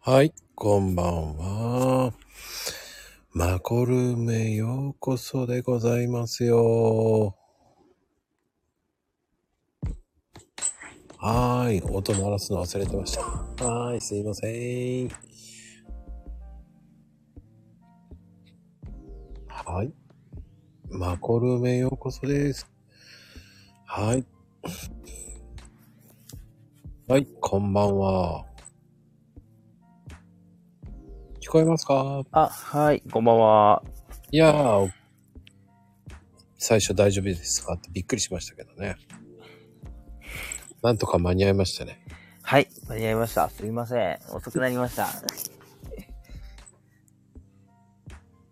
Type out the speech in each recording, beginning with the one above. はい、こんばんは。マコルームへようこそでございますよ。はーい、音鳴らすの忘れてました。はーい、すいません。はい、マコルームへようこそです。はい、はい、こんばんは。聞こえますかあ、はい、こんばんは。いやー、最初大丈夫ですかってびっくりしましたけどね。なんとか間に合いましたね。はい、間に合いました。すいません。遅くなりました。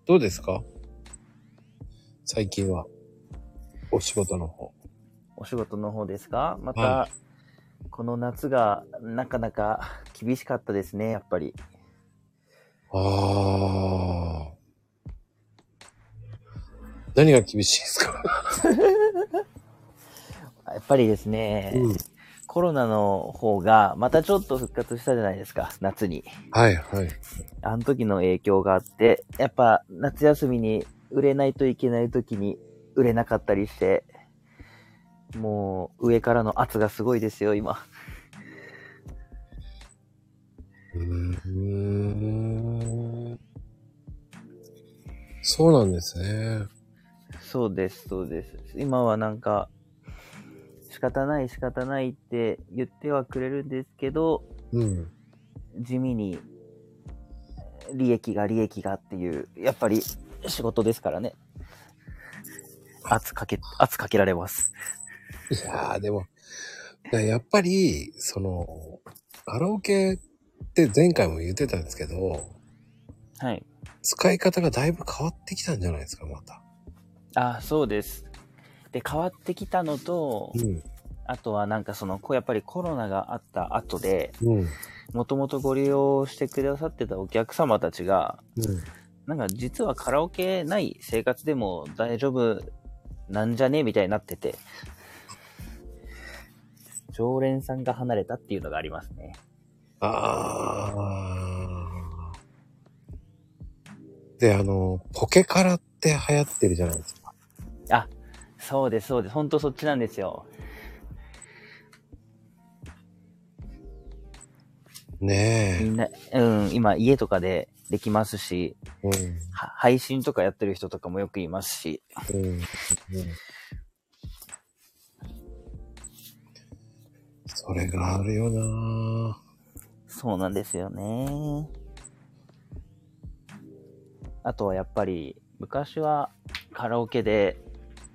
どうですか最近は。お仕事の方。お仕事の方ですかまた、はこの夏がなかなか厳しかったですね、やっぱり。あー。何が厳しいですかやっぱりですね、うん。コロナの方がまたちょっと復活したじゃないですか、夏に。はいはい。あの時の影響があって、やっぱ夏休みに売れないといけない時に売れなかったりして、もう上からの圧がすごいですよ、今。うーん。そうなんですね。そうです、そうです。今はなんか、仕方ない、仕方ないって言ってはくれるんですけど、うん。地味に、利益が利益がっていう、やっぱり仕事ですからね。圧かけ、圧かけられます。いやー、でも、だやっぱり、その、カラオケって前回も言ってたんですけど、はい。使い方がだいぶ変わってきたんじゃないですか、また。あ、そうです。で、変わってきたのと、ん。あとはなんかその、こうやっぱりコロナがあった後で、うん。うん。もともとご利用してくださってたお客様たちが、なんか実はカラオケない生活でも大丈夫なんじゃねみたいになってて、常連さんが離れたっていうのがありますね。あー。で、あの、ポケカラって流行ってるじゃないですか。あ、そうです、そうです。ほんとそっちなんですよ。みねんな、うん、今家とかでできますし、え。は配信とかやってる人とかもよくいますし、うん。うん。うんそれがあるよなー。そうなんですよね。あとはやっぱり、昔はカラオケで、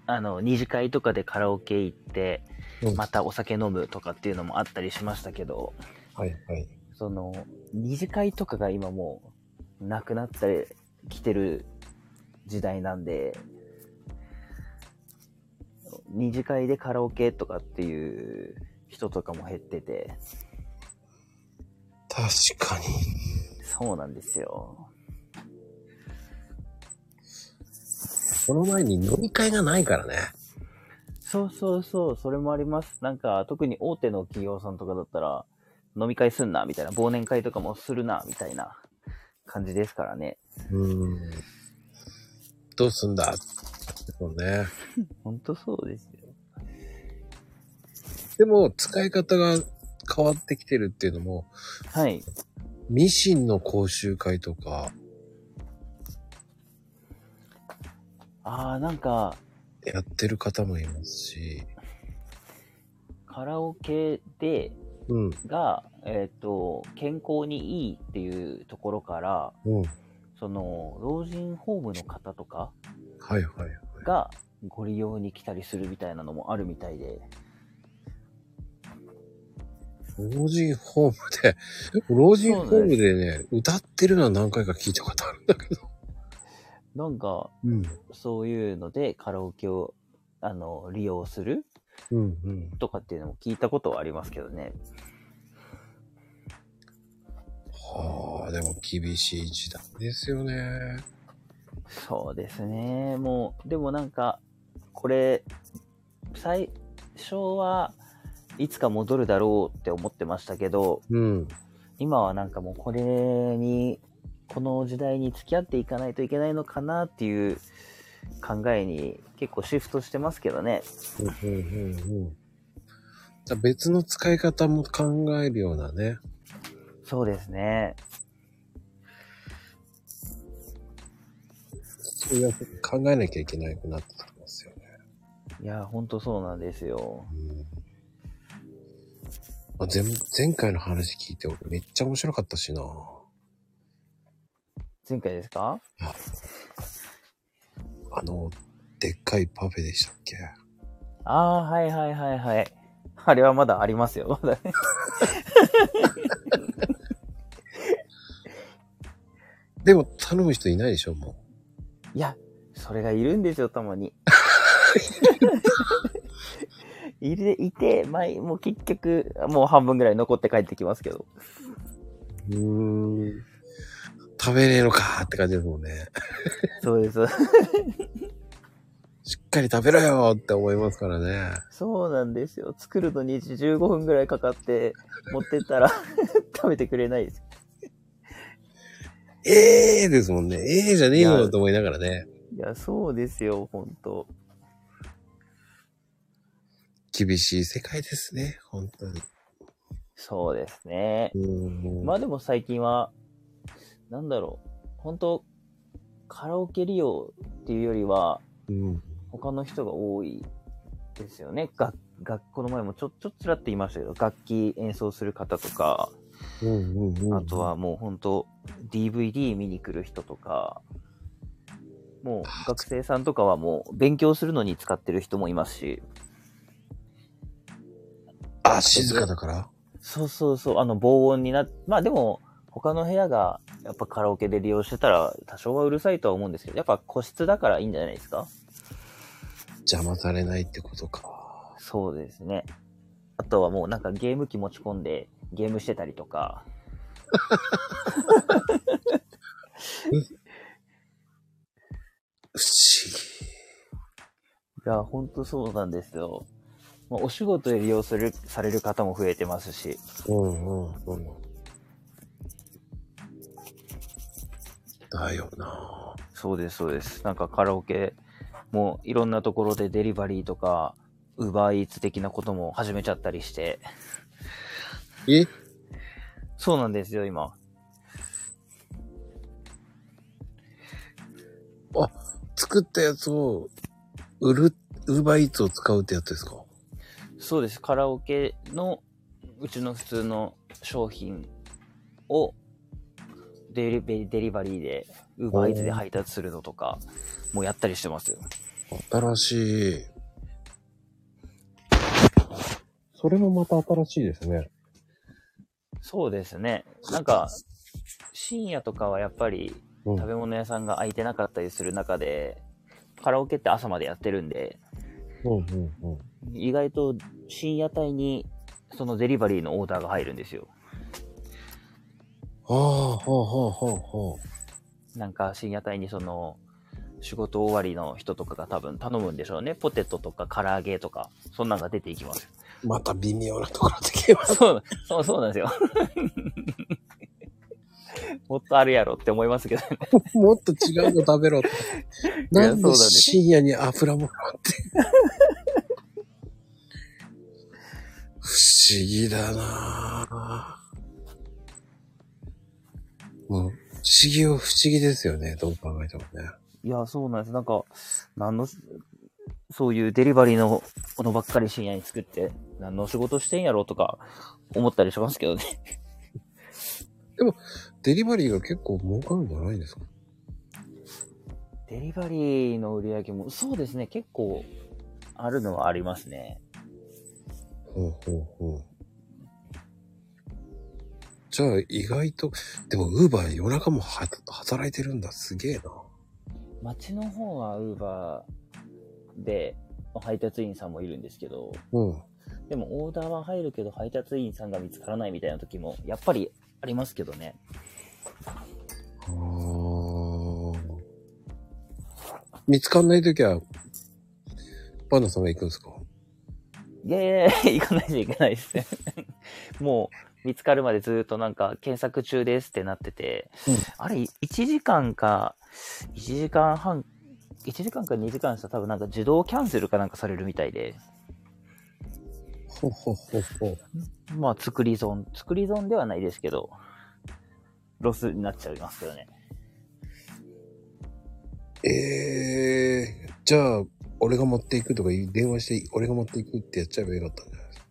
あの、二次会とかでカラオケ行って、うんまたお酒飲むとかっていうのもあったりしましたけど、はいはい。その、二次会とかが今もう、なくなってきてる時代なんで、二次会でカラオケとかっていう人とかも減ってて、確かに。そうなんですよ。その前に飲み会がないからね。そうそうそう、それもあります。なんか、特に大手の企業さんとかだったら、飲み会すんな、みたいな、忘年会とかもするな、みたいな感じですからね。うん。どうすんだそうね。ほんとそうですよ。でも、使い方が変わってきてるっていうのも、はい。ミシンの講習会とか、あー、なんか、やってる方もいますし。カラオケで、うん、が、えっ、と、健康にいいっていうところから、うん。その、老人ホームの方とかはいはい。がご利用に来たりするみたいなのもあるみたいで、老人ホームで、 老人ホームでね、歌ってるのは何回か聞いたことあるんだけど。なんか、うん。そういうのでカラオケを、あの、利用するうんうん。とかっていうのも聞いたことはありますけどね。はあ、でも厳しい時代ですよね。そうですね。もう、でもなんか、これ、最初はいつか戻るだろうって思ってましたけど、うん。今はなんかもうこれに、この時代に付き合っていかないといけないのかなっていう考えに結構シフトしてますけどね。うんうんうんうん。じゃあ別の使い方も考えるようなね。そうですね。そういう考えなきゃいけなくなってきますよね。いや、ほんとそうなんですよ。うんまあ、前前回の話聞いて俺めっちゃ面白かったしな。前回ですかあの、でっかいパフェでしたっけああ、はいはいはいはい。あれはまだありますよ。まだね。でも頼む人いないでしょ、も いや、それがいるんですよ、たまに。 いる、いて、まあ、もう結局、もう半分ぐらい残って帰ってきますけど。う。うーん。食べねえのかーって感じですもんね。そうです。しっかり食べろよーって思いますからね。そうなんですよ。作るのに15分ぐらいかかって、持ってったら 食べてくれないです。ええー、ですもんね。ええー、じゃねえいよやと思いながらね。いや、そうですよ、ほんと。厳しい世界ですね、本当に。そうですね。うんまあでも最近は、なんだろう。ほんと、カラオケ利用っていうよりは、うん。他の人が多いですよね。ががこの前もちょ、ちょっとちらっと言いましたけど、楽器演奏する方とか、うんうんうん。あと。はもう本当 DVD 見に来る人とか、もう学生さんとかはもう勉強するのに使ってる人もいますし、あ、静かだから。そうそうそう、あの防音になっ、まあでも他の部屋がやっぱカラオケで利用してたら多少はうるさいとは思うんですけど、やっぱ個室だからいいんじゃないですか邪魔されないってことか。そうですね。あとはもうなんかゲーム機持ち込んでゲームしてたりとか、不思いや、ほんとそうなんですよ。まあ、お仕事で利用する、される方も増えてますし。議。うんうんうん。だよなそうです、そうです。なんかカラオケ、もういろんなところでデリバリーとか、ウーバーイーツ的なことも始めちゃったりして。えそうなんですよ、今。作ったやつを売る、ウーバーイーツを使うってやつですかそうです、カラオケの、うちの普通の商品を、デリベデリバリーで、ウーバーイーツで配達するのとか、もうやったりしてますよ。新しい。それもまた新しいですね。そうですね。なんか、深夜とかはやっぱりうん食べ物屋さんが空いてなかったりする中で、カラオケって朝までやってるんで、うんうんうん。意外と深夜帯にそのデリバリーのオーダーが入るんですよ。ああ、ほうほうほうほう。なんか深夜帯にその、仕事終わりの人とかが多分頼むんでしょうね。ポテトとか唐揚げとか、そんなんが出ていきます。また微妙なところできます。そう、そう、そうなんですよ。 もっとあるやろって思いますけどね。もっと違うの食べ ろって。なんそうでだね深夜に油もらって。不思議だなぁ。もう、不思議は不思議ですよね。どう考えてもね。いや、そうなんです。なんか、何の、そういうデリバリーのものばっかり深夜に作って、何の仕事してんやろうとか思ったりしますけどね。デリバリーが結構儲かるんじゃないですかデリバリーの売り上げも、そうですね、結構あるのはありますね。ほうほうほう。じゃあ意外と、でもウーバー夜中もは働いてるんだ。すげえな。街の方はウーバーで、まあ配達員さんもいるんですけど、うん。でもオーダーは入るけど配達員さんが見つからないみたいな時も、やっぱりありますけどね。見つかんないときは、パンダさんが行くんですか いやいやいや、行かないといけないですね。もう、見つかるまでずっとなんか検索中ですってなってて、うんあれ、1時間か、1時間半、1時間か2時間したら多分なんか自動キャンセルかなんかされるみたいで、ほうほうほうほう。まあ作り損、作り損ではないですけど、ロスになっちゃいますけどね。ええー、じゃあ、俺が持っていくとか言う電話して、俺が持っていくってやっちゃえばよかったんじゃないですか。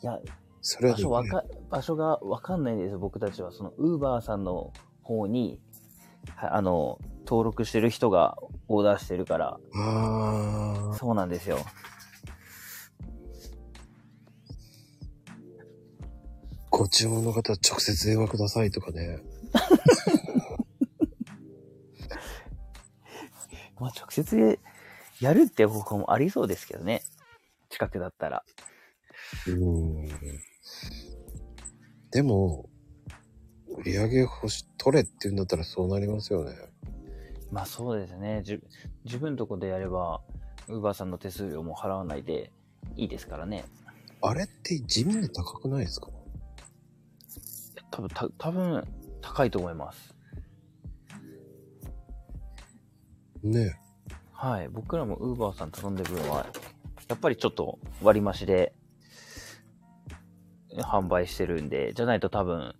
いや、それは場で所もわねか場所がわかんないんですよ、僕たちは。その、ウーバーさんの方に、はあの、登録してる人がオーダーしてるから、ああ、そうなんですよ。ご注文の方は直接電話くださいとかね。まあ、直接やるって方法もありそうですけどね。近くだったら。うん。でも、売り上げ欲し、取れって言うんだったらそうなりますよね。まあ、そうですね。じ自分のとこでやれば、ウーバーさんの手数料も払わないでいいですからね。あれって地味に高くないですか多分、た多分高いと思います。ねはい。僕らもウーバーさん頼んでる分は、やっぱりちょっと割増しで販売してるんで、じゃないと多分、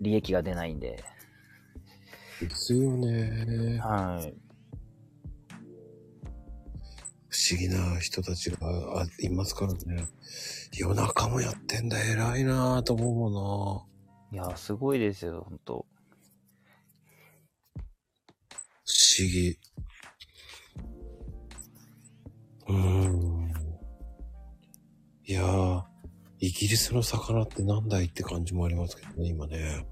利益が出ないんで。え。ですよね。はい。不思議な人たちがあいますからね。夜中もやってんだ、偉いなぁと思うもんな。いや、すごいですよ、本当不思議。うーん。いやー、イギリスの魚ってなんだいって感じもありますけどね、今ね。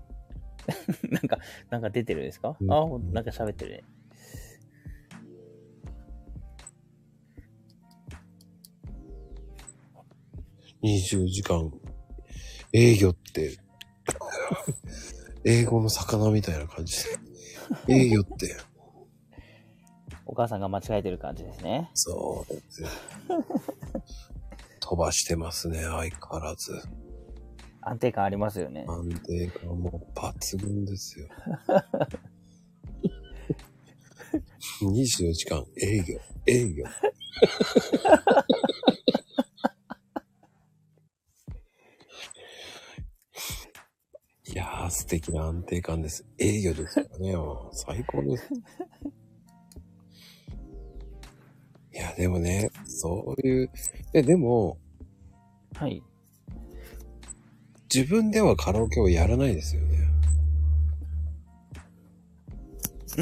なんか、なんか出てるんですか、うんあ、ほんなんか喋ってるね。 20時間営業って、 英語の魚みたいな感じで。営業って。お母さんが間違えてる感じですね。そうですよ。飛ばしてますね、相変わらず。安定感ありますよね。安定感も抜群ですよ。24時間営業、営業。いやー、素敵な安定感です。営業ですからね、もう最高です。いや、でもね、そういう、え、でも、はい。自分ではカラオケをやらないですよね。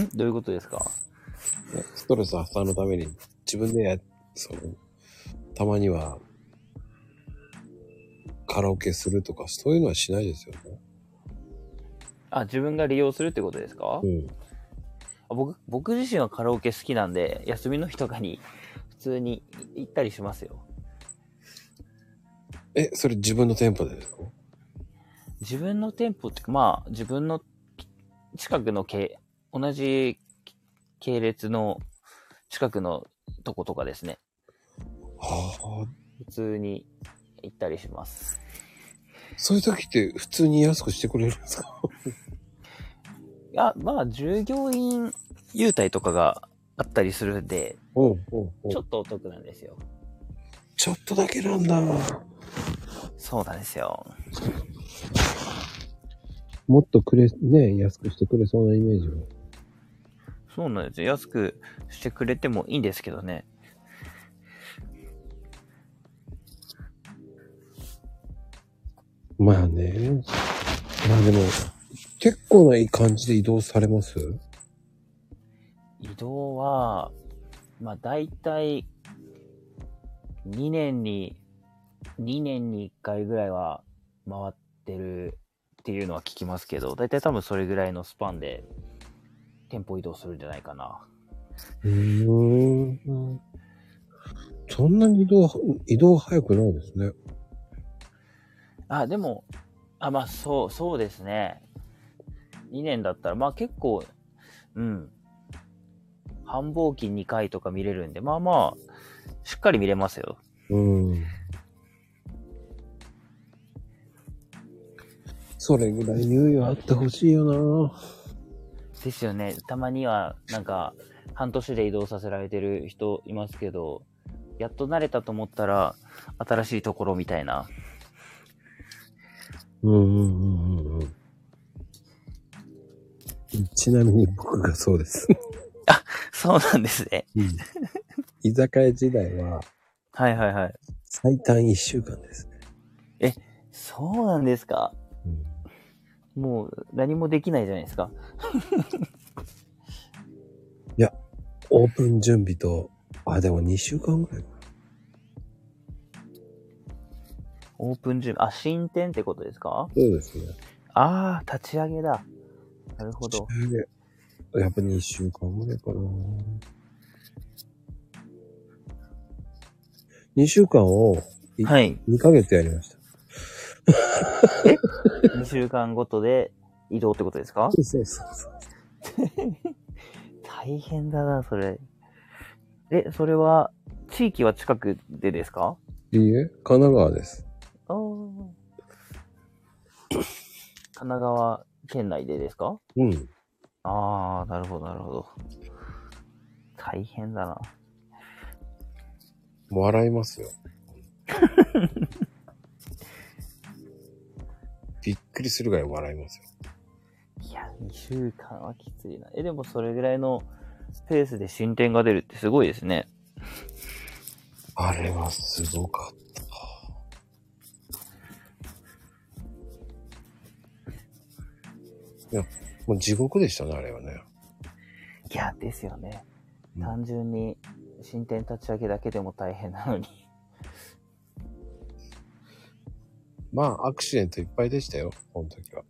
んどういうことですかねストレス発散のために自分でや、その、たまには、カラオケするとか、そういうのはしないですよね。あ、自分が利用するってことですか、うん。あ僕僕自身はカラオケ好きなんで、休みの日とかに普通に行ったりしますよ。え、それ自分の店舗でですか自分の店舗っていうか、まあ、自分の近くの系、同じ系列の近くのとことかですね。はあ、普通に行ったりします。そういう時って普通に安くしてくれるんですかいや、まあ、従業員優待とかがあったりするんで、おうおうおうちょっとお得なんですよ。ちょっとだけなんだ。そうなんですよ。もっとくれ、ね、安くしてくれそうなイメージが。そうなんですよ。安くしてくれてもいいんですけどね。まあね。まあでも、結構ないい感じで移動されます移動は、まあ大体、2年に、2年に1回ぐらいは回ってるっていうのは聞きますけど、大体多分それぐらいのスパンで店舗移動するんじゃないかな。うーん。そんなに移動、移動早くないですね。あ、でも、あ、まあそう、そうですね。2年だったら、まあ結構、うん。繁忙期2回とか見れるんで、まあまあ、しっかり見れますよ。うん。それぐらい猶予あってほしいよなですよね。たまには、なんか、半年で移動させられてる人いますけど、やっと慣れたと思ったら、新しいところみたいな。うんうんうんうんうん。ちなみに僕がそうです。 そうなんですね。居酒屋時代ははいはいはい。最短1週間ですね。そうなんですか。うんもう、何もできないじゃないですか。オープン準備と、あ、でも2週間ぐらいかな。オープン準備。あ、新店ってことですかそうですね。ああ、立ち上げだ。なるほど。やっぱ2週間ぐらいかな。2週間をはい。 2ヶ月やりました。 2週間ごとで移動ってことですかそうそうそうそう。大変だな、それ。え、それは、地域は近くでですか理由神奈川です。ああ。神奈川県内でですかうん。ああ、なるほど、なるほど。大変だな。笑います よ。びっくりするぐらい笑いますよ。いや、2週間はきついな。え、でもそれぐらいのペースで進展が出るってすごいですね。あれはすごかった。いや、もう地獄でしたね、あれはね。いや、ですよね。うん単純に進展立ち上げだけでも大変なのに。まあ、アクシデントいっぱいでしたよ、この時は。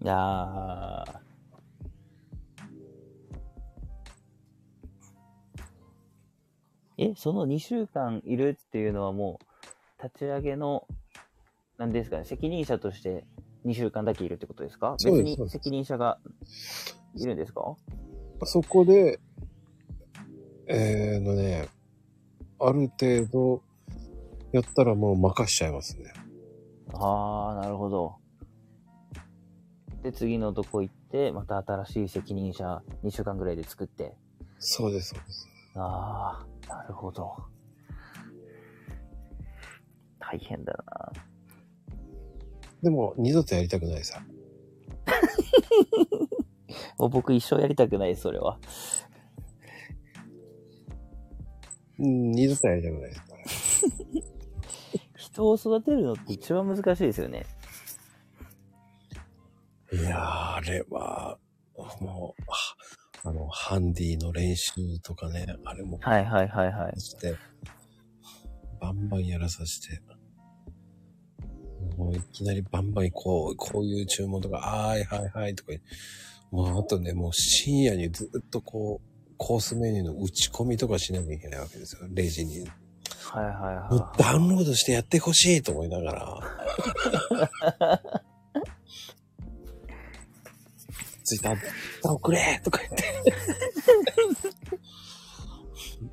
いやー。え、その2週間いるっていうのはもう、立ち上げの、なんですかね、責任者として2週間だけいるってことですかそうです別そうでにす責任者がいるんですかそこで、えーのね、ある程度、やったらもう任しちゃいますね。ああ、なるほど。で、次のとこ行って、また新しい責任者2週間ぐらいで作って。そうです、そうです。ああ、なるほど。大変だな。でも、二度とやりたくないさ。もう僕一生やりたくない、それは。うん、二度とやりたくないさ。人を育てるのって一番難しいですよね。いやー、あれは、もう、ああの、ハンディの練習とかね、あれもはいはいはいはい。して、バンバンやらさせて、もういきなりバンバンこう、こういう注文とか、はいはいはいとか言う、もうあとね、もう深夜にずっとこう、コースメニューの打ち込みとかしなきゃいけないわけですよ、レジに。はいはいもうはダウンロードしてやってほしいと思いながら。ツイッター、ツイッター送れとか言って。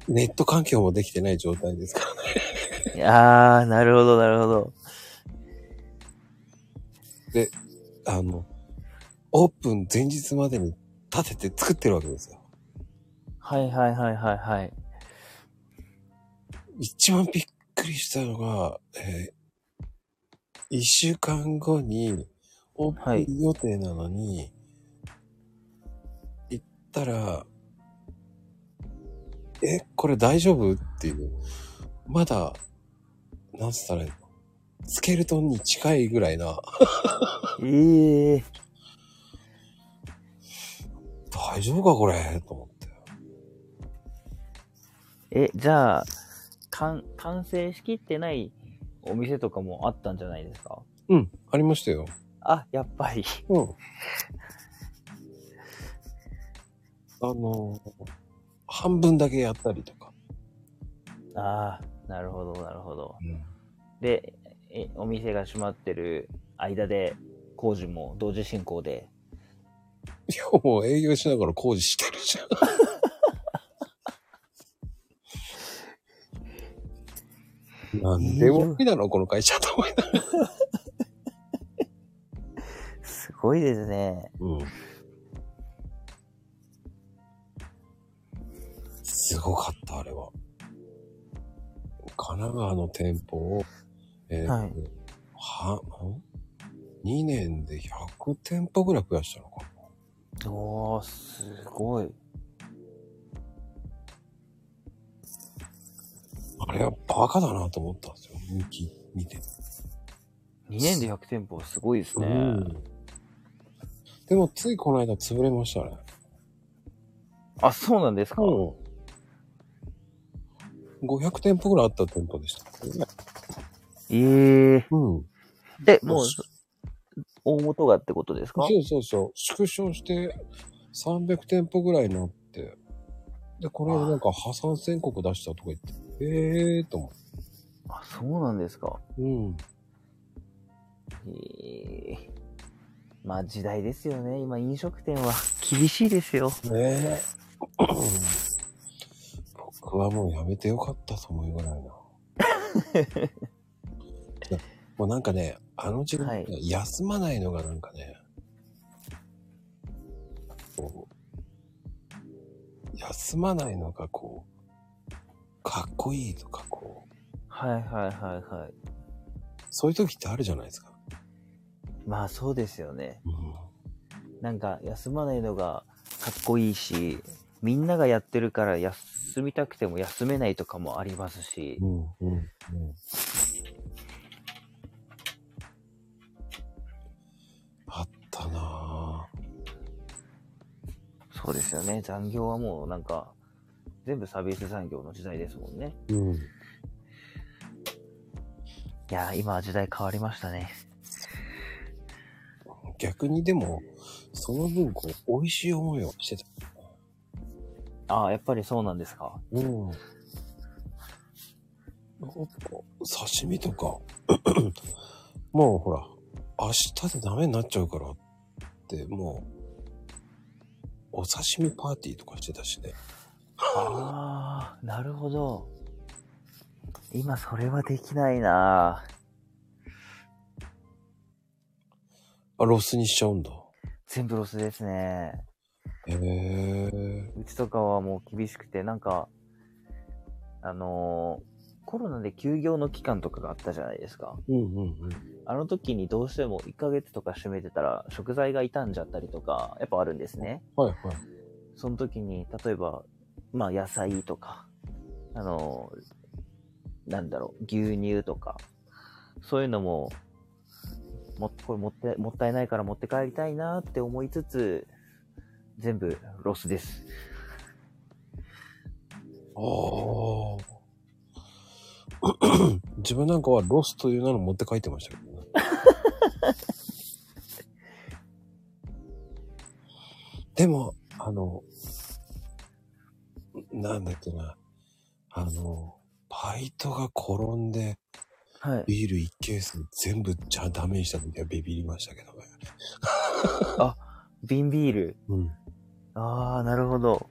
ネット環境もできてない状態ですからね。い。いやー、なるほどなるほど。あの、オープン前日までに立てて作ってるわけですよ。はいはいはいはいはい。一番びっくりしたのが、えー、1週間後にオはーいプン予定なのに、行ったら、え、これ大丈夫っていう。まだ、なんつったらいいのスケルトンに近いぐらいな、ええー。大丈夫かこれと思って。え、じゃあ、完、完成しきってないお店とかもあったんじゃないですかうん、ありましたよ。あ、やっぱり。うん。あの、半分だけやったりとか。ああ、なるほど、なるほど。で、え、お店が閉まってる間で、工事も同時進行で。いや、もう営業しながら工事してるじゃん。 なんでもいいだろう、この会社と思いながら。すごいですね。うん。すごかった、あれは。神奈川の店舗を、えーはいは、2年で100店舗ぐらい増やしたのかな。おー、すごい。あれはバカだなと思ったんですよ。見き見て。 2年で100店舗すごいですね。うんでも、ついこの間潰れましたね。あ、そうなんですか、うん。500店舗ぐらいあった店舗でした。ええうん。で、もうそ、大元がってことですかそうそうそう。縮小して300店舗ぐらいになって。で、これをなんか破産宣告出したとか言って。ええー、と思って。あ、そうなんですか。うん。ええまあ時代ですよね。今飲食店は厳しいですよ。ねえ。僕はもうやめてよかったと思うぐらいな。いやもうなんかね、あの自分、はい休まないのがなんかね、こう、休まないのがこう、かっこいいとかこう、はいはいはいはい。そういう時ってあるじゃないですか。まあそうですよね。うん。なんか休まないのがかっこいいし、みんながやってるから休みたくても休めないとかもありますし、うんうんうん。あったなぁ。そうですよね。残業はもうなんか、全部サービス残業の時代ですもんね。うん。いやー、今は時代変わりましたね。逆にでも、その分、こう、美味しい思いをしてた。ああ、やっぱりそうなんですか。うん。なんか、刺身とか、 もうほら、明日でダメになっちゃうからって、もう、お刺身パーティーとかしてたしね。ああ、なるほど。今それはできないなぁあ、ロスにしちゃうんだ。全部ロスですね。へえ。うちとかはもう厳しくて、なんか、あのーコロナで休業の期間とかがあったじゃないですか。うんうんうん。あの時にどうしても1ヶ月とか閉めてたら食材が傷んじゃったりとか、やっぱあるんですね。はいはい。その時に、例えば、まあ野菜とか、あの、なんだろう、牛乳とか、そういうのも、も、これ持って、もったいないから持って帰りたいなって思いつつ、全部ロスです。ああ。自分なんかはロスという名の持って帰ってましたけどね。 でも、あの、なんだっけな。あの、バイトが転んで、はい。ビール1ケース全部じゃダメにした時はビビりましたけどね。瓶ビール。うん。ああ、なるほど。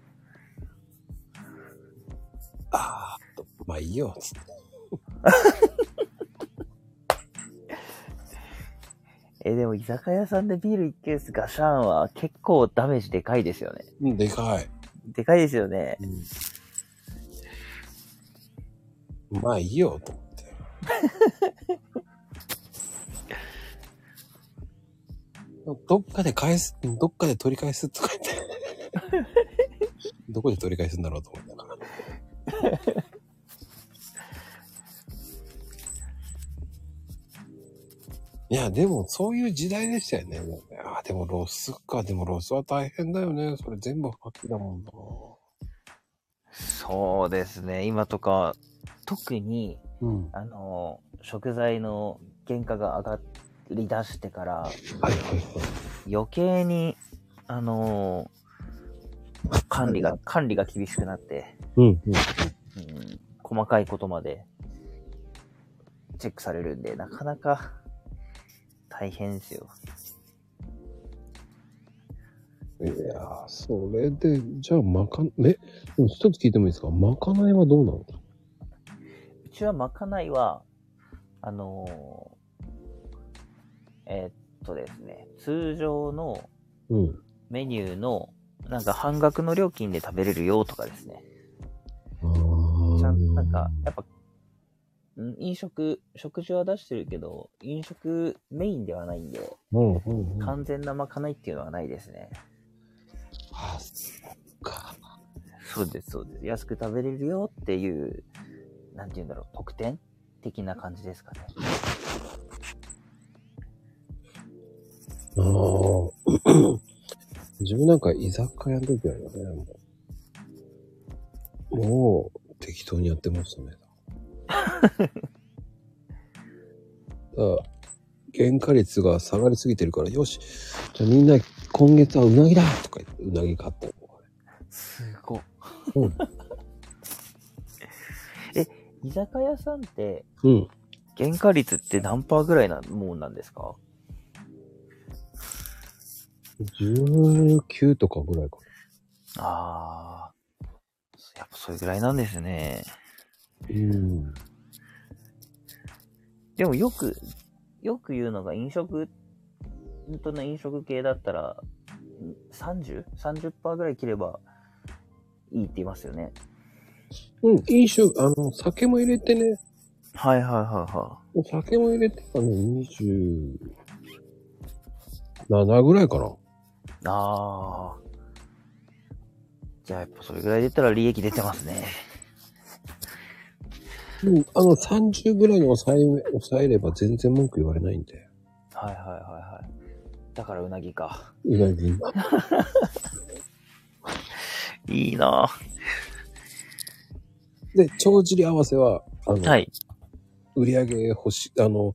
ああ、とまあいいよ、つって。え、でも居酒屋さんでビール1ケースガシャンは結構ダメージでかいですよね。うん、でかい。でかいですよね。うん、まあいいよと思って。 どっかで返す、どっかで取り返すとか言って。どこで取り返すんだろうと思ったから。いや、でもそういう時代でしたよね。あでもロスか。でもロスは大変だよね。それ全部吐きだもんな。そうですね。今とか、特に、うん。あの食材の原価が上がりだしてからはいはいはい。余計にあの管理が管理が厳しくなって、うんうん。うん、細かいことまでチェックされるんでなかなか大変ですよいやーそれで、じゃあ、まか、え、でも一つ聞いてもいいですかまかないはどうなのうちはまかないはあのえーっとですね、通常のうん。メニューの、なんか半額の料金で食べれるよとかですね。ああ。ちゃんなんか、やっぱ、うん飲食、食事は出してるけど、飲食メインではないんで、うんうん、うん。あ完全なまかないっていうのはないですね。あ、そっか。そうです、そうです。安く食べれるよっていう、なんて言うんだろう、特典的な感じですかね。ああ。 自分なんか居酒屋の時はね、もう、もう適当にやってま したね。だから原価率が下がりすぎてるから、よし、じゃあみんな今月はうなぎだとか言って、うなぎ買ったの。すごい。うん。 居酒屋さんって、うん。原価率って何パーぐらいなもんなんですか19とかぐらいかああ。やっぱそれぐらいなんですね。な。うん。でもよく、よく言うのが飲食、本当の飲食系だったら、30?30% 30%ぐらい切ればいいって言いますよね。うん、飲酒、あの、酒も入れてね、はいはいはいはお酒も入れてたね、27ぐらいかな。い。ああ。じゃあやっぱそれぐらい出たら利益出てますね。うん、あの、30ぐらいに抑え、抑えれば全然文句言われないんで。はいはいはいはい。だからうなぎか。うなぎ。いいなで、帳尻合わせは、あの、はい。売り上げ欲し、あの、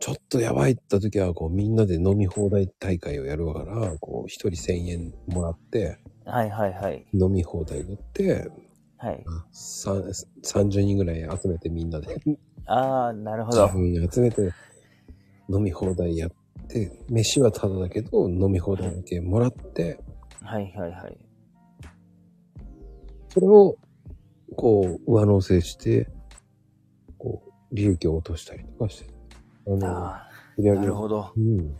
ちょっとやばいって時は、こう、みんなで飲み放題大会をやるから、こう、一人1000円もらって、はいはいはい。飲み放題売って、はい。さん30人ぐらい集めてみんなで、ああ、なるほど自。分に集めて、飲み放題やって、飯はタダだけど、飲み放題だけもらって、はいはいはい。それを、こう、上乗せして、こう、利益を落としたりとかして、あの、あ売り上あ、なげるをほど。うん。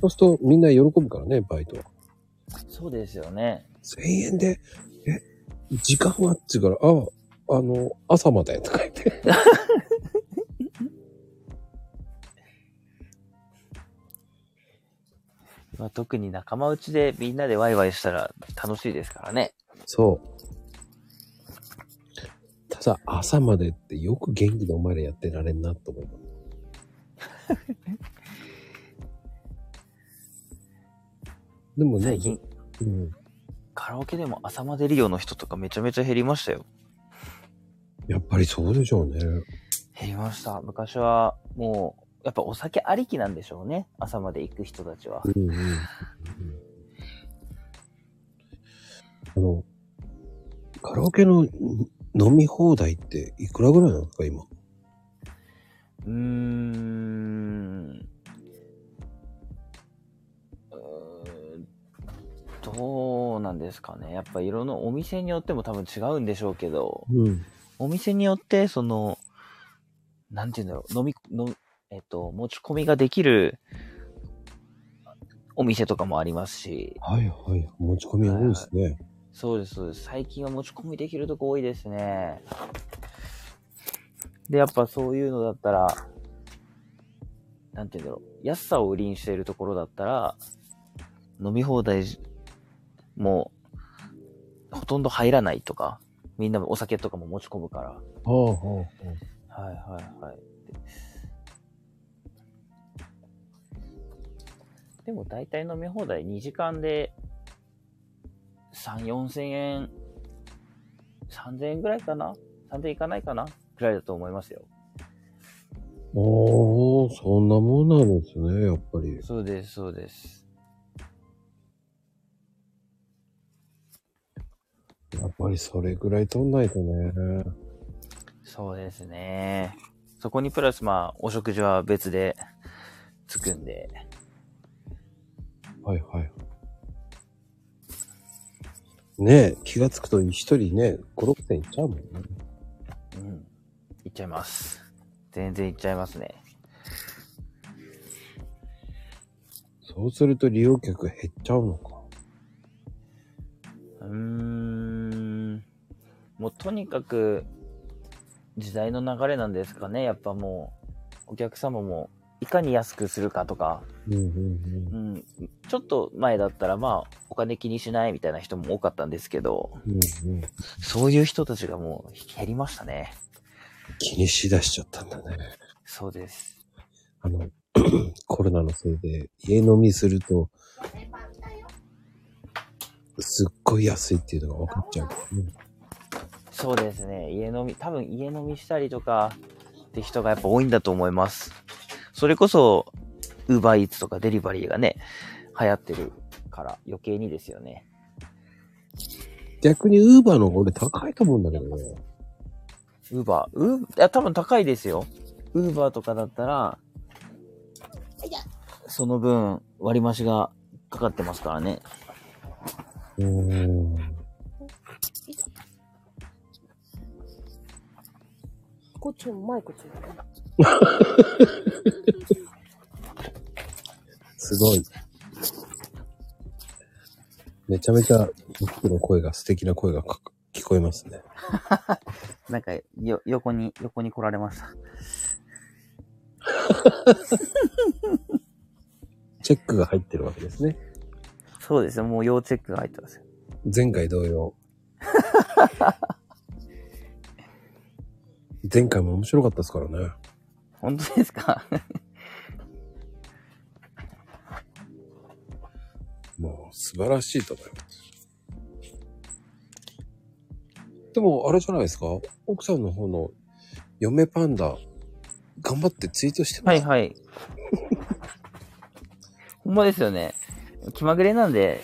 そうすると、みんな喜ぶからね、バイトは。そうですよね。 1000円で、え、時間はって言うから、あ、あの、朝までとか言って。まあ、特に仲間内でみんなでワイワイしたら楽しいですからね。そう。ただ、朝までってよく元気でお前らやってられんなと思う。でもね最、近、うん、カラオケでも朝まで利用の人とかめちゃめちゃ減りましたよ。やっぱりそうでしょうね。減りました。昔はもう、やっぱお酒ありきなんでしょうね。朝まで行く人たちは。うんうん。あの、カラオケの飲み放題っていくらぐらいなんですか、今。うーん。うーんどうなんですかね。やっぱ色のお店によっても多分違うんでしょうけど。うん。お店によって、その、なんて言うんだろう、飲み、のえっと、持ち込みができるお店とかもありますし、はいはい。持ち込み多いですね。そうです、そうです。最近は持ち込みできるとこ多いですね。で、やっぱそういうのだったら、なんて言うんだろう、安さを売りにしているところだったら、飲み放題も、ほとんど入らないとか、みんなもお酒とかも持ち込むから。はあはあはあ。はいはいはい。でも大体飲み放題2時間で3、4千円、3千円ぐらいかな ?3 千円いかないかなぐらいだと思いますよ。おー、そんなもんなんですね、やっぱり。そうです、そうです。やっぱりそれぐらい取んないとね。そうですね。そこにプラスまあ、お食事は別でつくんで。はいはい。ねえ、気がつくと一人ね、5、6点いっちゃうもんね。うん。いっちゃいます。全然いっちゃいますね。そうすると利用客減っちゃうのか。うーん。もうとにかく、時代の流れなんですかね。やっぱもう、お客様も、いかに安くするかとか、うんうんうん、ちょっと前だったら、まあ、お金気にしないみたいな人も多かったんですけど、うん。うんうん。そういう人たちがもう減りましたね。気にしだしちゃったんだね。そうです。あの、 コロナのせいで家飲みすると、すっごい安いっていうのが分かっちゃうからね。そうですね。家飲み、多分家飲みしたりとかって人がやっぱ多いんだと思います。それこそ、ウーバーイーツとかデリバリーがね、流行ってるから余計にですよね。逆にウーバーの方が俺高いと思うんだけどね。ウーバー、ウー、いや、多分高いですよ。ウーバーとかだったら、その分割増しがかかってますからね。うーん。こっちもマイクついてる。すごい。めちゃめちゃ僕の声が素敵な声がか聞こえますね。なんか、よ、横に、横に来られました。チェックが入ってるわけですね。そうですね。もう要チェックが入ってます。前回同 様。前回も面白かったですからね。本当ですかもう素晴らしいと思います。でも、あれじゃないですか奥さんの方の嫁パンダ、頑張ってツイートしてまはす。いはい。 ほんまですよね。気まぐれなんで、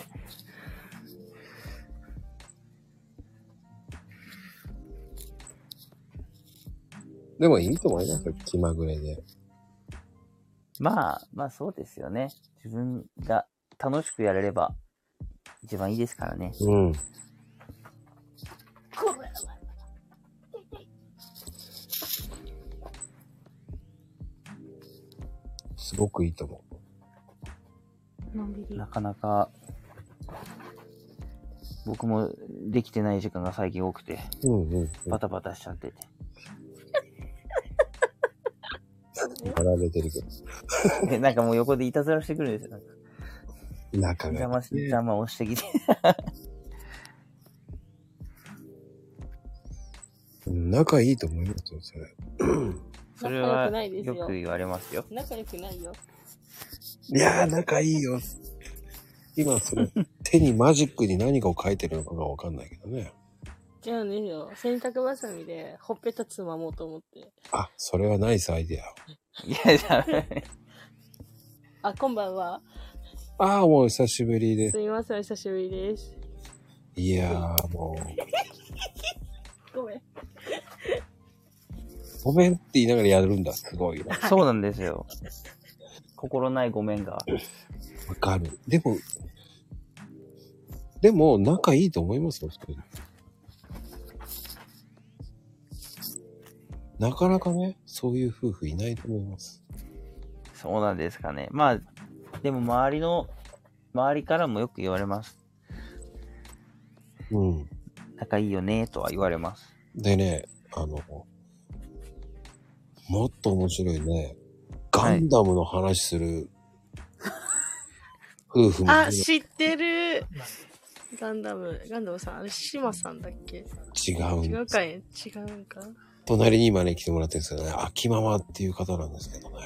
でもいいと思いますよ。気まぐれで。まあ、まあそうですよね。自分が楽しくやれれば一番いいですからね。うん。すごくいいと思う。のんびりな。かなか、僕もできてない時間が最近多くて、うんうん、うん。バタバタしちゃってて。 やられてるけど。でなんかもう横でいたずらしてくるんですよ。なんか仲邪が魔し、いいね。邪魔をしてきて。 うん仲いいと思いますよ、それ。それは仲良くないですよよく言われます よ。仲良くないよ。いやー、仲いいよ。今、その、手にマジックに何かを書いてるのかがわかんないけどね。違うんですよ。洗濯バサミでほっぺたつまもうと思って。あ、それはナイスアイデア。いや、じゃああ、こんばんは。ああ、もう久しぶりですす。みません、お久しぶりです。いやー、もごめん。う、ごめんって言いながらやるんだ。すごいな。そうなんで すよ。心ないごめんが。わかる。でも、でも、仲いいと思いますよ、それなかなかね、そういう夫婦いないと思います。そうなんですかね。まあ、でも周りの、周りからもよく言われます。うん。仲いいよね、とは言われます。でね、あの、もっと面白いね、ガンダムの話する、夫婦もいあ、る知ってる。ガンダム、ガンダムさん、あれ、シマさんだっけ違違ううかい違うんか隣に今ね、来てもらってるんですけどね、秋ママっていう方なんですけどね。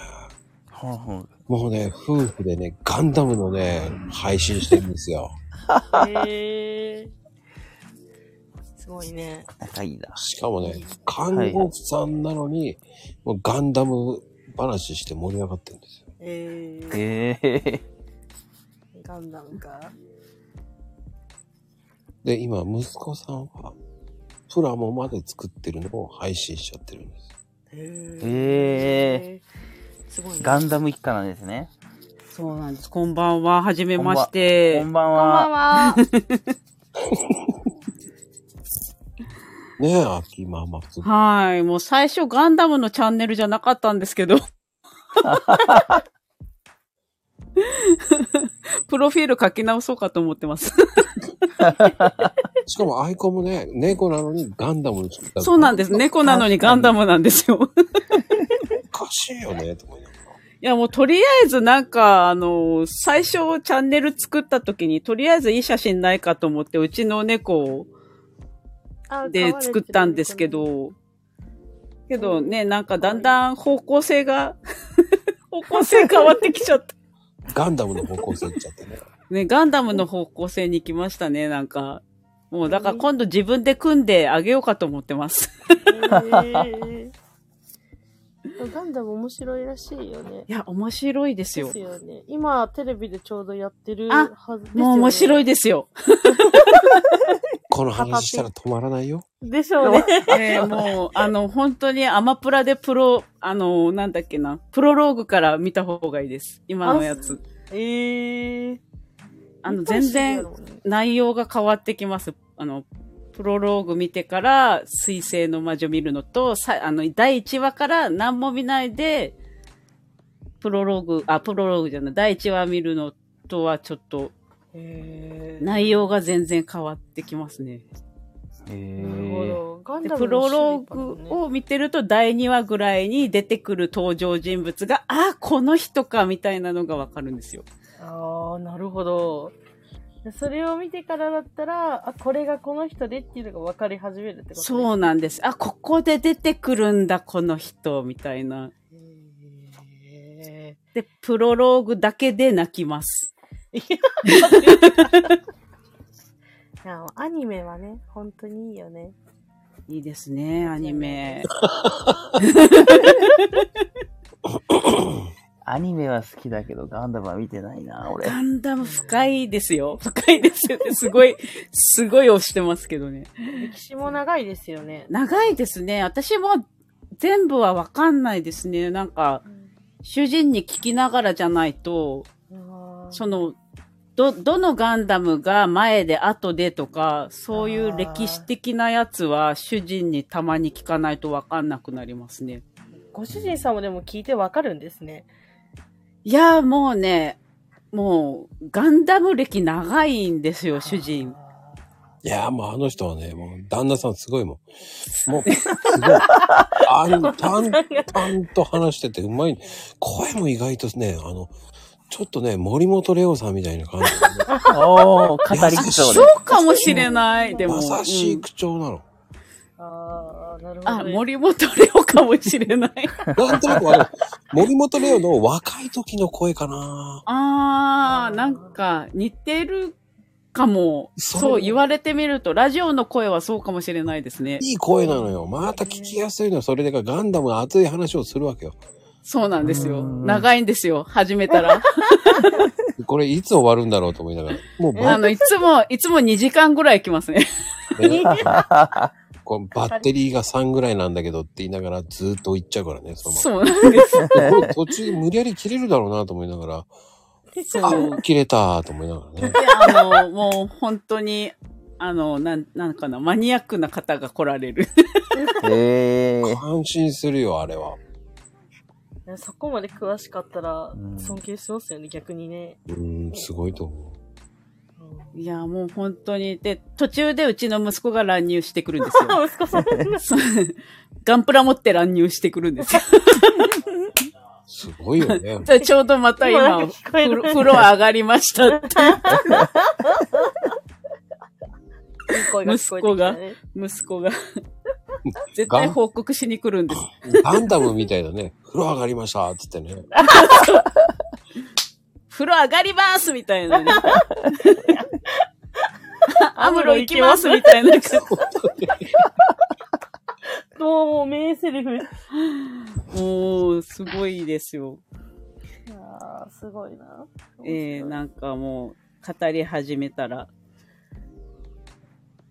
ほんほん。もうね、夫婦でね、ガンダムのね、配信してるんですよ。へえ。すごいね。仲いいな。しかもね、看護婦さんなのに、もうガンダム話して盛り上がってるんですよ。えー、ええガンダムか。で、今、息子さんは、プラモまで作ってるのを配信しちゃってるんです。へーえすごいね。ガンダム一家なんですね。そうなんです。こんばんは。はじめましてこ。んばんこんばんは。は。ねえ、秋ママ。すごいはい。もう最初ガンダムのチャンネルじゃなかったんですけど。 プロフィール書き直そうかと思ってます。しかもアイコンもね、猫なのにガンダムの作ったそうなんです。猫なのにガンダムなんですよ。おかしいよね、と思いながら。いや、もうとりあえずなんか、あの、最初チャンネル作った時に、とりあえずいい写真ないかと思って、うちの猫をあで作ったんですけ。ど、けどね、なんかだんだん方向性 が、方向性変わってきち ゃった。ガンダムの方向性行っちゃってね。ね、ガンダムの方向性に行きましたね、なんか。もうだから今度自分で組んであげようかと思ってます。可愛らしいですねへ ーガンダム面白いらしいよね。いや、面白いですよです。よね。今、テレビでちょうどやってるあはずですよね。もう面白い。いです よ。この話したら止まらないよ。でしょうね。 えーもう、あの、本当にアマプラでプロ、あの、なんだっけな、プロローグから見た方がいいです。今のやつ。ええ。あの、全然内容が変わってきます。あの、プロローグ見てから、水星の魔女見るのと、さあの、第1話から何も見ないで、プロローグ、あ、プロローグじゃない、第1話見るのとはちょっと、へーな内容が全然変わってきますね。へるえ。ほど。ガンでダムプロロの種類ーかもグねを見てると第2話ぐらいに出てくる登場人物が、ああ、この人か、みたいなのがわかるんですよ。ああ、なるほど。それを見てからだったら、あ、これがこの人でっていうのが分かり始めるってことねそうなんです。あ、ここで出てくるんだ、この人、みたいな。へで、プロローグだけで泣きます。ーあアニメはね、本当にいいよね。いいですね、アニメ。アニメは好きだけど、ガンダムは見てない な、俺。ガンダム深いですよ。深いですよね。すごい、すごい押してますけどね。歴史も長いですよね。長いですね。私も全部はわかんないですね。なんか、主人に聞きながらじゃないと、あーその、ど、どのガンダムが前で後でとか、そういう歴史的なやつは主人にたまに聞かないとわかんなくなりますね。ご主人さんもでも聞いて分かるんですね。いやーもうね、もう、ガンダム歴長いんですよ、主人。いやーもうあの人はね、もう旦那さんすごいもん。もう、すごい。 あん、淡々と話しててうまい。声も意外とね、あの、ちょっとね、森本レオさんみたいな感じでね、おお語り口調でそ。うかもしれない、でも。優しういん口調なの。ああ、なるほど、あ、森本レオかもしれない。なんとなくあの、森本レオの若い時の声かな。あー、なんか似てるかも。そうそう言われてみると、ラジオの声はそうかもしれないですね。いい声なのよ。また聞きやすいの。それでか、ガンダムが熱い話をするわけよ。そうなんですうよ。ん長いんですよ、始めたら。これいつ終わるんだろうと思いながら。もうあバ,、の、いつも、いつも2時間ぐらい来ますね。 ね、こうバッテリーが3ぐらいなんだけどって言いながらずっと行っちゃうからね。そのままそうなんです。これ途中無理やり切れるだろうなと思いながら、そう。切れたと思いなが らね。いや、あの、もう本当に、あの、なん、なんかな、マニアックな方が来られる。 へえ。感心するよ、あれは。ねそこまで詳しかったらうん尊敬しますよね、逆にね。うーん、すごいと思う。いや、もう本当に。で、途中でうちの息子が乱入してくるんですよ。 あ、息子さん。そうガンプラ持って乱入してくるん ですよ。すごいよ ね。ちょうどまた今な今んか、聞こえ風る 呂風呂上がりましたって。いい声が聞こえてきたね。息子 が。絶対報告しに来るんです。ガンダムみたいなね、風呂上がりましたっつってね。風呂上がりますみたい なね。アムロ行きますみたいな感どうも、名セリフ。じ。もう、すごいですよ。ああ、すごいな。えー、なんかもう、語り始めたら。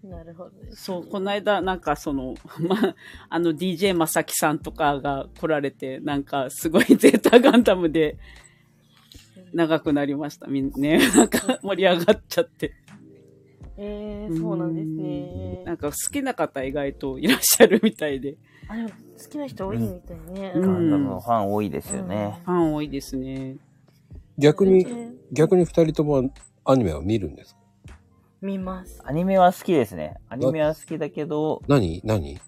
なるほどね。そう、この間、なんかその、 ま、あの、DJ まさきさんとかが来られて、なんか、すごいゼータガンダムで、 長くなりました。みんね、なんか、盛り上がっちゃって。えー、そうなんですね。なんか好きな方意外といらっしゃるみたいで。あ、でも好きな人多いみたいね。うんガンダムうんのファン多いですよね。ファン多いですね。逆にえ、ー逆に二人ともアニメは見るんですか見ます。アニメは好きですね。アニメは好きだけど、何何え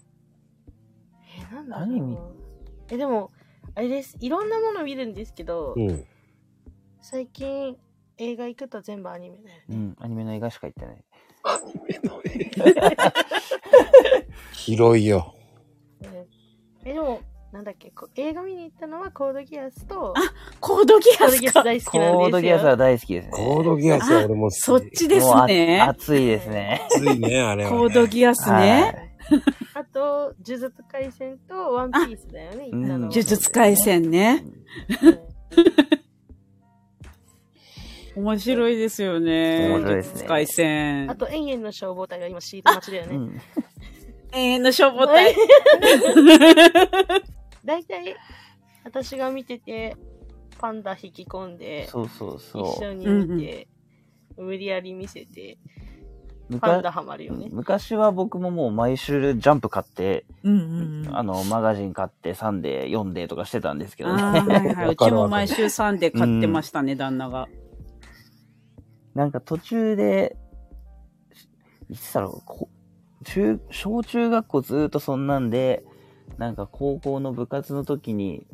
ー、なんだろう何見え、でも、あれです。いろんなもの見るんですけど、うん。最近映画行くと全部アニメだよね。うん、アニメの映画しか行ってない。広いよ。うんえ、でも、なんだっけ、こ映画見に行ったのはコードギアスと、コードギコアードスギアスか。大好きコなんですよ。ードギアスは大好きですね。コードギアスは俺もそっちですもうあね。熱いですね。ついね、あれは、ね。コードギアスはねい。あと、呪術廻戦とワンピースだよね、行ったのは。うん呪術廻戦ね。うん面白いですよね。面白いですね呪術廻戦あ。と、エンエンの消防隊が今シート待ちだようね。ん。永遠の消防隊。 大体、私が見てて、パンダ引き込んで、そうそう一そ緒に見て、無理やり見せて、う。むパかンダハマるよね。昔は僕ももう毎週ジャンプ買って、うんうんうん。あの、マガジン買って、サンデー読んでとかしてたんですけどあね。ーはいはい。わうかちるわも毎週サンデー買ってましたね、旦那が。なんか途中で、いつだろう、こ中、小中学校ずーっとそんなんで、なんか高校の部活の時に、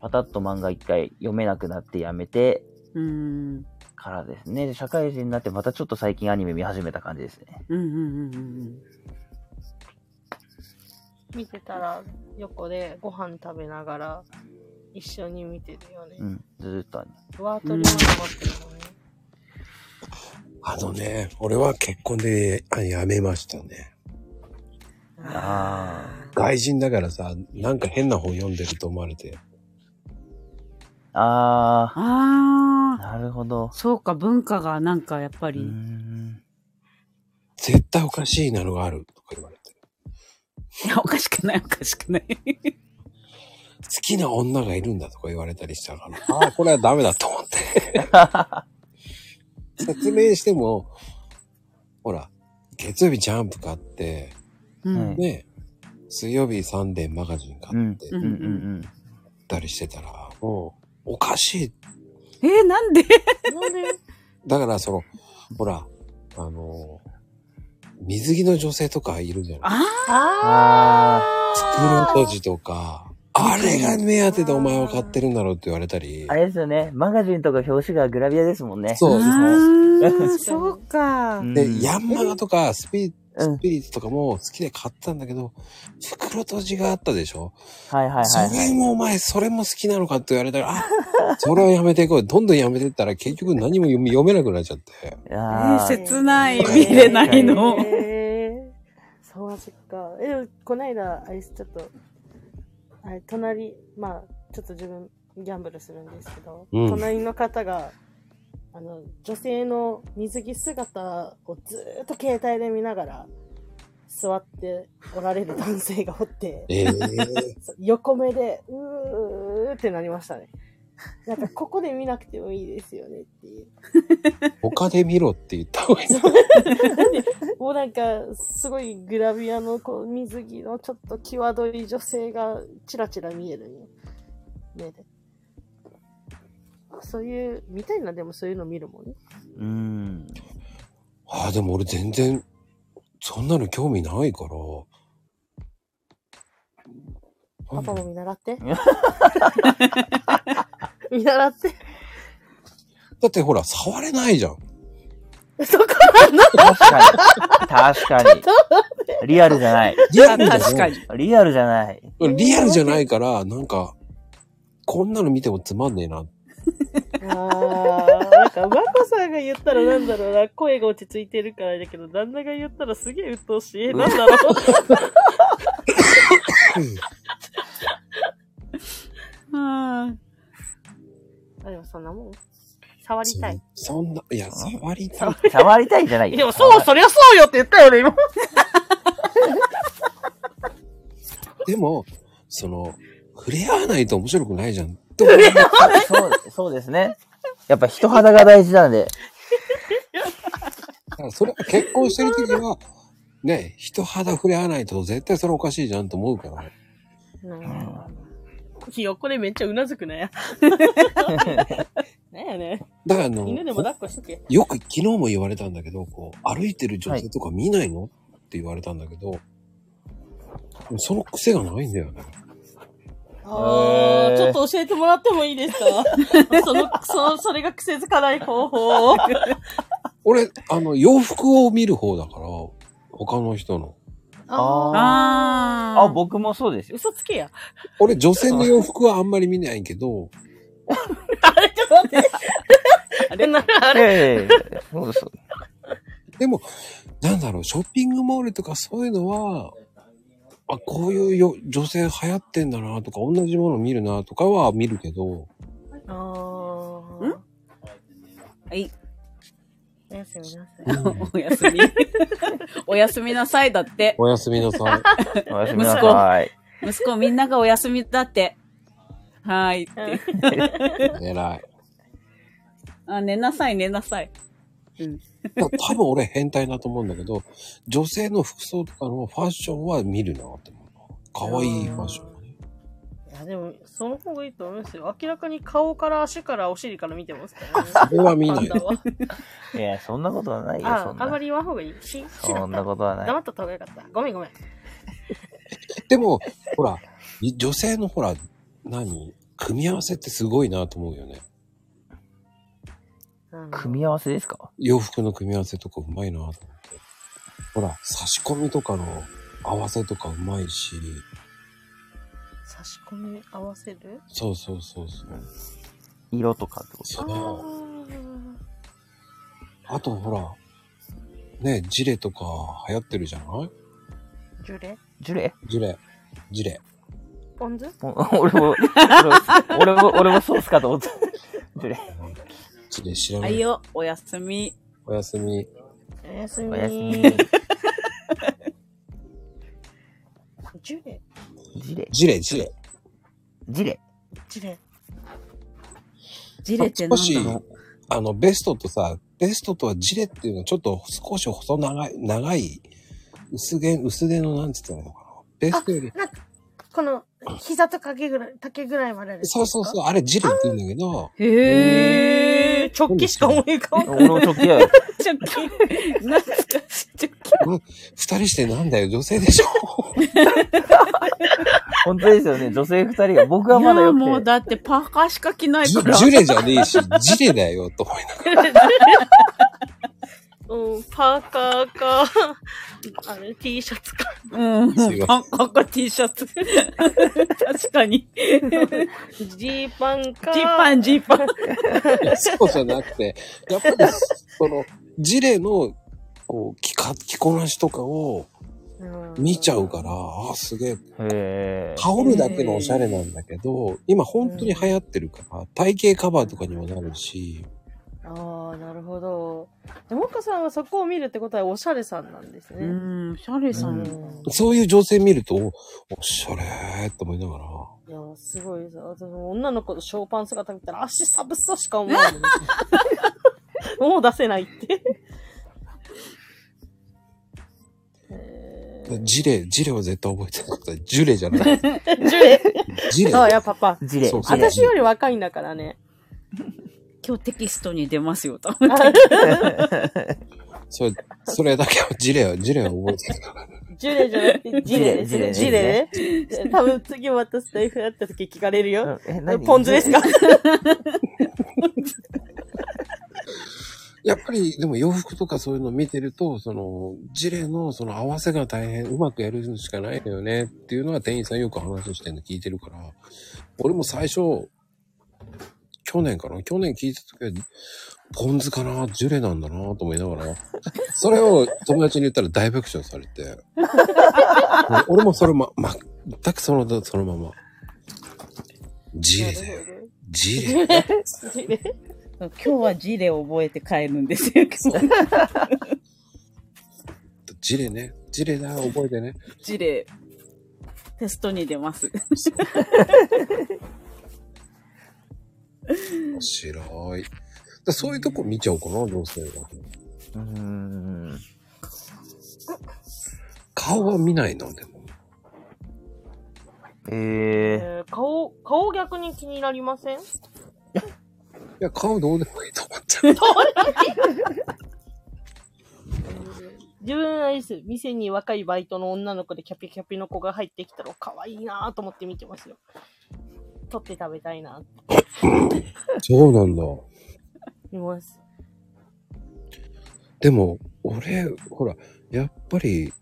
パタッと漫画一回読めなくなってやめてうーん。からですね。で社会人になってまたちょっと最近アニメ見始めた感じですね。うんうんうんうん見てたら、横でご飯食べながら、一緒に見てるよねう。ん、ずーっとアニメ。ワートリーも待ってるもんね。あのね、俺は結婚であやめましたね。あ外人だからさ、なんか変な本読んでると思われて。あ。ああ。ああ。なるほど。そうか、文化がなんかやっぱうーり。ん。絶対おかしいなのがあるとか言われて。いや、おかしくない、おかしくない。好きな女がいるんだとか言われたりしたから、ああ、これはダメだと思って。説明しても、ほら、月曜日ジャンプ買って、うんはいね、水曜日サンデーマガジン買うんってうんうんうん。ったりしてたら、もう、おかしい。えー、なんでなんでだから、その、ほら、あの水着の女性とかいるじゃないああー袋閉じとか、あれが目当てでお前は買ってるんだろうって言われたりあ、れですよね。マガジンとか表紙がグラビアですもんね。そうあーそそううか。で、ヤンマガとかスピうスん。ピリッツとかも好きで買ったんだけど、袋閉じがあったでしょはいはいはいそはれい。もお前、それも好きなのかって言われたら、あ、それはやめていこう。どんどんやめてったら結局何も読み読めなくなっちゃ って。えあー、ー切ない、見れないの。えーそうそっか。え、でもこないだ、あれです、ちょっと、あれ、隣、まあ、ちょっと自分、ギャンブルするんですけど、うん隣の方が、あの、女性の水着姿をずーっと携帯で見ながら、座っておられる男性がおって、ええ横目で、うーってなりましたね。なんか、ここで見なくてもいいですよねっていう。他で見ろって言った方がいいな。 もうなんか、すごいグラビアのこう水着のちょっと際どい女性がチラチラ見えるよ。目で。そういう、みたいな、でもそういうの見るもんね。うん。 ああ、でも俺全然、そんなの興味ないから。パパも見習って。見習って。だってほら、触れないじゃん。そこ確かに。確かに。リアルじゃない。リアルじゃ確かないに。リアルじゃない。リアルじゃないから、なんか、こんなの見てもつまんねえな。あーなんか、マコさんが言ったらなんだろうな、声が落ち着いてるからだけど、旦那が言ったらすげえ鬱陶し い。えなんだろう。うんあ、でもそんなもん。触りたい。そんな、いや、触りたい。触りたいんじゃないよでもそう、そりゃそうよって言ったよね、今。でも、その、触れ合わないと面白くないじゃん。って思うそうそうですね。やっぱ人肌が大事なんで。からそれは結婚してる時は、ね、人肌触れ合わないと絶対それおかしいじゃんと思うから。なんうかんひよ、これめっちゃうなずくな や。なんやねん。だからあの、犬でも抱っこしとけ。よく昨日も言われたんだけど、こう、歩いてる女性とか見ないの、って言われたんだけど、その癖がないんだよね。へあーーちょっと教えてもらってもいいですか その、そ、それが癖づかない方 法を。俺、あの、洋服を見る方だから、他の人の。ああー。あ、僕もそうですよ。嘘つけや。俺、女性の洋服はあんまり見ないけど、あれ、ちょっと待って。あれ、 あれ。ええそうそう。でも、なんだろう、ショッピングモールとかそういうのは、あ、こういうよ女性流行ってんだなとか、同じもの見るなとかは見るけど、あーんはい。おやすみなさい。おやす み。おやすみなさいだって。おやすみなさい。おやすみなさい。息子みんながおやすみだって。はーいって。偉い。あ、寝なさい、寝なさい。だから多分俺変態だと思うんだけど、女性の服装とかのファッションは見るなって思う。可愛いファッションがね。いや、でも、その方がいいと思いますよ。明らかに顔から足からお尻から見てますからね。それは見ないパンダはいや、そんなことはないよ、あそんあ、あんまな。り言わん方がいい。し、しだそっんなた。ことはない黙。っとった方がよかった。ごめんごめん。でも、ほら、い女性のほら、何組み合わせってすごいなと思うよね。うん組み合わせですか洋服の組み合わせとかうまいなと思って。ほら、差し込みとかの合わせとかうまいし、差し込み合わせるそうそうそうそう。色とかってことそうあとほら、ね、ジレとか流行ってるじゃないジュレジュレ ジレ、ジレ。ポン酢お俺も、俺も、俺もそうっすかと思った。ジュレ。ジレ知らなはいい。よ、おやすみ。おやすみ。おやすみおやすみ。ジュレジュレ。ジレ、ジレ。ジュレ。ジュレじれてな少んだしろう。、あの、ベストとさ、ベストとはジレっていうのはちょっと少し細長い、長い、薄毛、薄毛のなんつったらいいのかな。ベストより、この、膝と丈ぐらい、丈ぐらいまでです。そうそうそう、あれジレって言うんだけど、へえー、直帰しか思い浮かばん。俺も直径だよ。ー。ちょっと、なんか、ちょっと、二人してなんだよ、女性でしょ。本当ですよね。女性二人が。僕はまだいやよもくうて。だってパーカーしか着ないジから。ジレじゃねえし、ジレだよ、と思いながら。 うん、パーカーか、あれ、T シャツか。うんすいません。パーカーか T シャツ。 確かに。ジジーパンか。ーパン、ジーパン。いやそうじゃなくて、やっぱり、その、ジレの、こう、着か、着こなしとかを見ちゃうから、ああ、すげえ、へえ。羽織るだけのおしゃれなんだけど、今本当に流行ってるから、体型カバーとかにもなるし、ああ、なるほど。でもかさんはそこを見るってことはおしゃれさんなんですうね。ん、おしゃれさん。そういう女性見ると、おおしゃれーって思いながら、いや、すごいです。私も女の子のショーパン姿見たら足サブそうしか思 わない。もう出せないって。えジレ、ジレは絶対覚えてなかった。ジュレじゃない。ー、ジュレ。ジ レ。そうや、パパ。ジュレ。そうジュレ私より若いんだからね。今日テキストに出ますよ、多分。それ、それだけは、ジレは、ジレは覚えてなかっジュレじゃなくて、ジレでジすュレね。ジジュュレレね。多分次またスタイフやった時聞かれるよ。 え、何ポン酢ですかた。やっぱり、でも洋服とかそういうの見てると、その、ジレのその合わせが大変、うまくやるしかないのよねっていうのは店員さんよく話してるの聞いてるから、俺も最初、去年かな去年聞いた時は、ポン酢かなジュレなんだなと思いながら、それを友達に言ったら大爆笑されて、もう俺もそれま、ま、全くその、そのまま。ジレだよ。ジレ。ジレ。今日はジレを覚えて帰るんですよ、今 日。ジレね。ジレだ、覚えてね。ジレ。テストに出ます。面白い。だそういうとこ見ちゃおうかな、どうせ。うん。顔は見ないのでも。えええー顔、顔逆に気になりませんいや、顔どうでもいいと思っちゃう。自分あれです。店に若いバイトの女の子でキャピキャピの子が入ってきたら、可愛いなぁと思って見てますよ。取って食べたいなぁって そうなんだ。思います。でも、俺、ほら、やっぱり、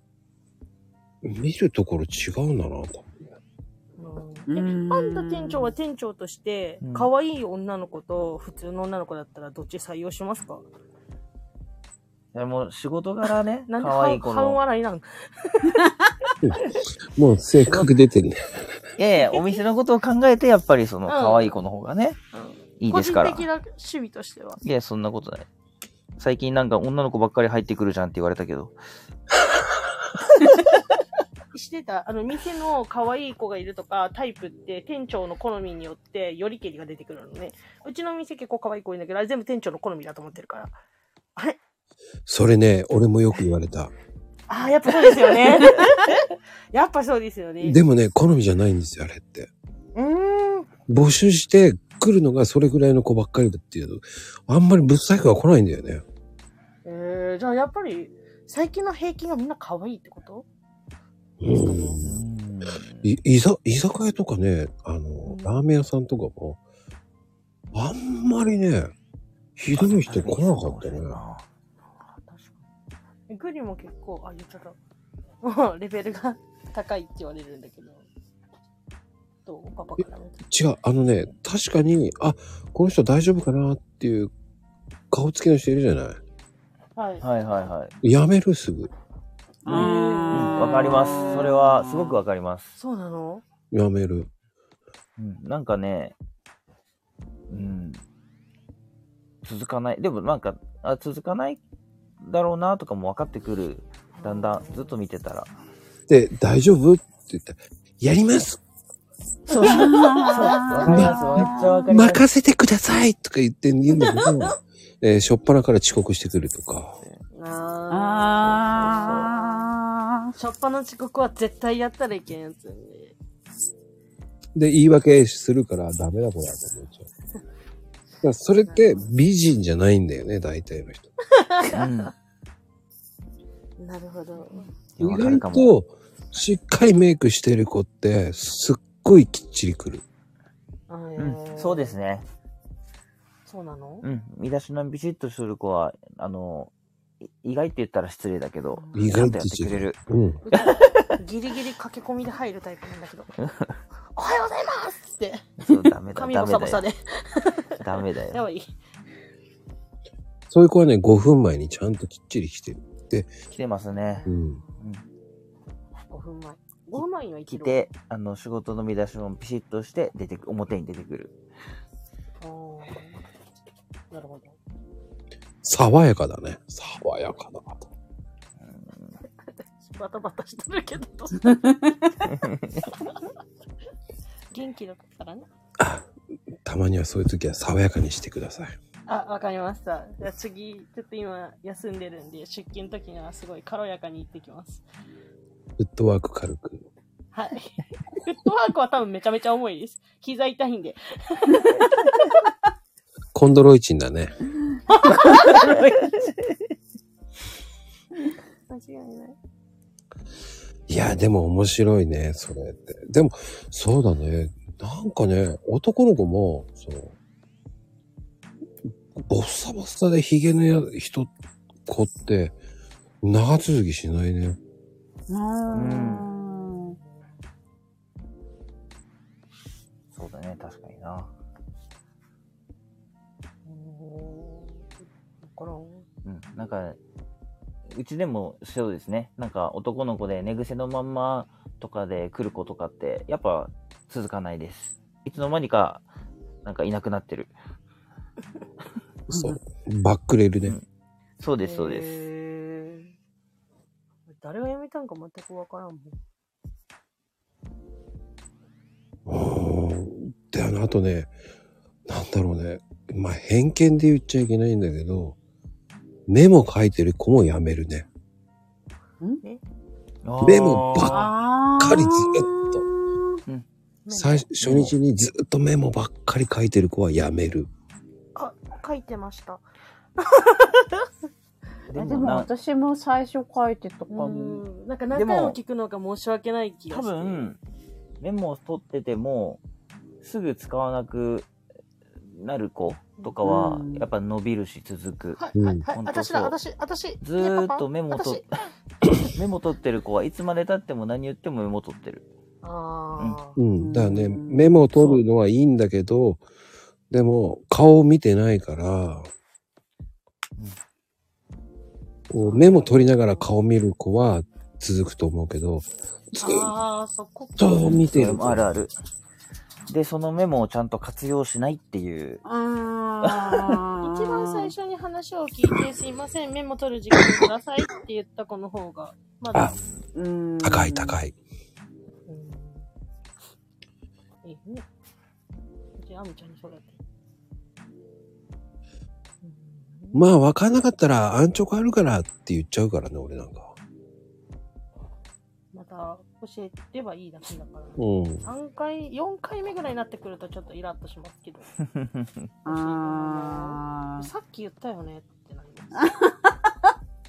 見るところ違うんだなと。うんパンダ店長は店長として、可愛い女の子と普通の女の子だったらどっち採用しますかでも仕事柄ね、なんで可愛い半子半の。笑いなのもう性格出てるね。いやいや、お店のことを考えて、やっぱりそのうん可愛い子の方がね、いいですから。個人的いな趣味としては。や、そんなことない。最近なんか女の子ばっかり入ってくるじゃんって言われたけど。してた、あの、店の可愛い子がいるとか、タイプって店長の好みによって、よりけりが出てくるのね。うちの店結構可愛い子いるんだけど、あれ全部店長の好みだと思ってるから。それね、俺もよく言われた。ああ、やっぱそうですよ ね。やっぱそうですよね。でもね、好みじゃないんですよ、あれって。うーん。募集して来るのがそれぐらいの子ばっかりだっていうと、あんまりぶっ細工が来ないんだよね。えー、じゃあやっぱり、最近の平均がみんな可愛いってことうん。い、いざ、居酒屋とかね、あの、ラーメン屋さんとかも、あんまりね、ひどい人来なかったね。えグリも結構、あ、言っちゃった。 もう、レベルが高いって言われるんだけど。どうパパから見て。違う、あのね、確かに、あ、この人大丈夫かなっていう顔つきの人いるじゃなはい。はいはいはい。い。やめるすぐ。うんわかります。それは、すごくわかります。そうなのやめる。うんなんかね、うん、続かない。でもなんか、あ続かないだろうなとかも分かってくる。だんだん、ずっと見てたら。で、大丈夫って言ったら、やりますそう、そう、わかります。めっちゃわかります。任せてくださいとか言って言うんだけ ど、えー、しょっぱなから遅刻してくるとか。あ初っ端の遅刻は絶対やったらいけんやつよね。で、言い訳するからダメだこれはと思っちゃう。だ からそれって美人じゃないんだよね、大体の人。なるほど。うん。わか意るか外も。と、しっかりメイクしてる子って、すっごいきっちりくる。うん、そうですね。そうなのうん。身だしなみビシッとする子は、あの、い意外って言ったら失礼だけど、意ちゃ外んととやってくれる。うん。ギリギリ駆け込みで入るタイプなんだけ ど。おはようございますって。そう、ダメだ、髪ダボメサボだサよ。で。ダメだやよ。ばい。そういう子はね、5分前にちゃんときっちり来てる。来てますねう。ん。 5分前。5分前には生来きる。て、あの、仕事の見出しもビシッとして、出てく、表に出てくる。あーなるほど。爽やかだね。爽やかだなと。バタバタしてるけど。元気だったらね。たまにはそういう時は爽やかにしてください。あ、わかりました。じゃあ次、ちょっと今休んでるんで、出勤の時にはすごい軽やかに行ってきます。フットワーク軽く。 はい。フットワークは多分めちゃめちゃ重いです。膝痛いんで。コンドロイチンだね。間違いない。いや、でも面白いね、それって。でも、そうだね。なんかね、男の子も、そう。ボッサボッサでヒゲのや人、子って、長続きしないね。ーあー。そうだね、確かにな。このうん。なんか、うちでもそうですね。なんか男の子で寝癖のまんまとかで来る子とかって、やっぱ続かないです。いつの間にか、なんかいなくなってる。そう。バックレールね。そうです、そうです。す。誰が辞めたんか全くわからんもん。うーん。で、あの、あとね、なんだろうね。まあ、偏見で言っちゃいけないんだけど、メモ書いてる子もやめるね。メモばっかりずっと。最初初日にずっとメモばっかり書いてる子はやめる。か書いてました。いやでも私も最初書いてとかも。なんか何回も聞くのが申し訳ない気がして多分、メモを取ってても、すぐ使わなくなる子とかは、やっぱ伸びるし続く。はいはいはい、本当私そうだ、私、私。ずーっとねメモパパと、 メモ取ってる子はいつまで経っても何言ってもメモ取ってる。うん。だからね、メモを取るのはいいんだけど、でも顔を見てないから、こうメモ取りながら顔見る子は続くと思うけど、ずっああ、そこ。と見てるそれもあるある。で、そのメモをちゃんと活用しないっていう。一番最初に話を聞いて、すいません、メモ取る時間くださいって言った子の方が、まだ、高い高い。いいね。じゃあ、アムちゃんにそうだって。まあ、わかんなかったら、安直あるからって言っちゃうからね、俺なんか。また、教えればいいだけだから。うん三回、4回目ぐらいになってくると、ちょっとイラッとしますけど。さっき言ったよねってなりま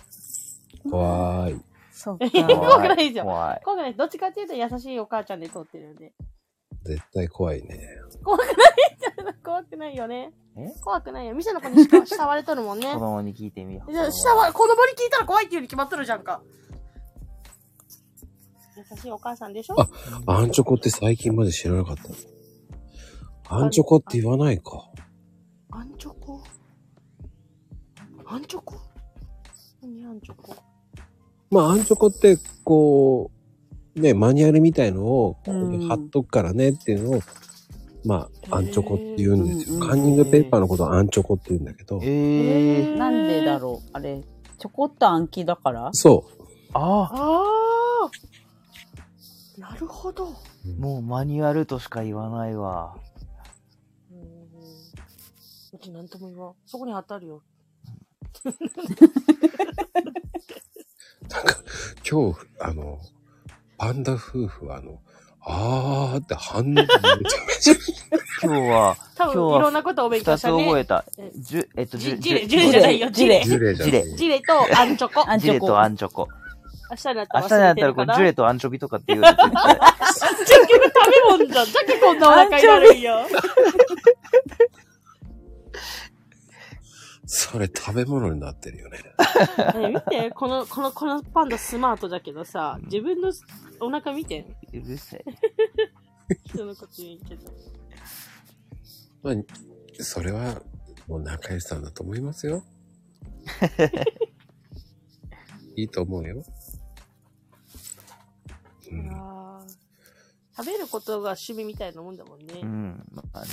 す。怖い。そういや 怖くないじゃん。怖怖いくない。どっちかっていうと優しいお母ちゃんで通ってるんで。絶対怖いね。怖くないじゃん。 怖くないよねえ。怖くないよ。店の子にしか 慕われとるもんね子。供に聞いてみよう。じゃあ慕わ、子供に聞いたら怖いっていうに決まっとるじゃんか。優しいお母さんでしょあ、アンチョコって最近まで知らなかった。アンチョコって言わないか。アンチョコアンチョコ何アンチョコまあ、アンチョコって、こう、ね、マニュアルみたいのを、ここに貼っとくからねっていうのを、まあ、アンチョコって言うんですよ。カンニングペーパーのことをアンチョコって言うんだけど。なんでだろうあれ、ちょこっと暗記だからそう。あああなるほど。もうマニュアルとしか言わないわ。うちなんとも言わん。そこに当たるよ。今日、あの、パンダ夫婦は、あの、あーって反応がめち ゃめちゃ。今日 は、多分今日はいろんなことを勉強したね二つ覚えたえ。じゅ、えっと、ジじゅジレ、ジレじゃないよ。ジレ。ジレ、ジレ。ジレとアンチョコ。ジレとアンチョコ。明日になった明日になら忘っれたてらるこかれら。ジュレとアンチョビとかって言うよ。結局食べ物じゃん。じゃけこんなお腹になるんよ。それ食べ物になってるよね。ね見て、この、この、このパンダスマートだけどさ、自分のお腹見て。うるせ え。人のこと言うけど。まあ、それは、もう仲良しさんだと思います よ。いいと思うよ。あー食べることが趣味みたいなもんだもんね。うん、まあね。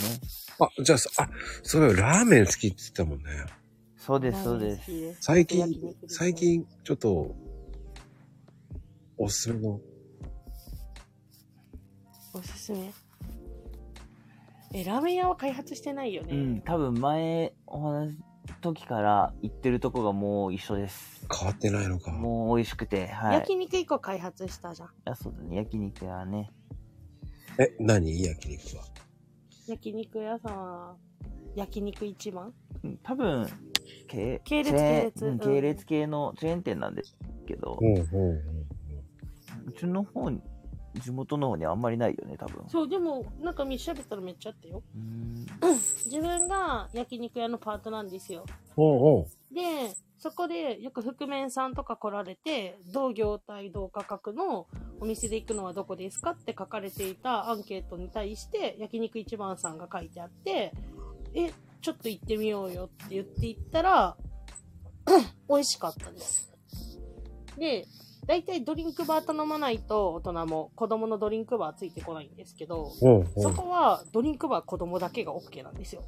あ、じゃあさ、あ、そういえばラーメン好きって言ってたもんね。そうです、そうです。最近、最近、ちょっと、おすすめの、おすすめ。え、ラーメン屋は開発してないようね。ん、多分前お話し時から言ってるとこがもう一緒です。変わってないのか。もう美味しくて、はい。焼肉一個開発したじゃん。あそうだね、焼肉はね。え、何焼肉は。焼肉屋さんは、焼肉一番うん多分、系系列チェーン系う列んうん系列系のチェーン店なんですけど、うんうんうん。うちの方に、地元の方にあんまりないよね、多分。そう、でも、なんか見調べたらめっちゃあったよ。自分が焼肉屋のパートなんですよ。おうで、そこでよく覆面さんとか来られて、同業態同価格のお店で行くのはどこですかって書かれていたアンケートに対して、焼肉一番さんが書いてあって、え、ちょっと行ってみようよって言って行ったら、 美味しかったです。で、大体ドリンクバー頼まないと大人も子供のドリンクバーついてこないんですけど、おうおそうこはドリンクバー子供だけが OK なんですよ。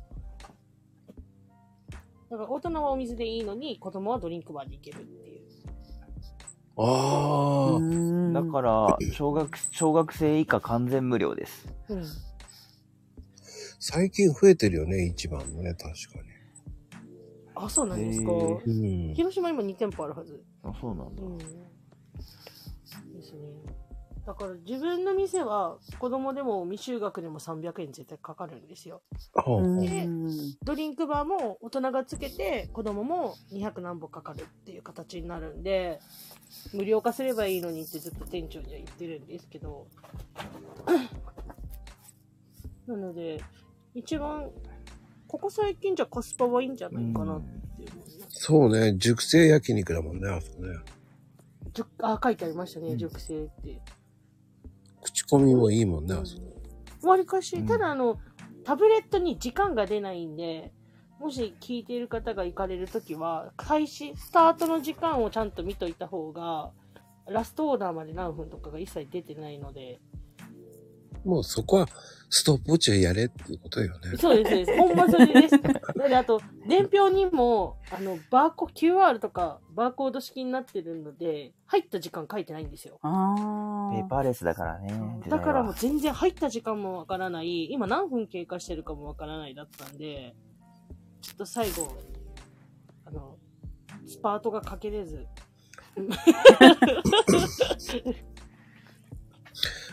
だから大人はお水でいいのに子供はドリンクバーで行けるっていう。ああ。だから、小学、小学生以下完全無料です。うん。最近増えてるよね、一番のね、確かに。あ、そうなんですか。へーうん広島今2店舗あるはず。あ、そうなんだ。うん。ですね。だから自分の店は子供でも未就学でも300円絶対かかるんですよ。ほうで、ドリンクバーも大人がつけて子供も200何歩かかるっていう形になるんで、無料化すればいいのにってずっと店長には言ってるんですけど。 なので、一番、ここ最近じゃコスパはいいんじゃないかな。そうね、熟成焼肉だもんね、あそこね。じゅあ、書いてありましたね、熟成って。口コミもいいもんね、あそこ。わりかし、ただあの、タブレットに時間が出ないんで、もし聞いている方が行かれるときは、開始、スタートの時間をちゃんと見といた方が、ラストオーダーまで何分とかが一切出てないので、もうそこはストップウォッチでやれっていうことよね。そうです、そうです。ほんまそれです。 なので、あと、伝票にも、あの、バーコ、QR とか、バーコード式になってるので、入った時間書いてないんですよ。ペーパーレスだからね。時代だはからもう全然入った時間もわからない、今何分経過してるかもわからないだったんで、ちょっと最後、あの、スパートがかけれず。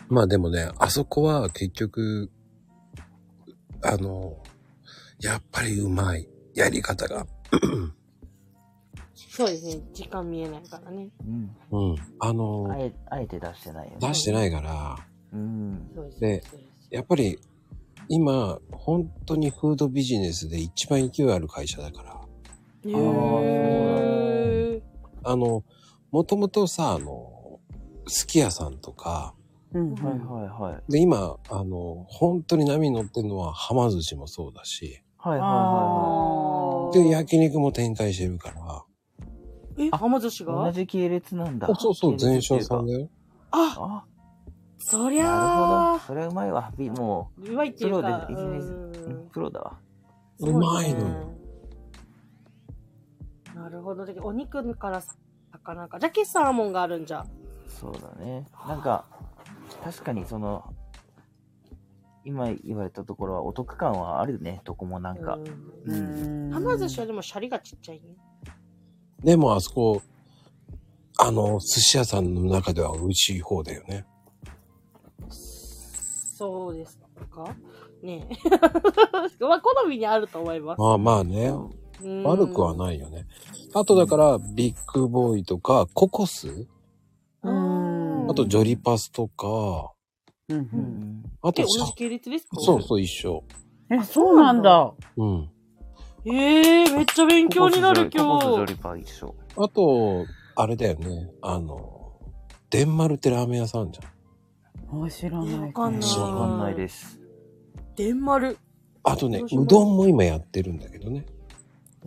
まあでもね、あそこは結局、あの、やっぱりうまい。やり方が。そうですね、時間見えないからね。うん。あの、あえあえて出してないよね。出してないから。そうですで、やっぱり今、本当にフードビジネスで一番勢いある会社だから。あの、もともとさ、あの、すき家さんとか、うん、はいはいはい。で、今、あの、本当に波に乗ってるのは、はま寿司もそうだし、はいはいはで、焼肉も展開してるから、え、はま寿司が同じ系列なんだ。あそうそう、系列前哨っていうかさんだよ。あそりなるゃほど。それはうまいわ。びもう、ー、うまいってプいロうでか、ビジネス、うんプロだわ。うまいのよ。うんなるほど。だけどお肉から魚か。だけサーモンがあるんじゃ。そうだね。なんか、確かにその、今言われたところはお得感はあるね、どこもなんか。うん。はま寿司はでもシャリがちっちゃいね。でも、あそこ、あの、寿司屋さんの中では美味しい方だよね。そうですかねえ。 まあ、好みにあると思います。まあまあね、うん悪くはないよね。あとだから、ビッグボーイとか、ココスあと、ジョリパスとか、あとえ、同シャじ系列ですかそうそう、一緒。え、そうなんだ。うん。ええめっちゃ勉強になる今日。リパ一緒。あと、あれだよね。あの、デンマルってラーメン屋さんあるじゃん。あ、知らない。わかんないわかんないです。デンマル。あとね、うどんも今やってるんだけどね。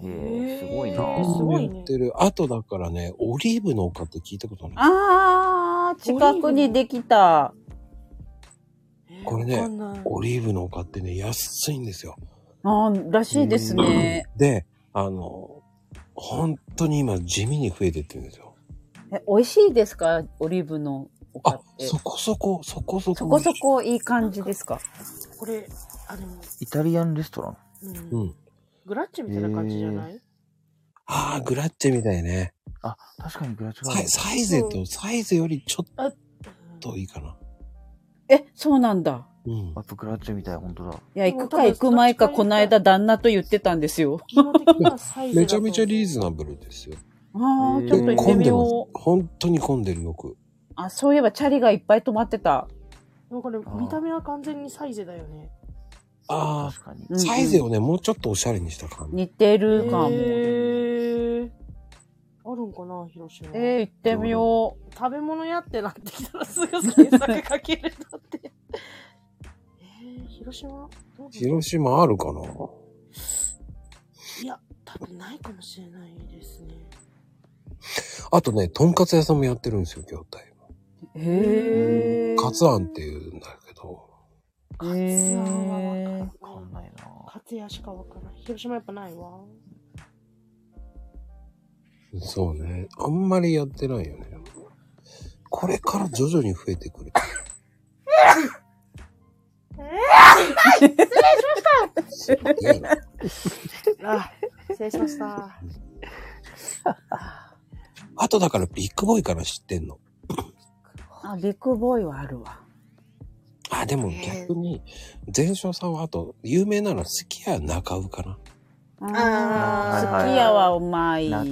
ええすごいな。すごい、ね。やってる。あとだからね、オリーブの丘って聞いたことない。あー、近くにできた。これねわかんない、オリーブの丘ってね、安いんですよ。あー、らしいですね。で、あの、本当に今地味に増えてってるんですよ。え、美味しいですかオリーブのおかって。そこそこ、そこそこ。そこそこいい感じですかこれ、あの、イタリアンレストラン。うん。グラッチみたいな感じじゃない、ああ、グラッチェみたいね。あ、確かにグラッチサイサイゼと、サイゼよりちょっといいかな。え、そうなんだ。うん。アップグラッチェみたい、本当だ。いや、行くか行く前か、この間旦那と言ってたんですよ。めちゃめちゃリーズナブルですよ。ああ、でちょっと行って混んみでますよう。。本当に混んでるよく。あ、そういえばチャリがいっぱい止まってた。なんかね、見た目は完全にサイゼだよね。あうんあ、サイゼをね、もうちょっとおしゃれにした感じ。似てるかも。へえ。あるんかな、広島。えー行ってみよう。食べ物屋ってなってきたらすぐ検索かけるだって。 えー、広島どう広島あるかないや、多分ないかもしれないですね。あとね、とんかつ屋さんもやってるんですよ、京都。へカツアンっていうんだけど。カツアンはわからん。わかんないな。カツヤしかわからない。広島やっぱないわ。そうね。あんまりやってないよね。これから徐々に増えてくる。失礼しましたあ、失礼しました。 あとだからビッグボーイから知ってんの。あ、ビッグボーイはあるわ。あ、でも逆に、前哨さんはあと、有名なのは好きや中尾かな。あーすき家はうまい。な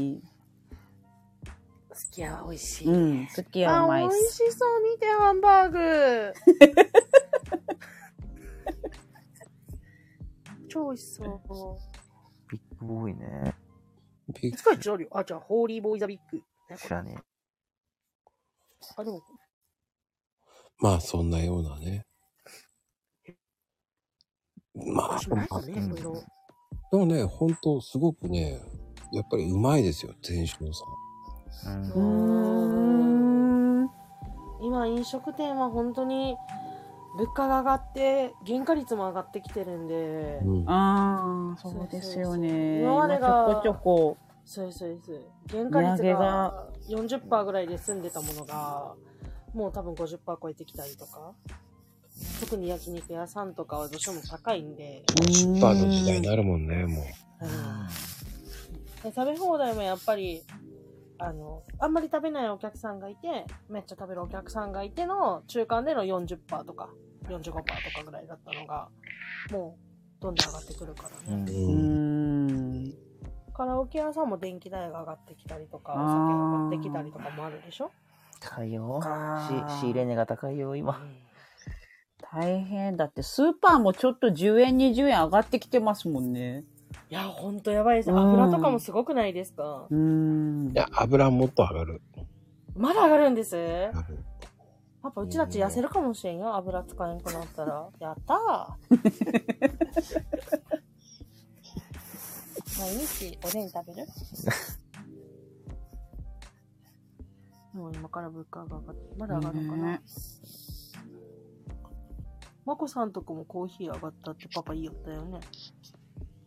すき家は美味しい。うん、すき家はうまいっ美味す。しそう。見て、ハンバー グ。超美味しそう。ビッグボーイね。いつか一応あるよ。あ、じゃあ、ホーリーボーイザビッグ。知らねあ、でも、まあ、そんなようなね。まあ、なんかね、いろいろ。でもね、本当すごくね、やっぱりうまいですよ、前哨さん。今、飲食店は本当に、物価が上がって、原価率も上がってきてるんで、ああ、そうですよね。今までがちょこそうですそうです。原価率値上げがが40%ぐらいで済んでたものが、もう多分50%超えてきたりとか。特に焼肉屋さんとかはどうしても高いんで、戦。50%の時代になるもんね、もう。で食べ放題もやっぱり、あの、あんまり食べないお客さんがいて、めっちゃ食べるお客さんがいての中間での40%とか45%とかぐらいだったのが、もうどんどん上がってくるからね。うん。うん。カラオケ屋さんも電気代が上がってきたりとか、おあ酒ーが上がってきたりとかもあるでしょ高いよ。あーし仕入れ値が高いよ、今。大変だって、スーパーもちょっと10円、20円上がってきてますもんね。いや、ほんとやばいです。うん油とかもすごくないですかうん。いや、油もっと上がる。まだ上がるんですパパ、うちたち痩せるかもしれんよ。油使えなくなった ら。やったー 毎日おでん食べ るもう今から物価が上がって、まだ上がるのかなねまこさんとこもコーヒー上がったってパパ言いよったよね。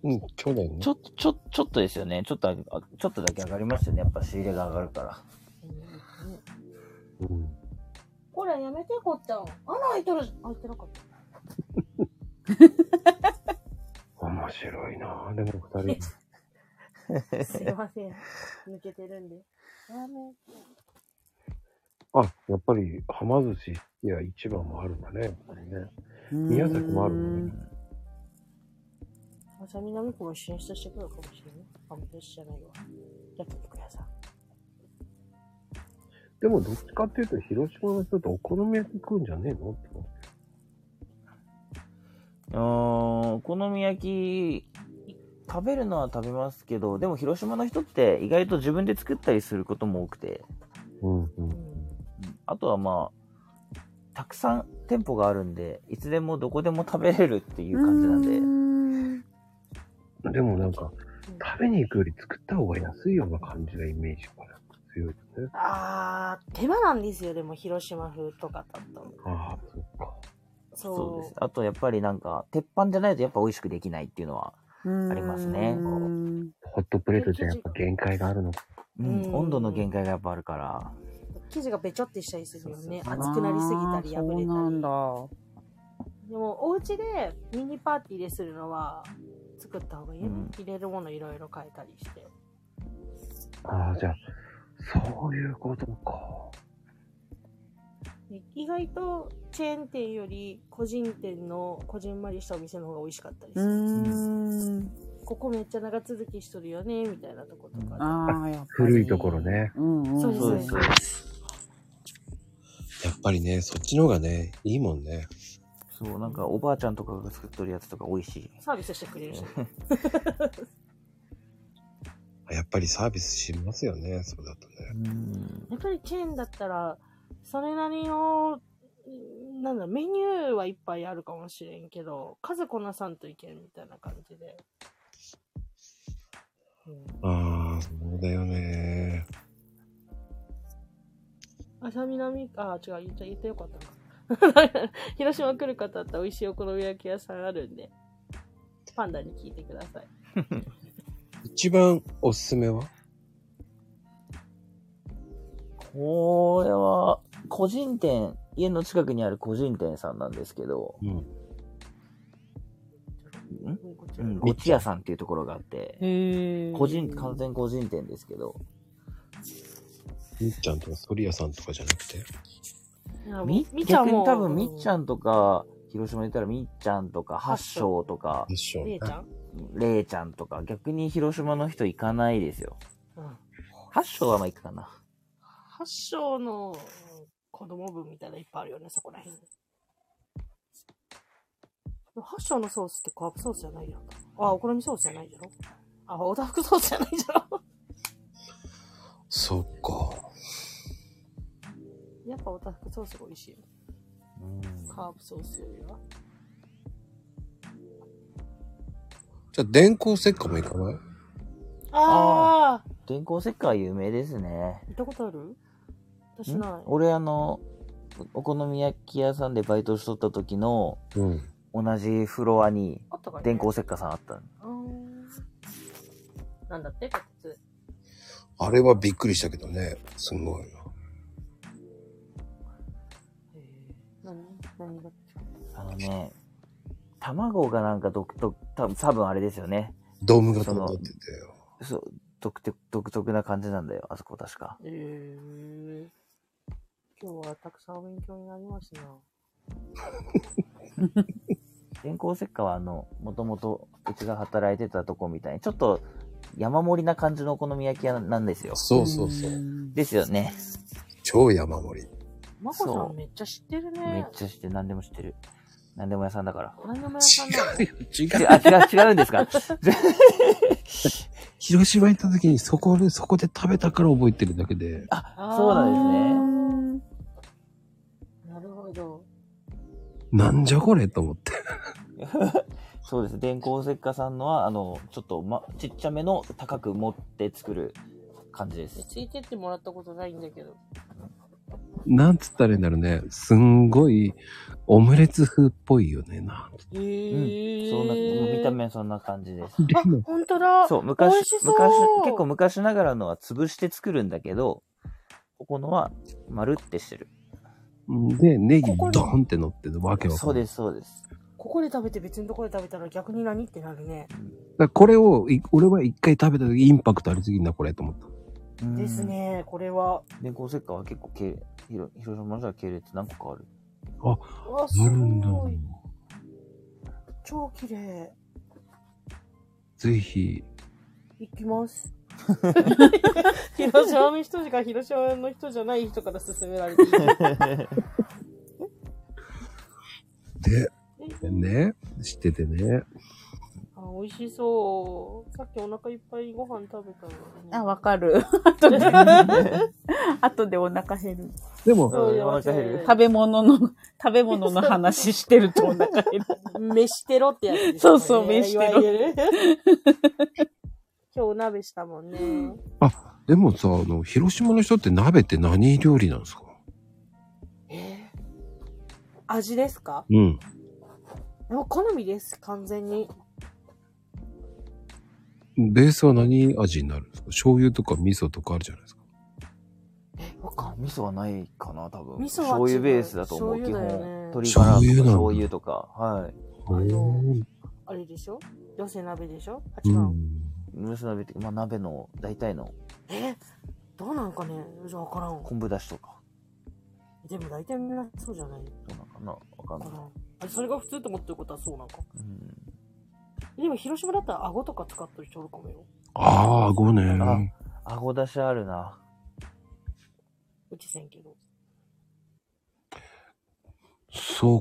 うん、去年ちょっと、ちょ、ちょっとですよね。ちょっと、あちょっとだけ上がりますよね。やっぱ仕入れが上がるから。これやめて、こっちゃん。穴開いてるじゃん。開いてなかった。面白いなぁ、でも二人。 すいません。抜けてるんで。ラーメンあ、やっぱり、はま寿司いや市場もあるんだね、やっぱりね。宮崎もあるんだね。まさみなみこも進出してくるかもしれない。完璧じゃないわ。焼肉屋さん。でも、どっちかっていうと、広島の人ってお好み焼き食うんじゃねえのって思ってうーん、お好み焼き、食べるのは食べますけど、でも広島の人って意外と自分で作ったりすることも多くて。うんうん。あとはまあ、たくさん店舗があるんで、いつでもどこでも食べれるっていう感じなんで。でもなんか、食べに行くより作った方が安いような感じがイメージが強いですね。あー、手間なんですよ、でも広島風とかだと。ああ、そっか。そうそうです。あとやっぱりなんか、鉄板じゃないとやっぱ美味しくできないっていうのはありますね。ホットプレートじゃやっぱ限界があるのか。うん、温度の限界がやっぱあるから。生地がべちょってしたりするよね。熱くなりすぎたり破れたり。なんだ。でも、お家でミニパーティーでするのは、作った方がいいよね、うん入れるものいろいろ変えたりして。ああ、じゃあ、そういうことか。で意外と、チェーン店より、個人店の、こじんまりしたお店の方が美味しかったりする。ここめっちゃ長続きしとるよね、みたいなとことか。ああ、やっ古いところね。うんそうですそうですそうでやっぱりね、そっちの方がね、いいもんね。そう、なんかおばあちゃんとかが作っとるやつとか美味しい。サービスしてくれるし。やっぱりサービスしますよね、そうだとね。やっぱりチェーンだったら、それなりの、うんなんだ、メニューはいっぱいあるかもしれんけど、数こなさんといけんみたいな感じで。ああ、そうだよね。あさみなみ、あ、違う、言っちゃ言ってよかったな。 広島来る方だったら美味しいお好み焼き屋さんあるんで、パンダに聞いてください。一番おすすめはこれは、個人店、家の近くにある個人店さんなんですけど、うん。うん、ごちやさんっていうところがあって、へ個人、完全個人店ですけど、みっちゃんとかソリアさんとかじゃなくて。みみっちゃん逆もに多分みっちゃんとか、広島にいたらみっちゃんとか、八章とか、れいちゃんれいちゃんとか、逆に広島の人行かないですよ。うん八章はまあ行くかな。発祥の子供部みたいなのいっぱいあるよね、そこら辺に。発祥のソースってコアップソースじゃないやんか。あ、お好みソースじゃないじゃろあ、おだふくソースじゃないじゃろそっか。 やっぱおだふくソースが美味しいよ。カープソースよりは。じゃあ、電光石火も行かないああ電光石火は有名ですね。行ったことある私んない。俺あの、お好み焼き屋さんでバイトしとった時の、同じフロアにあったかいね電光石火さんあったのあーなんだってこいつ。あれはびっくりしたけどね。すごいな。何何があのね、卵がなんか独特、多分多分あれですよね。ドームがその整っててよ。そう、独特、独特な感じなんだよ、あそこ確か。えー、今日はたくさんお勉強になりますな。電光石火はあの、もともとうちが働いてたとこみたいに、ちょっと山盛りな感じのお好み焼き屋なんですよ。そうそうそう。ですよね。超山盛り。まこさそんめっちゃ知ってるう。めっね。ちゃ知ってる、何でも知ってる。何でも屋さんだから。何でも屋さんなの違う、あ違う、違うんですか 広島行った時にそこで、そこで食べたから覚えてるだけで。そうなんなるほど。なんじゃこれと思って。ですね。そうです。電光石火さんのは、あの、ちょっと、ま、ちっちゃめの高く持って作る感じです。ついてってもらったことないんだけど。なんつったらいいんだろうね。すんごい、オムレツ風っぽいよね。なんつえー、そんな、もう見た目そんな感じです。でも本当だ。そう、昔、美味しそう昔、結構昔ながらのは潰して作るんだけど、ここのは丸ってしてる。で、ネギドンって乗ってるわけわかそうんない。です、そうです。ここで食べて別のところで食べたら逆に何ってなるね。だからこれをい、俺は一回食べた時インパクトありすぎんな、これと思った。ですね、これは。電光石火は結構系、広広島じゃ系列何個かある。うわ、すうんだごい。超綺麗。ぜひ、行きます。広島の人しか広島の人じゃない人から勧められていい。 で、ね、知っててね。あ、美味しそう。さっきお腹いっぱいご飯食べたのに。あ、わかる。後で、後でお腹減る。でも、そうよお腹減る食べ物の、食べ物の話してるとお 腹減る。飯テロってやつ ですね。そうそう飯テロいわゆる今日お鍋したもんね。あ、でもさ、あの、広島の人って鍋って何料理なんですか味ですかうん。もう好みです、完全に。ベースは何味になるんですか醤油とか味噌とかあるじゃないですか。味噌はないかな、多分。味噌は違う醤油ベースだと思う、基醤油だよね本。鶏ガ醤油ラとかなんだ醤油とか。はい。あれでしょ寄せ鍋でしょあ、違うう。ん。蒸し鍋って、まあ鍋の大体のえどうなんかねじゃあわからん。昆布だしとか。でも大体みんなそうじゃないそうなんかなわかんない。あれそれが普通と思ってることはそうなんか。うんでも広島だったら顎とか使ってる人おるかもよ。ああ、ごねあ、顎出しあるな。うちせんけど。そっ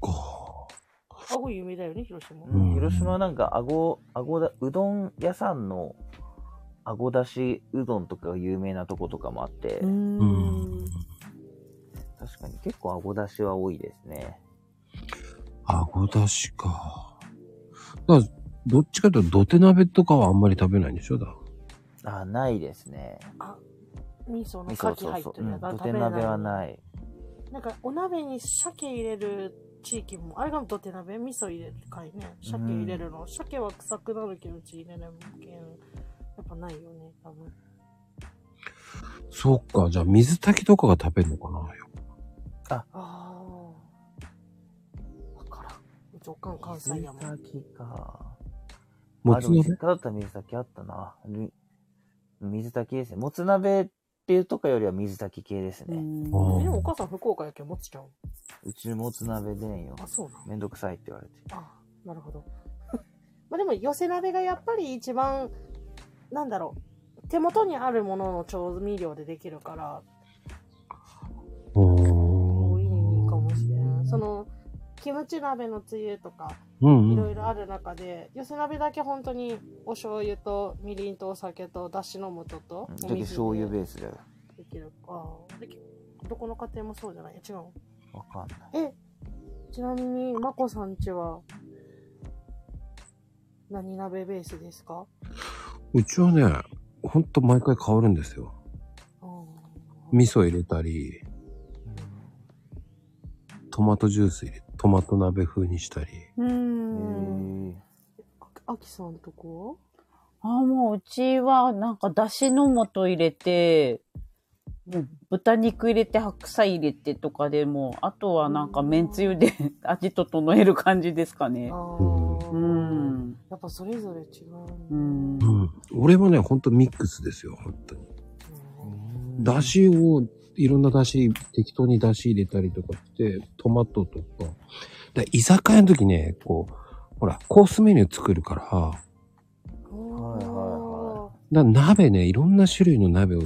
か。顎有名だよね、広島。うん広島はなんか顎、顎だ、うどん屋さんの顎出しうどんとかが有名なとことかもあって、確かに結構顎出しは多いですね。顎出しか。だからどっちかというと、土手鍋とかはあんまり食べないんでしょだからあ、ないですね。味噌の味噌牡蠣そう入っそうてうるん。やつ土手鍋はない。なんかお鍋に鮭入れる地域も、あれが土手鍋味噌入れるかいね。鮭入れるの。鮭は臭くなるけど、うち入れないけん。やっぱないよね、多分。そっか、じゃあ水炊きとかが食べるのかなああ。わからん。う直感関西やもん。か。もつ鍋実家だったら水炊きあったな。み水炊きですね。もつ鍋っていうとかよりは水炊き系ですね。え、お母さん福岡やけん持ちちゃううちもつ鍋でんよ。あそうなんめんどくさいって言われて。あなるほど。 まあでも、寄せ鍋がやっぱり一番、なんだろう、手元にあるものの調味料でできるから、いいかもしれん。その、キムチ鍋のつゆとか、うんうんいろいろある中で、寄せ鍋だけ本当にお醤油とみりんとお酒とだしの素とうん、お時水醤油ベースだよ。できるか。できどこの家庭もそうじゃない違うのわかんない。え、ちなみに、まこさんちは、何鍋ベースですかうちはね、ほんと毎回変わるんですよ。味噌入れたり、トマトジュース入れ、トマト鍋風にしたり。うーん。あきさんとこあ、もううちはなんかだしの素入れて、もう豚肉入れて白菜入れてとかでもう、あとはなんかめんつゆで味整える感じですかね。うん。やっぱそれぞれ違う。うん。うん。俺はね、ほんとミックスですよ、本当に。だしを、いろんなだし、適当にだし入れたりとかして、トマトとか。で居酒屋の時ね、こう、ほら、コースメニュー作るから、はいはだから鍋ね、いろんな種類の鍋を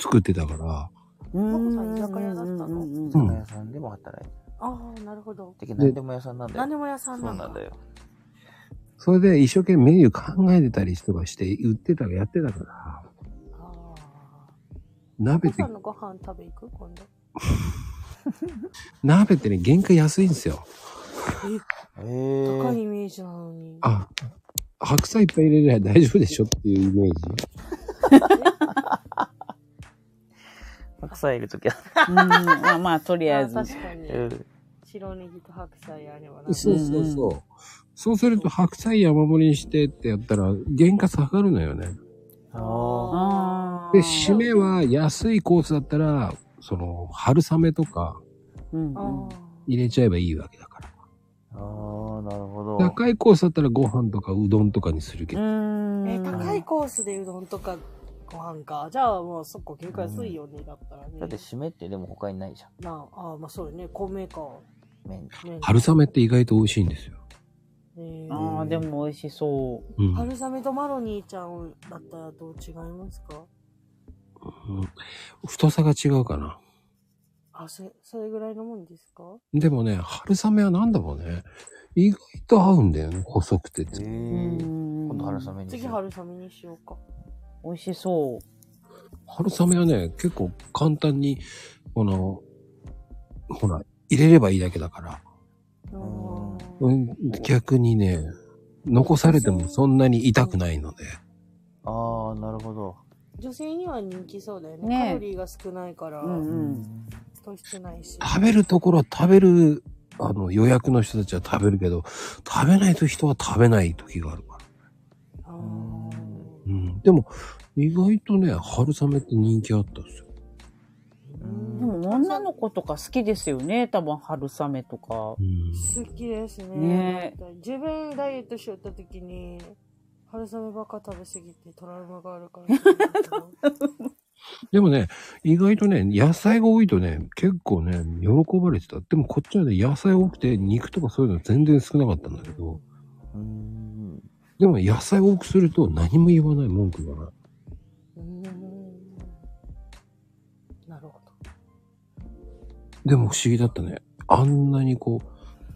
作ってたから、まこさん居酒屋だったの、居酒屋さんでも働いてああ、なるほど。る。てか何でも屋さんなんだよ。何でも屋さんなんだそうなんだよ。それで一生懸命メニュー考えてたりとかして、売ってた、やってたから。ま鍋こってさん、のご飯食べ行く今度。鍋ってね、原価安いんですよ。え高いー、イメージなのに。あ、白菜いっぱい入れれば 大丈夫でしょっていうイメージ。白菜いるときは。うん。まあまあ、とりあえず。あ確かにうん白ネギと白菜あればな。そうそうそう。そうすると白菜山盛りにしてってやったら原価下がるのよね。あで、締めは安いコースだったら、その、春雨とかうん。入れちゃえばいいわけだかああ、なるほど。ら。高いコースだったらご飯とかうどんとかにするけど。え、高いコースでうどんとかご飯か。じゃあもうそっか、結構安いよね、だったらね。だって締めってでも他にないじゃん。なあ、あーまあそうよね。米か。麺。春雨って意外と美味しいんですよ。ああ、でも美味しそう。うん春雨とマロニーちゃんだったらどう違いますかうん太さが違うかな。あ、それ、それぐらいのもんですかでもね、春雨はなんだろうね。意外と合うんだよね。細くてつ。今度春雨に。次春雨にしようか。美味しそう。春雨はね、結構簡単に、この、ほら、入れればいいだけだから。うん、逆にね、残されてもそんなに痛くないので。ああ、なるほど。女性には人気そうだよね。ねえカロリーが少ないから、うん糖質ないし。食べるところは食べる、あの、予約の人たちは食べるけど、食べないと人は食べない時があるから。うん、でも、意外とね、春雨って人気あったっすよ。でも女の子とか好きですよね。多分春雨とか。好きですね。ね自分ダイエットしよった時に、春雨ばっか食べ過ぎてトラウマがあるから。でもね、意外とね、野菜が多いとね、結構ね、喜ばれてた。でもこっちはね、野菜多くて、肉とかそういうの全然少なかったんだけど。でも野菜多くすると何も言わない文句がない。なるほど。でも不思議だったね。あんなにこう、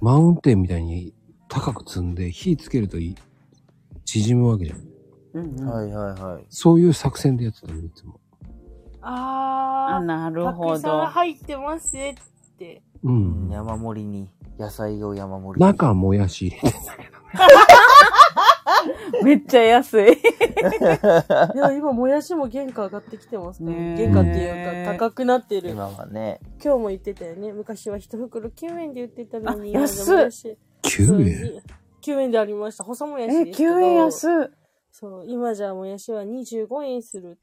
マウンテンみたいに高く積んで火つけるとい縮むわけじゃん。はいはいはい。そういう作戦でやってたの、いつも。ああ、なるたくさん入ってます って。うん。山盛りに、野菜を山盛りに。中もやし入れてた。 めっちゃ安い。いや、今、もやしも原価上がってきてますから、ねえ原価っていうか、高くなってる。今はね。今日も言ってたよね。昔は一袋9円で売ってたのに。あ安っ今もやし9円 ?9 円でありました。細もやしですけど。 9円安い。そう、今じゃもやしは25円するって。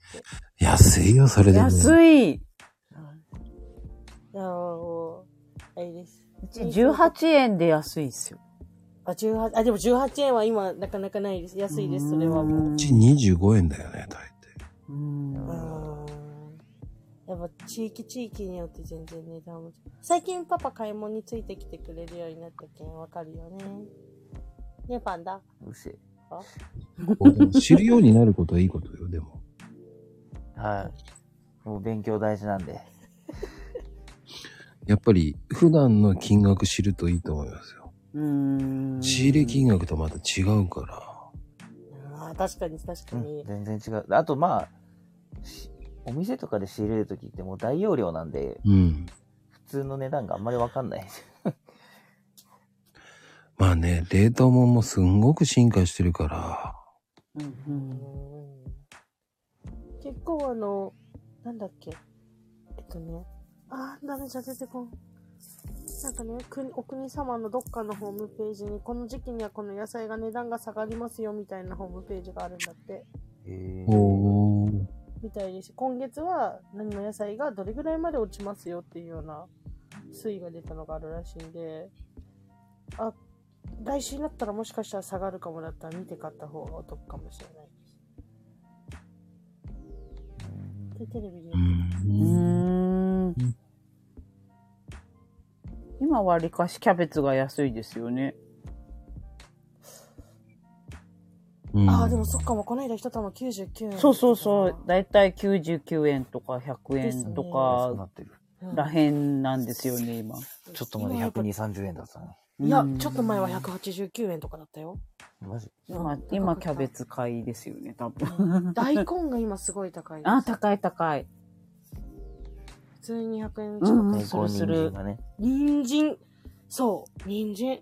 安いよ、それでも。安い。いやーもうあれです。 18円で安いですよ。あ、18、あ、でも18円は今なかなかないです。安いです、それはもう。うち25円だよね、大体。やっぱ地域地域によって全然値段も。最近パパ買い物についてきてくれるようになったけん、わかるよね。ね、パンダ。うるせえ。あこうでも知るようになることはいいことよ、でも。はい。もう勉強大事なんで。やっぱり、普段の金額知るといいと思いますよ。うん。仕入れ金額とまた違うから。あー確かに確かに。全然違う。あと、まあ、しお店とかで仕入れるときってもう大容量なんで、うん。普通の値段があんまりわかんないです。まあね、冷凍もんもすんごく進化してるから。結構あの、なんだっけ。えっとね。あー、ダメじゃ出てこん。なんかね、国お国様のどっかのホームページに、この時期にはこの野菜が値段が下がりますよみたいなホームページがあるんだって。おー。みたいです。今月は何の野菜がどれぐらいまで落ちますよっていうような推移が出たのがあるらしいんで、あ、来週になったらもしかしたら下がるかもだったら見て買った方がお得かもしれないです。で、テレビで。うん。今わりかしキャベツが安いですよね。ああ、でもそっかも、この間一玉99円。そうそうそう。だいたい99円とか100円とからへんなんですよね、今。ちょっとまで120、30円だったね。いや、ちょっと前は189円とかだったよ。マジ今、今キャベツ買いですよね、多分。大根が今すごい高いです。あ、高い高い。普通に100円うん近うくんするする。人参、そう、人参。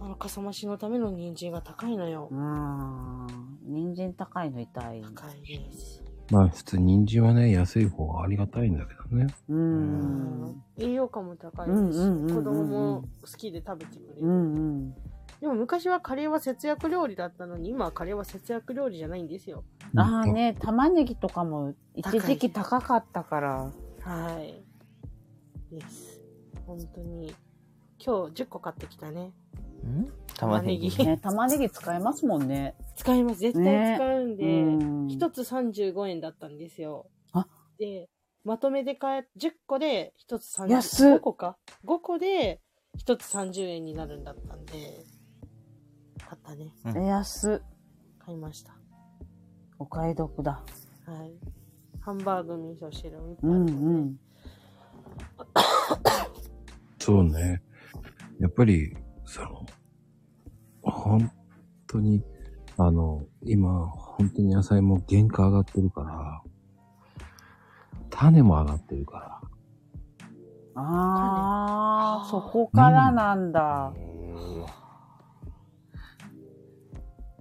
あの、かさ増しのための人参が高いのよ。うん。人参高いの痛い。高いです。まあ普通人参はね、安い方がありがたいんだけどね。うん。栄養価も高いでうんすし、うんうんうんうん子供も好きで食べてくれる。うんでも昔はカレーは節約料理だったのに、今はカレーは節約料理じゃないんですよ。うん。ああね、玉ねぎとかも一時期高かったから。はい。です。本当に。今日10個買ってきたね。玉ねぎ。ね、玉ねぎ使えますもんね。使います。絶対使うんで、ねうん1つ35円だったんですよ。あで、まとめで買え、10個で1つ30円。安っ5個か ?5 個で1つ30円になるんだったんで、買ったね。え安。買いました。お買い得だ。はい。ハンバーグ味噌汁もいっぱいうんうん。そうね。やっぱり、その、本当に、あの、今、本当に野菜も原価上がってるから、種も上がってるから。ああ、そこからなんだ。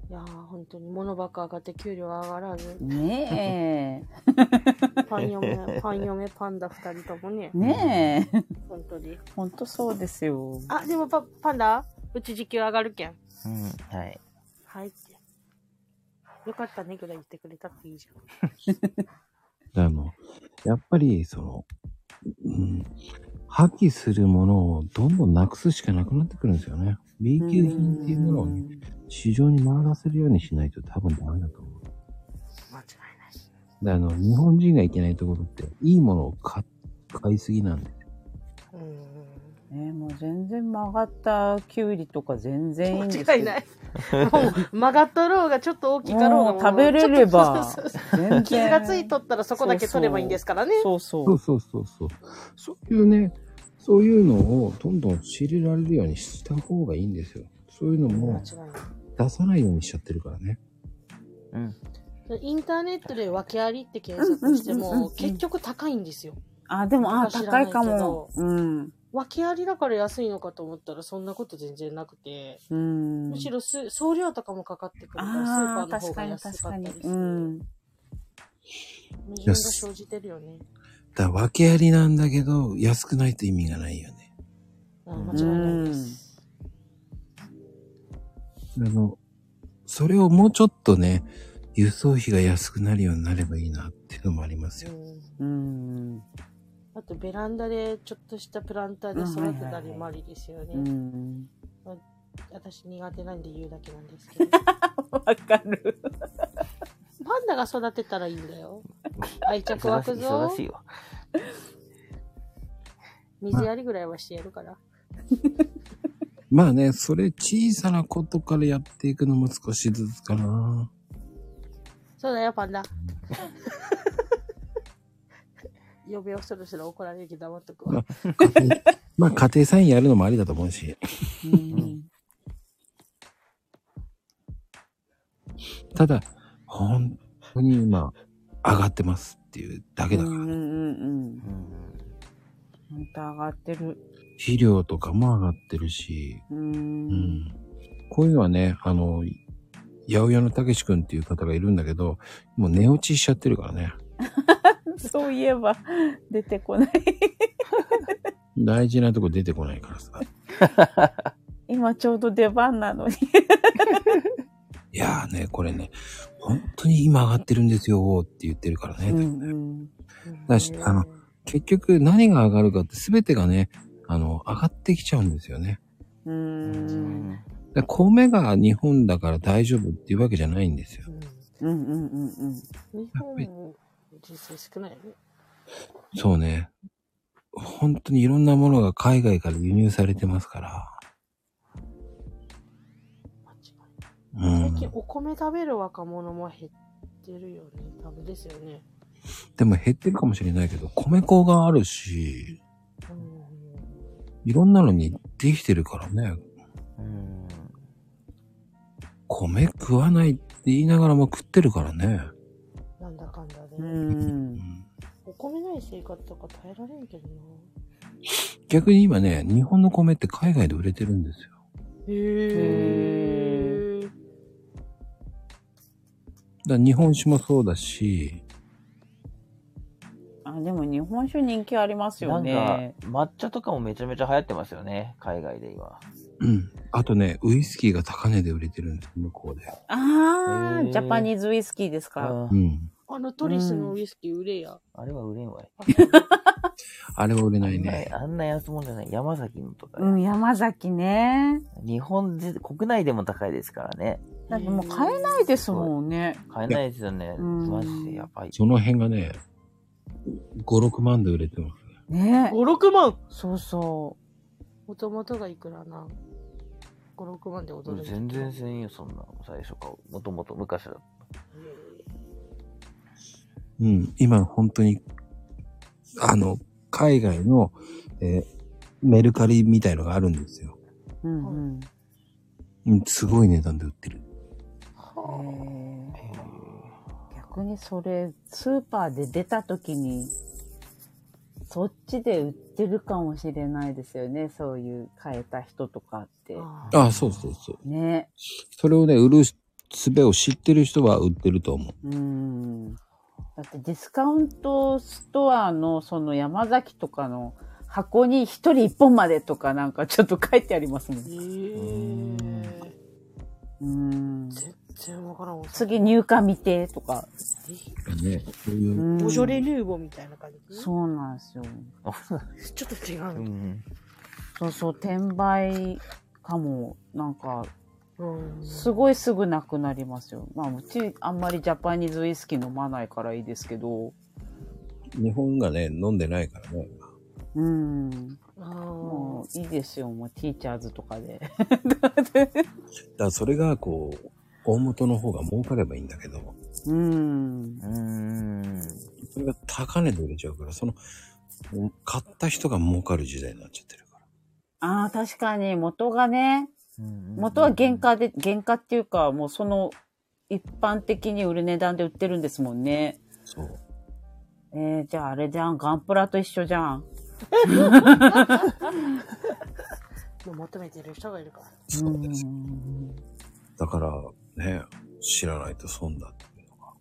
いやー、本当に物ばっか上がって給料上がらず。ねえ。パン 嫁、パン嫁、パンダ二人ともね。 ねえ。本当に。ほんとそうですよ。あ、でもパ、パンダうち時給上がるけん。うん、はい。はいって。よかったねぐらい言ってくれたっていいじゃん。あの、やっぱり、その、うん、破棄するものをどんどんなくすしかなくなってくるんですよね。B 級品っていうものをね市場に回らせるようにしないと多分ダメだと思う。間違であの、日本人がいけないところって、いいものを買買いすぎなんで。ねえ、もう全然曲がったきゅうりとか全然いいんです間違いない。もう曲がったろうがちょっと大きかろうがもうもう食べれればちょっとそうそうそう全然傷がついとったらそこだけ取ればいいんですからね。そうそそうそうそうそう。そういうね、そういうのをどんどん知れられるようにした方がいいんですよ。そういうのも出さないようにしちゃってるからね。うん。インターネットで訳ありって検索してうんうんうんうんもうん結局高いんですよ。あ、でも、あ、知らな高いいけどかも。うん。訳ありだから安いのかと思ったらそんなこと全然なくて、うん。むしろす送料とかもかかってくるからスーパあーあ、の方確がかに安確かっかたりにす。る。うん。矛盾が生じてるよね。だから訳ありなんだけど、安くないと意味がないよね。うん間違いないです。あの、それをもうちょっとね、輸送費が安くなるようになればいいなっていうのもありますよ。うん。あとベランダでちょっとしたプランターで育てたりもありですよね。うん。私苦手なんで言うだけなんですけど。 わかる。パンダが育てたらいいんだよ。愛着湧くぞ忙。しいよ。水やりぐらいはしてやるから。まあね、それ小さなことからやっていくのも少しずつかな。そうだよ、パンダ。 嫁をそろそろ怒られるけど黙っとくわ。 まあ家庭菜園やるのもありだと思うし。ただ、本当に今、上がってますっていうだけだから。うんうんうん。また上がってる。肥料とかも上がってるし、うー。うんんこういうのはね、あの、八百屋のたけし君っていう方がいるんだけど、もう寝落ちしちゃってるからね。そういえば、出てこない。大事なとこ出てこないからさ。今ちょうど出番なのに。いやーね、これね、本当に今上がってるんですよって言ってるからね。だし、あの、結局何が上がるかって全てがね、あの、上がってきちゃうんですよね。うん。で米が日本だから大丈夫っていうわけじゃないんですよ。うんうんうんうん。日本も人生少ないよね。そうね。本当にいろんなものが海外から輸入されてますから。う最ん近。お米食べる若者も減ってるよね。多分ですよね。でも減ってるかもしれないけど、米粉があるし、いろんなのにできてるからね。米食わないって言いながらも食ってるからね。なんだかんだで、うんお米ない生活とか耐えられんけどな。逆に今ね、日本の米って海外で売れてるんですよ。へー。だから日本酒もそうだし、あ、でも日本酒人気ありますなよんね。か、抹茶とかもめちゃめちゃ流行ってますよね、海外で今。うん。あとね、ウイスキーが高値で売れてるんです、向こうで。あへあ、ージャパニーズウイスキーですか。うん。あのトリスのウイスキー売れや。あれは売れんわい。 あれは売れないね。あんな安物じゃない。山崎のとか。うん、山崎ね。日本で、国内でも高いですからね。だってもう買えないですもんね。買えないですよね。うんマジでやばい。その辺がね、5、6万で売れてます。ね5、6万そうそもともとがいくらな ?5、6万で踊る。全然せんよ、そんなの。最初か。もともと昔だ。うん、今本当に、あの、海外の、えーメルカリみたいのがあるんですよ。う。うんうん、すごい値段で売ってる。うん。へー逆にそれ、スーパーで出た時に、そっちで売ってるかもしれないですよね。そういう買えた人とかって。あ、そうそうそう。ね。それをね、売る術を知ってる人は売ってると思う。うん。だってディスカウントストアのその山崎とかの箱に一人一本までとかなんかちょっと書いてありますもん。うん。全然わからんわ。次入荷未定とか。ね、そういう、うんボジョレ・ヌーボーみたいな感じ。そうなんですよ。ちょっと違ううの。ん。そうそう、転売かも、なんか、うん。すごいすぐなくなりますよ。まあ、うちあんまりジャパニーズウイスキー飲まないからいいですけど、日本がね、飲んでないからね。うん。あもういいですよ、もうティーチャーズとかで。だからそれが、こう、大元の方が儲かればいいんだけど、うん。うん。それが高値で売れちゃうから、その、買った人が儲かる時代になっちゃってるから。ああ、確かに元がね、元元は原価で、原価っていうか、もうその、一般的に売る値段で売ってるんですもんね。そう。えー、じゃああれじゃん、ガンプラと一緒じゃん。あ。求めてる人がいるから。そうです。だから、ね、知らないと損だっていうのが。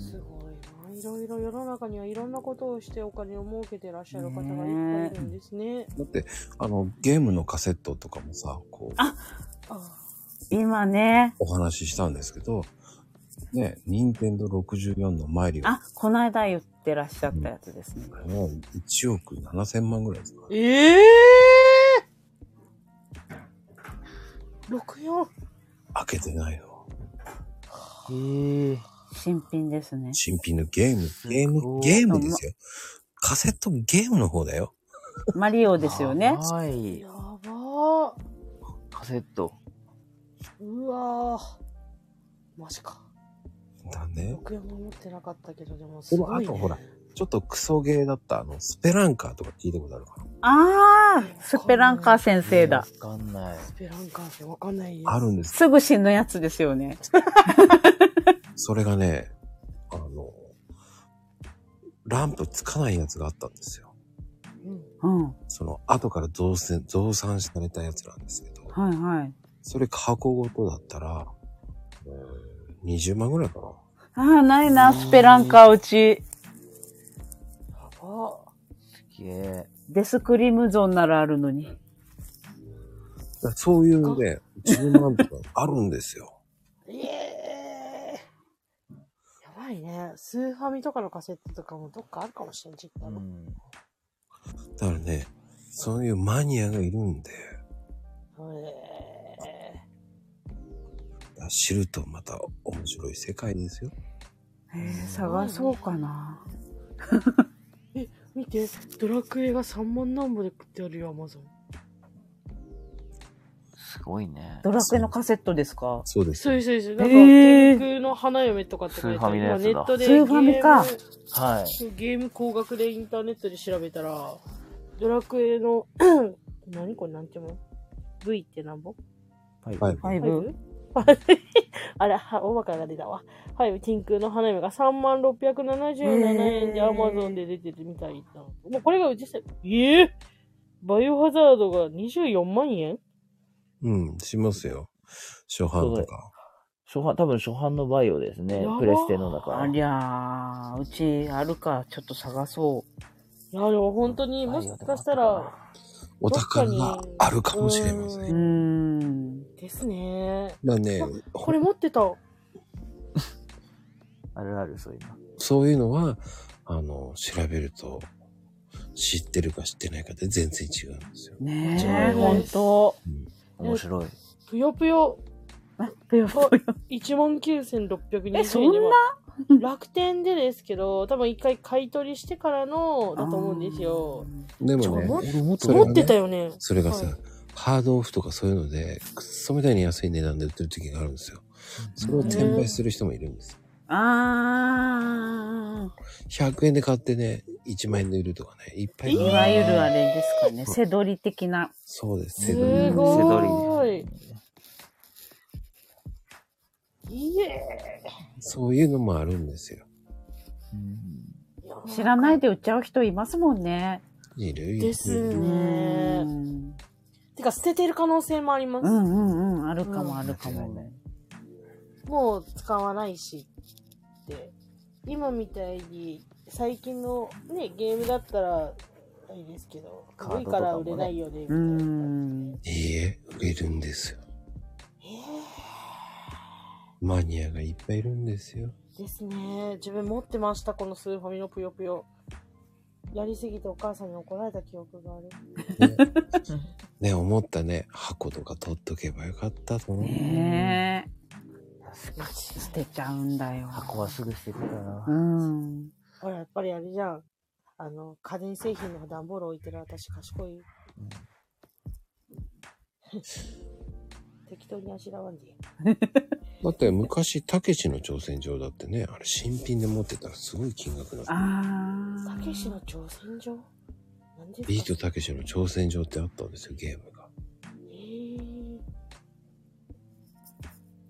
すごいな。いろいろ世の中にはいろんなことをしてお金を儲けてらっしゃる方がいっぱいいるんですね。だって、あの、ゲームのカセットとかもさ、こう、あ今ね、お話ししたんですけど、ね、任天堂64のマイリオあ、この間言ってらっしゃったやつですね。もう1億7千万ぐらいですかええ64。開けてないの。へえ。新品ですね。新品のゲーム、ゲーム、ゲームですよ。カセットゲームの方だよ。マリオですよね。はい。やばー。カセット。うわー。マジか。だね。 64も持ってなかったけど、でもすでも、ごあい、とね。ほら、ちょっとクソゲーだった、あの、スペランカーとか聞いたことあるかなああ、スペランカー先生だ。わかんない。スペランカーってわかんないよ。あるんですすぐ死ぬやつですよね。それがね、あの、ランプつかないやつがあったんですよ。うん。はその、後から増産、増産されたやつなんですけど、いはい。それ箱ごとだったら、えー20万ぐらいかな。ああ、ないな、スペランカーうち。あすげえ。デスクリムゾンならあるのに。だからそういうね、10万とかあるんですよ。ええー。やばいね。スーファミとかのカセットとかもどっかあるかもしれん、実家の。だからね、そういうマニアがいるんで、え知るとまた面白い世界ですよ。えー、探そうかな。ーえ、見て、ドラクエが3万何本で食ってあるよ、アマゾン。すごいね。ドラクエのカセットですかそうでそうです、そうです。なんか、え天ー空の花嫁とかって書いてスーファあミる。のやつ今ネだットでスゲーーム。ファミかはい。ゲーム高額でインターネットで調べたら、ドラクエの、 何これなんていうの ?V ってなんぼはい。ファイブ 5? あれ、はおばかが出たわ。はい、天空の花嫁が3677円で Amazon で出てるみたいな。もうこれが実際、ええバイオハザードが24万円うん、しますよ。初版とか。初版、多分初版のバイオですねやば。ープレステのだかあら。りゃー、うちあるか、ちょっと探そう。いや、でも本当にもしかしたら、お宝があるかもしれません。うーん。ですね。まあね、これ持ってた。あるある、そういうの。そういうのは、あの、調べると、知ってるか知ってないかで全然違うんですよ。ねええ、ほんと。面白い。ぷよぷよ。ぷよぷよ19,620円でえそん今楽天でですけど、多分一回買い取りしてからのだと思うんですよ。でちょももね、持それが持ねってたよね。それがさ、はいハードオフとかそういうので、くっそみたいに安い値段で売ってる時があるんですよ。それを転売する人もいるんです。あ100円で買ってね、1万円で売るとかね、いっぱいいー。いわゆるあれですかね、せどり的な。そうですすね。でもごーい。いえ。そういうのもあるんですよ。知らないで売っちゃう人いますもんね。いるいるですうね。ーん。てか捨ててる可能性もありまうす。んうんうん、あるかもあるか間違いなも。もう使わないしって。今みたいに最近のね、ゲームだったら、あれですけど、カード古いとかもねから売れないよね、みたうーいな。ん。いいえ、売れるんですよ。マニアがいっぱいいるんですよ。ですね。自分持ってました、このスーファミのぷよぷよ。やりすぎてお母さんに怒られた記憶がある。ね、思ったね、箱とか取っとけばよかったと思う。ねえ。捨てちゃうんだよ。箱はすぐ捨ててたなう。ん。ほら、やっぱりあれじゃん。あの、家電製品の段ボール置いてる私賢い。適当にあしらわんで。だって昔、たけしの挑戦状だってね、あれ新品で持ってたらすごい金額だった。あたあ。けしの挑戦状なんですかビートたけしの挑戦状ってあったんですよ、ゲームが。えー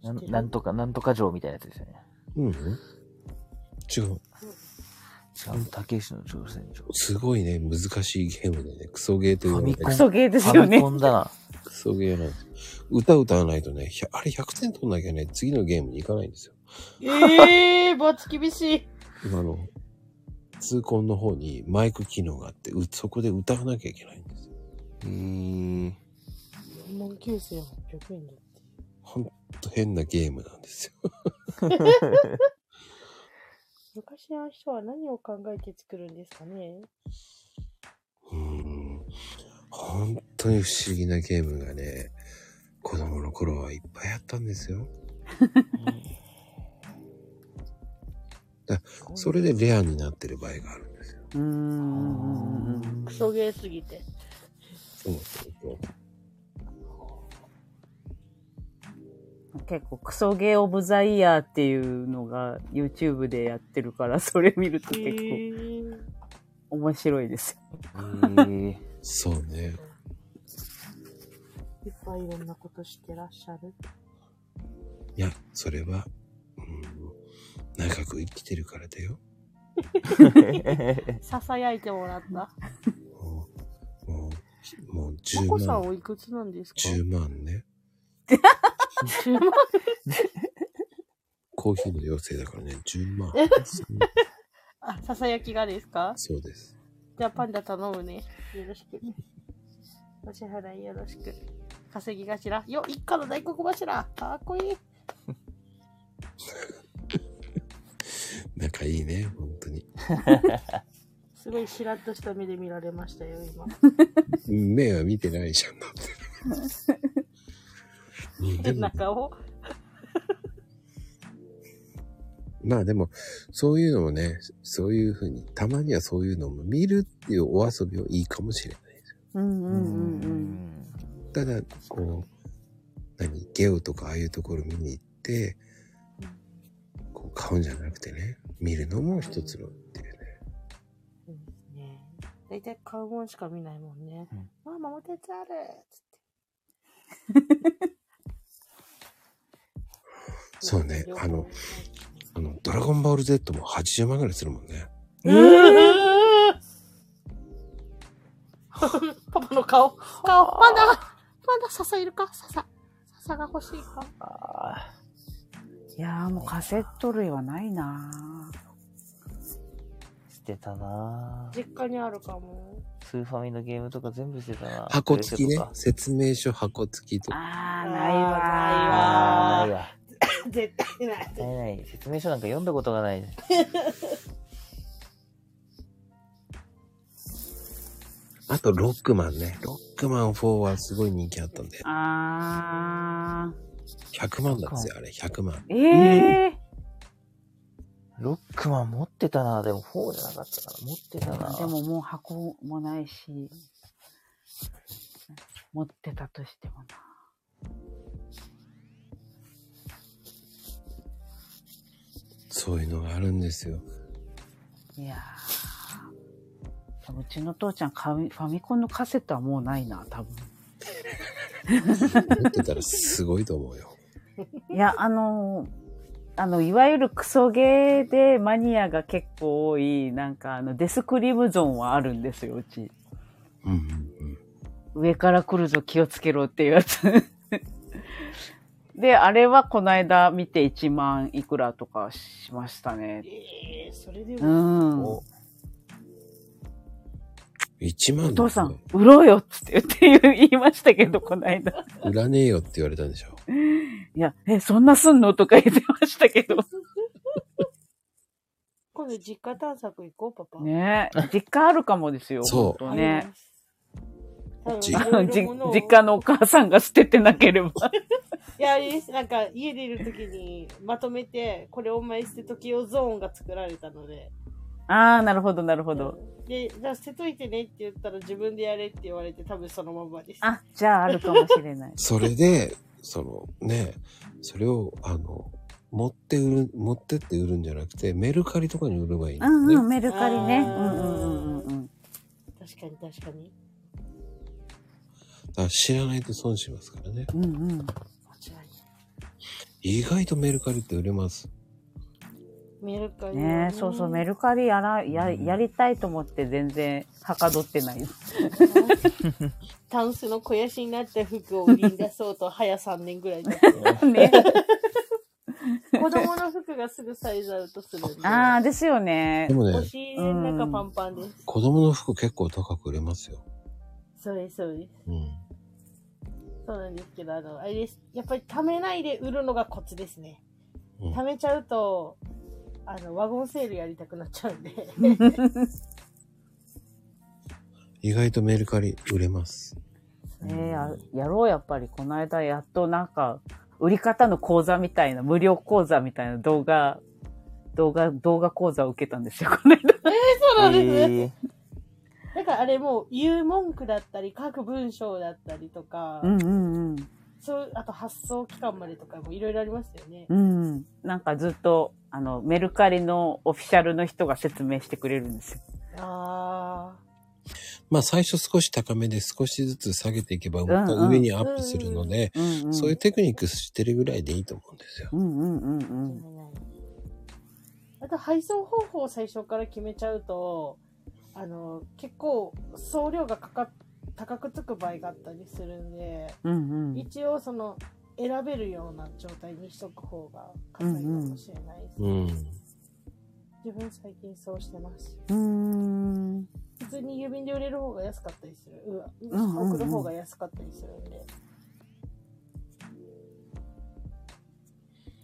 なんなんとか、なんとか城みたいなやつですよね。うん、うん、違う。違う、たけしの挑戦状。すごいね、難しいゲームでね、クソゲーと言われてファミクソゲーですよファ。ねミコンだな。クソゲーなんですよ。歌歌わないとね、ひゃあれ100点取んなきゃね、次のゲームに行かないんですよ。えー、バツ厳しい。今の、通コンの方にマイク機能があって、うそこで歌わなきゃいけないんですよ。えー、 4万9800円だって。ほんと変なゲームなんですよ。昔の人は何を考えて作るんですかねうーん。本当に不思議なゲームがね、子供の頃はいっぱいあったんですよ。だそれでレアになってる場合があるんですよ。クソゲーすぎて。そうそうそう。結構クソゲーオブザイヤーっていうのが YouTube でやってるから、それ見ると結構面白いですよ。そうね。いっぱいいろんなことしてらっしゃる。いや、それは、うん、長く生きてるからだよ。ささやいてもらった。もうまこ10さん万、おいくつなんですか10万ね。 10万コーヒーの妖精だからね、10万。えあ、ささやきがですかそうです。じゃあパンダ頼むね。よろしく。お支払いよろしく。稼ぎ頭。よ、一家の大黒柱。かっこいい。仲いいね、本当に。すごいしらっとした目で見られましたよ、 今。目は見てないじゃん、だって。うんで変もな顔。まあでも、そういうのをね、そういうふうに、たまにはそういうのも見るっていうお遊びをいいかもしれないですよ。うんうんうんただ、こう、何、ゲオとかああいうところ見に行って、こう買うんじゃなくてね、見るのも一つのっていうね。だいたい買うもんしか見ないもんね。ママ、お手伝あるつってそうね、あの、あの、ドラゴンボール Z も80万ぐらいするもんね。えー、パパの顔。顔。パンダパンダ笹いるか笹。笹が欲しいかいやーもうカセット類はないな捨てたなぁ実家にあるかも。スーファミのゲームとか全部捨てたなぁ箱付きねプレステと。か説明書箱付きとか。あー、ないわ。あーないわ。絶対ない。ないない。説明書なんか読んだことがない。あと、ロックマンね。ロックマン4はすごい人気あったんで。あ100万だっつよ、あれ、100万。ー。えロックマン持ってたなぁでも4じゃなかったから持ってたなー。ぁでももう箱もないし、持ってたとしてもな。そういうのがあるんですよ。いやーでもうちの父ちゃんカミファミコンのカセットはもうないな、多分。持ってたらすごいと思うよ。いや、あのーあの、いわゆるクソゲーでマニアが結構多い、なんかあの、デスクリムゾンはあるんですよ、うち。上から来るぞ気をつけろっていうやつ。 で、あれはこの間見て1万いくらとかしましたね。えー、それでうも。ん。お1万父さん、売ろうよっつって言って言いましたけど、この間。売らねえよって言われたんでしょ。いや、え、そんなすんのとか言ってましたけど。今度実家探索行こう、パパ。ねえ。実家あるかもですよ。そう本当ね。多分じいろいろじ物を実家のお母さんが捨ててなければ。いや、あれです。なんか、家でいるときに、まとめて、これお前捨てときよゾーンが作られたので。ああ、なるほど、なるほど。で、じゃあ捨てといてねって言ったら自分でやれって言われて、多分そのまんまです。あ、じゃああるかもし れない。それで、そのね、それを、あの、持って売る、持ってって売るんじゃなくて、メルカリとかに売ればいいんうだよんね。うん、メルカリね。うんうんうんうんうん。確かに確かに。だから知らないと損しますからね。うんうん。意外とメルカリって売れます。メルカリはねえ、そうそう、メルカリやら、や、やりたいと思って全然はかど ってない。タンスの肥やしになった服を売りに出そうと、 早3年ぐらい 経って子供の服がすぐサイズアウトするんで。ああ、ですよね。でもねお尻の中パンパンです。子供の服結構高く売れますよ。そうです、そうです。うん。そうなんですけど、あの、あれです。やっぱり貯めないで売るのがコツですね。うん貯めちゃうと、あの、ワゴンセールやりたくなっちゃうんで。意外とメルカリ売れます。ねえややろう、やっぱり。この間、やっとなんか、売り方の講座みたいな、無料講座みたいな動画、動画、動画講座を受けたんですよ、この間。えそうなんですね。 だからあれもう言う文句だったり、書く文章だったりとか、うんうんうん。そう、あと発送期間までとかもいろいろありましたよね。うん。なんかずっと、あの、メルカリのオフィシャルの人が説明してくれるんですよ。あまあ最初少し高めで少しずつ下げていけばまた上にアップするので、そういうテクニック知ってるぐらいでいいと思うんですよ。うんうんうんうん。あ。あと配送方法を最初から決めちゃうと、あの、結構送料がかかっ高くつく場合があったりするんで、うんうん一応その選べるような状態にしとく方がう稼いかんもしれないです。うん。自分最近そうしてます。うん。う普通に郵便で売れる方が安かったりする。うわうんうんうん送る方が安かったりするんで。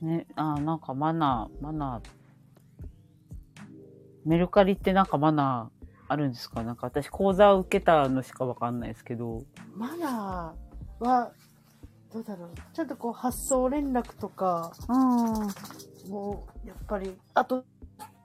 ーん。ね、あー、なんかマナー、マナー。メルカリってなんかマナーあるんですかなんか私講座を受けたのしかわかんないですけど。マナーは、どうだろう。ちゃんとこう発送連絡とか、あもうやっぱり、あと、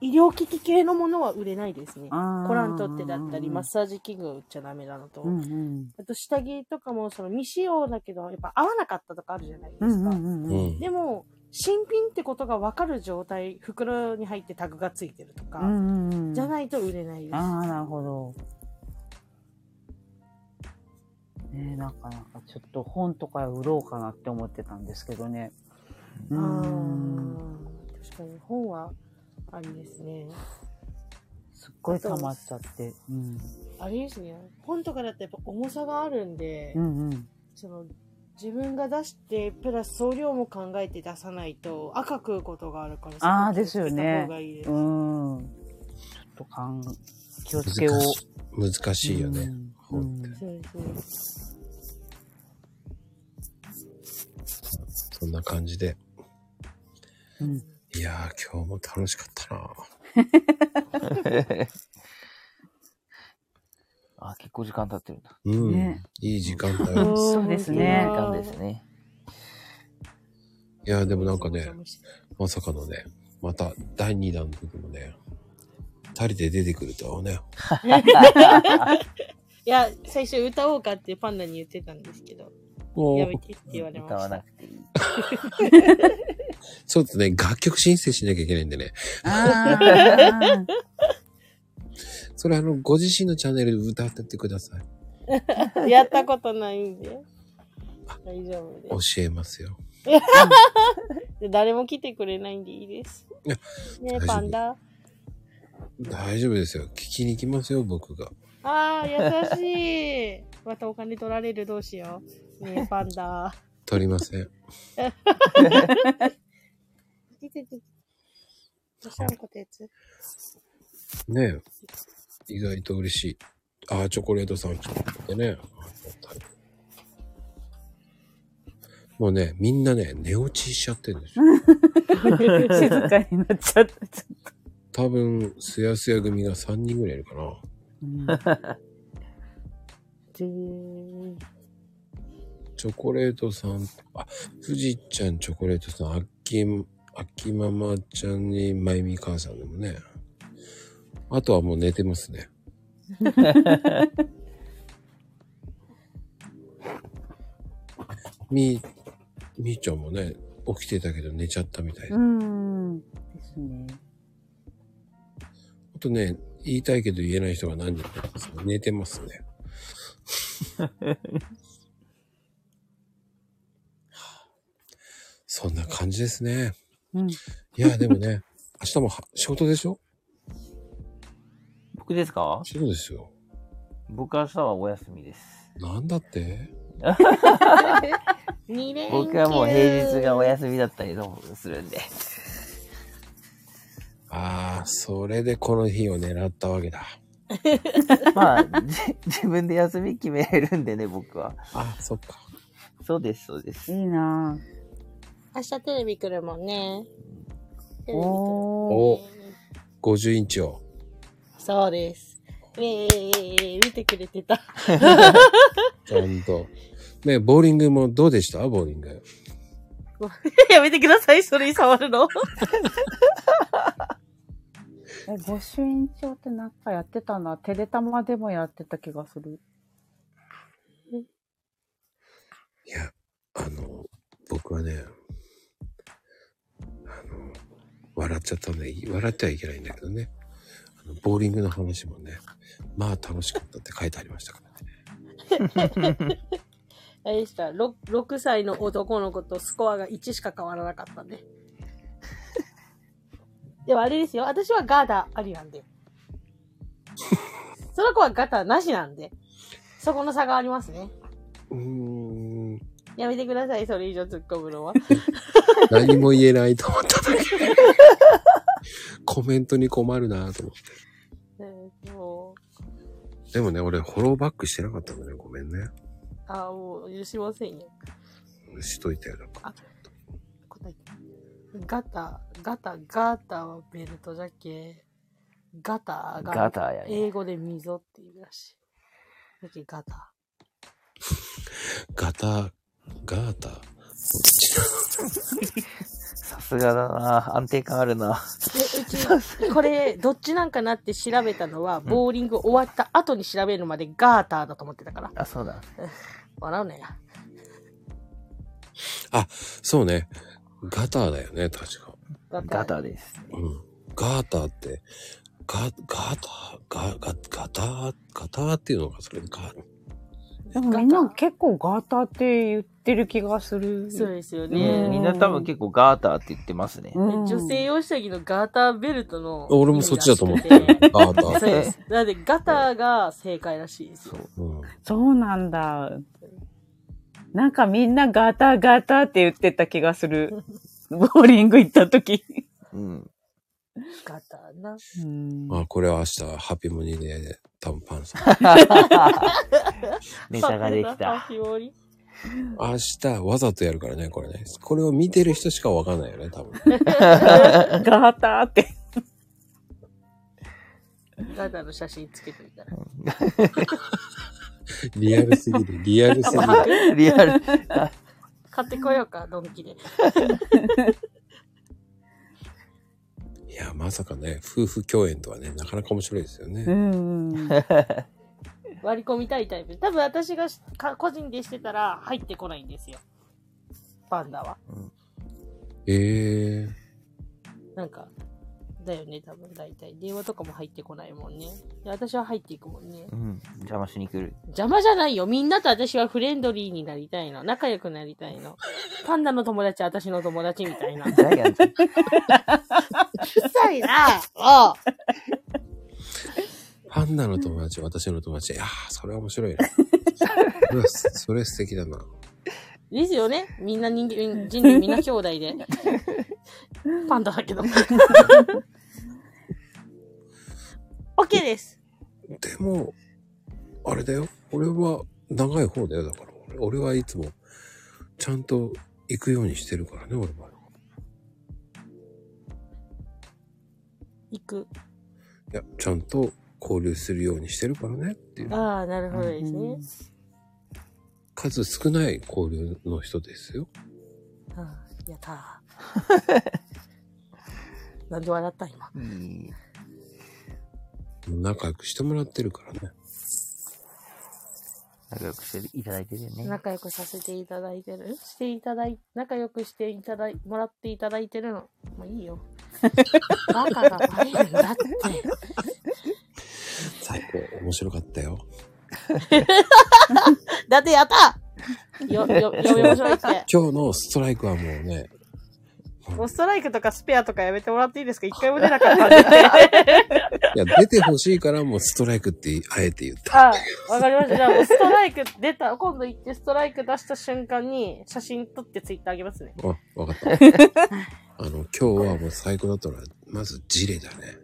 医療機器系のものは売れないですね。コあーラントってだったり、マッサージ器具を売っちゃダメなのと。うんうん。あと下着とかもその未使用だけど、やっぱ合わなかったとかあるじゃないですか。うんうんうんうん。でも、新品ってことが分かる状態、袋に入ってタグがついてるとか、うんうんうんじゃないと売れないです。ああ、なるほど。ねえ、なんか、なんか、ちょっと本とか売ろうかなって思ってたんですけどね。うーん。確かに本はありですね。すっごい溜まっちゃって。うん。あれですね。本とかだとやっぱ重さがあるんで、うんうん。その自分が出して、プラス送料も考えて出さないと赤くうことがあるから、ああ、ですよそこ気をつけたね方がいいで。すうーん。ちょっとかん、気をつけよう。難し難しいよね。そうですねそんな感じで。うんいやー、今日も楽しかったなあ、結構時間経ってるんだ。うん。ねいい時間帯。 そうですねいい時間ですね。いやー、でもなんかね、まさかのね、また第2弾の時もね、二人で出てくるとはね。いや、最初歌おうかってパンダに言ってたんですけど、おーやめてって言われました。歌わなくていい。そうですね、楽曲申請しなきゃいけないんでね。あそれあの、ご自身のチャンネルで歌ってってください。ーやったことないんで。大丈夫です。教えますよ。誰も来てくれないんでいいです。やね大丈夫パンダ。大丈夫ですよ。聞きに行きますよ、僕が。ああ、優しい。またお金取られるどうしよう。ねえ、パンダ。取りません。出てて。どうしたのこてつ。ねえ。意外と嬉しい。ああ、チョコレートさん来てね。もうね、みんなね、寝落ちしちゃってるんですよ。 静かになっちゃった。多分、すやすや組が3人ぐらいいるかな。チョコレートさん、あ、富士ちゃん、チョコレートさん、あき、あきママちゃんに、まゆみ母さんでもね。あとはもう寝てますね。み、みーちゃんもね、起きてたけど寝ちゃったみたいでうーん。ですね。あとね、言いたいけど言えない人が何人かいますね寝てますね。 そんな感じですね。うん。いや、でもね、明日もは仕事でしょ僕ですか仕事ですよ。僕明日はお休みです。なんだって二連休僕はもう平日がお休みだったりするん で。ああ、それでこの日を狙ったわけだ。まあ、じ自分で休み決めれるんでね、僕は。あ、そっか。そうです、そうです。いいな明日テレビ来るもんね。テレビ来るおお。50インチを。そうです。ウェーイ見てくれてた。 ちゃんと。ね、ボーリングもどうでしたボーリング。やめてください、それに触るの。え、御朱印帳ってなんかやってたな。テレタマでもやってた気がする。あの、僕はね、あの、笑っちゃったんで、笑ってはいけないんだけどね。あのボーリングの話もね、まあ楽しかったって書いてありましたからね。あれでした6、6歳の男の子とスコアが1しか変わらなか ったね。でもあれですよ、私はガーダありな んで。その子はガタなしなんで。そこの差がありますね。うーん、やめてください、それ以上突っ込む のは。何も言えないと思った時 コメントに困るなと思って。えーもう、でもね、俺フォローバックしてなかったんだね。ごめんね。あーもう許しませんよ。しといてよ。ガタ、ガタ、ガタはベルトじゃけ。ガタがガタやね英語で溝って言うらしい。だけガタ。ガタ、ガータ。さすがだな安定感あるな。えうち、これ、どっちなんかなって調べたのは、ボーリング終わった後に調べるまでガーターだと思ってたから。あ、そうだ。笑うね。あ、そうね。ガターだよね、確か。ガターです。うん。ガーターって、ガ、ガーター、ガ、ガ、ガター、ガターっていうのがそれか。でもみんな結構ガーターって言ってる気がする。そうですようんみんな多分結構ガーターって言ってますね。女性用下着のガーターベルトの。俺もそっちだと思って意る味らしくてガーター そうです。なんで、ガターが正解らしいですよ。そうなんだ。なんかみんなガーターガーターって言ってた気がする。ボーリング行った時。うん。ガターな。まあ、これは明日、ハピモニで、多分パンさん。 ネタができた。あ、日和明日、わざとやるからね、これね。これを見てる人しかわかんないよね、多分。ガーターって。ガターの写真つけてみたら。リアルすぎる、リアルすぎ る。リアル。買ってこようか、ドンキで。いや、まさかね、夫婦共演とはね、なかなか面白いですよね。 うん。割り込みたいタイプ。多分私がしか個人でしてたら入ってこないんですよ。パンダは。ええなんか、だよね、多分大体。電話とかも入ってこないもんね。で私は入っていくもんね。うん。邪魔しに来る。邪魔じゃないよ。みんなと私はフレンドリーになりたいの。仲良くなりたいの。パンダの友達、私の友達みたいな。うるさい なおうパンダの友達、私の友達。いやー、それは面白いな。うわそれ素敵だな。ですよね。みんな人間、人類みんな兄弟 で。パンダだけ ど。オッケーです。でも、あれだよ。俺は長い方だよ。だから俺、俺はいつも、ちゃんと行くようにしてるからね、俺は。行く。いや、ちゃんと交流するようにしてるからねっていう。ああ、なるほどですね。数少ない交流の人ですよ。はあやったー。なんで笑った今。仲良くしてもらってるからね。仲良くしていただいてるよね。仲良くさせていただいてるしていただい、仲良くしていただい、もらっていただいてるの。もういい よ。バカがバレるんだって。最高。面白かったよ。だってやったよ、よ、やめましょうって。今日のストライクはもうね、もうストライクとかスペアとかやめてもらっていいですか一回も出なかったんで。いや、出てほしいからもうストライクってあえて言った。あ、わかりました。じゃあもうストライク出た、今度行ってストライク出した瞬間に写真撮ってツイッターあげますね。あ、わかった。あの、今日はもう最高だったのは、まずジレだね。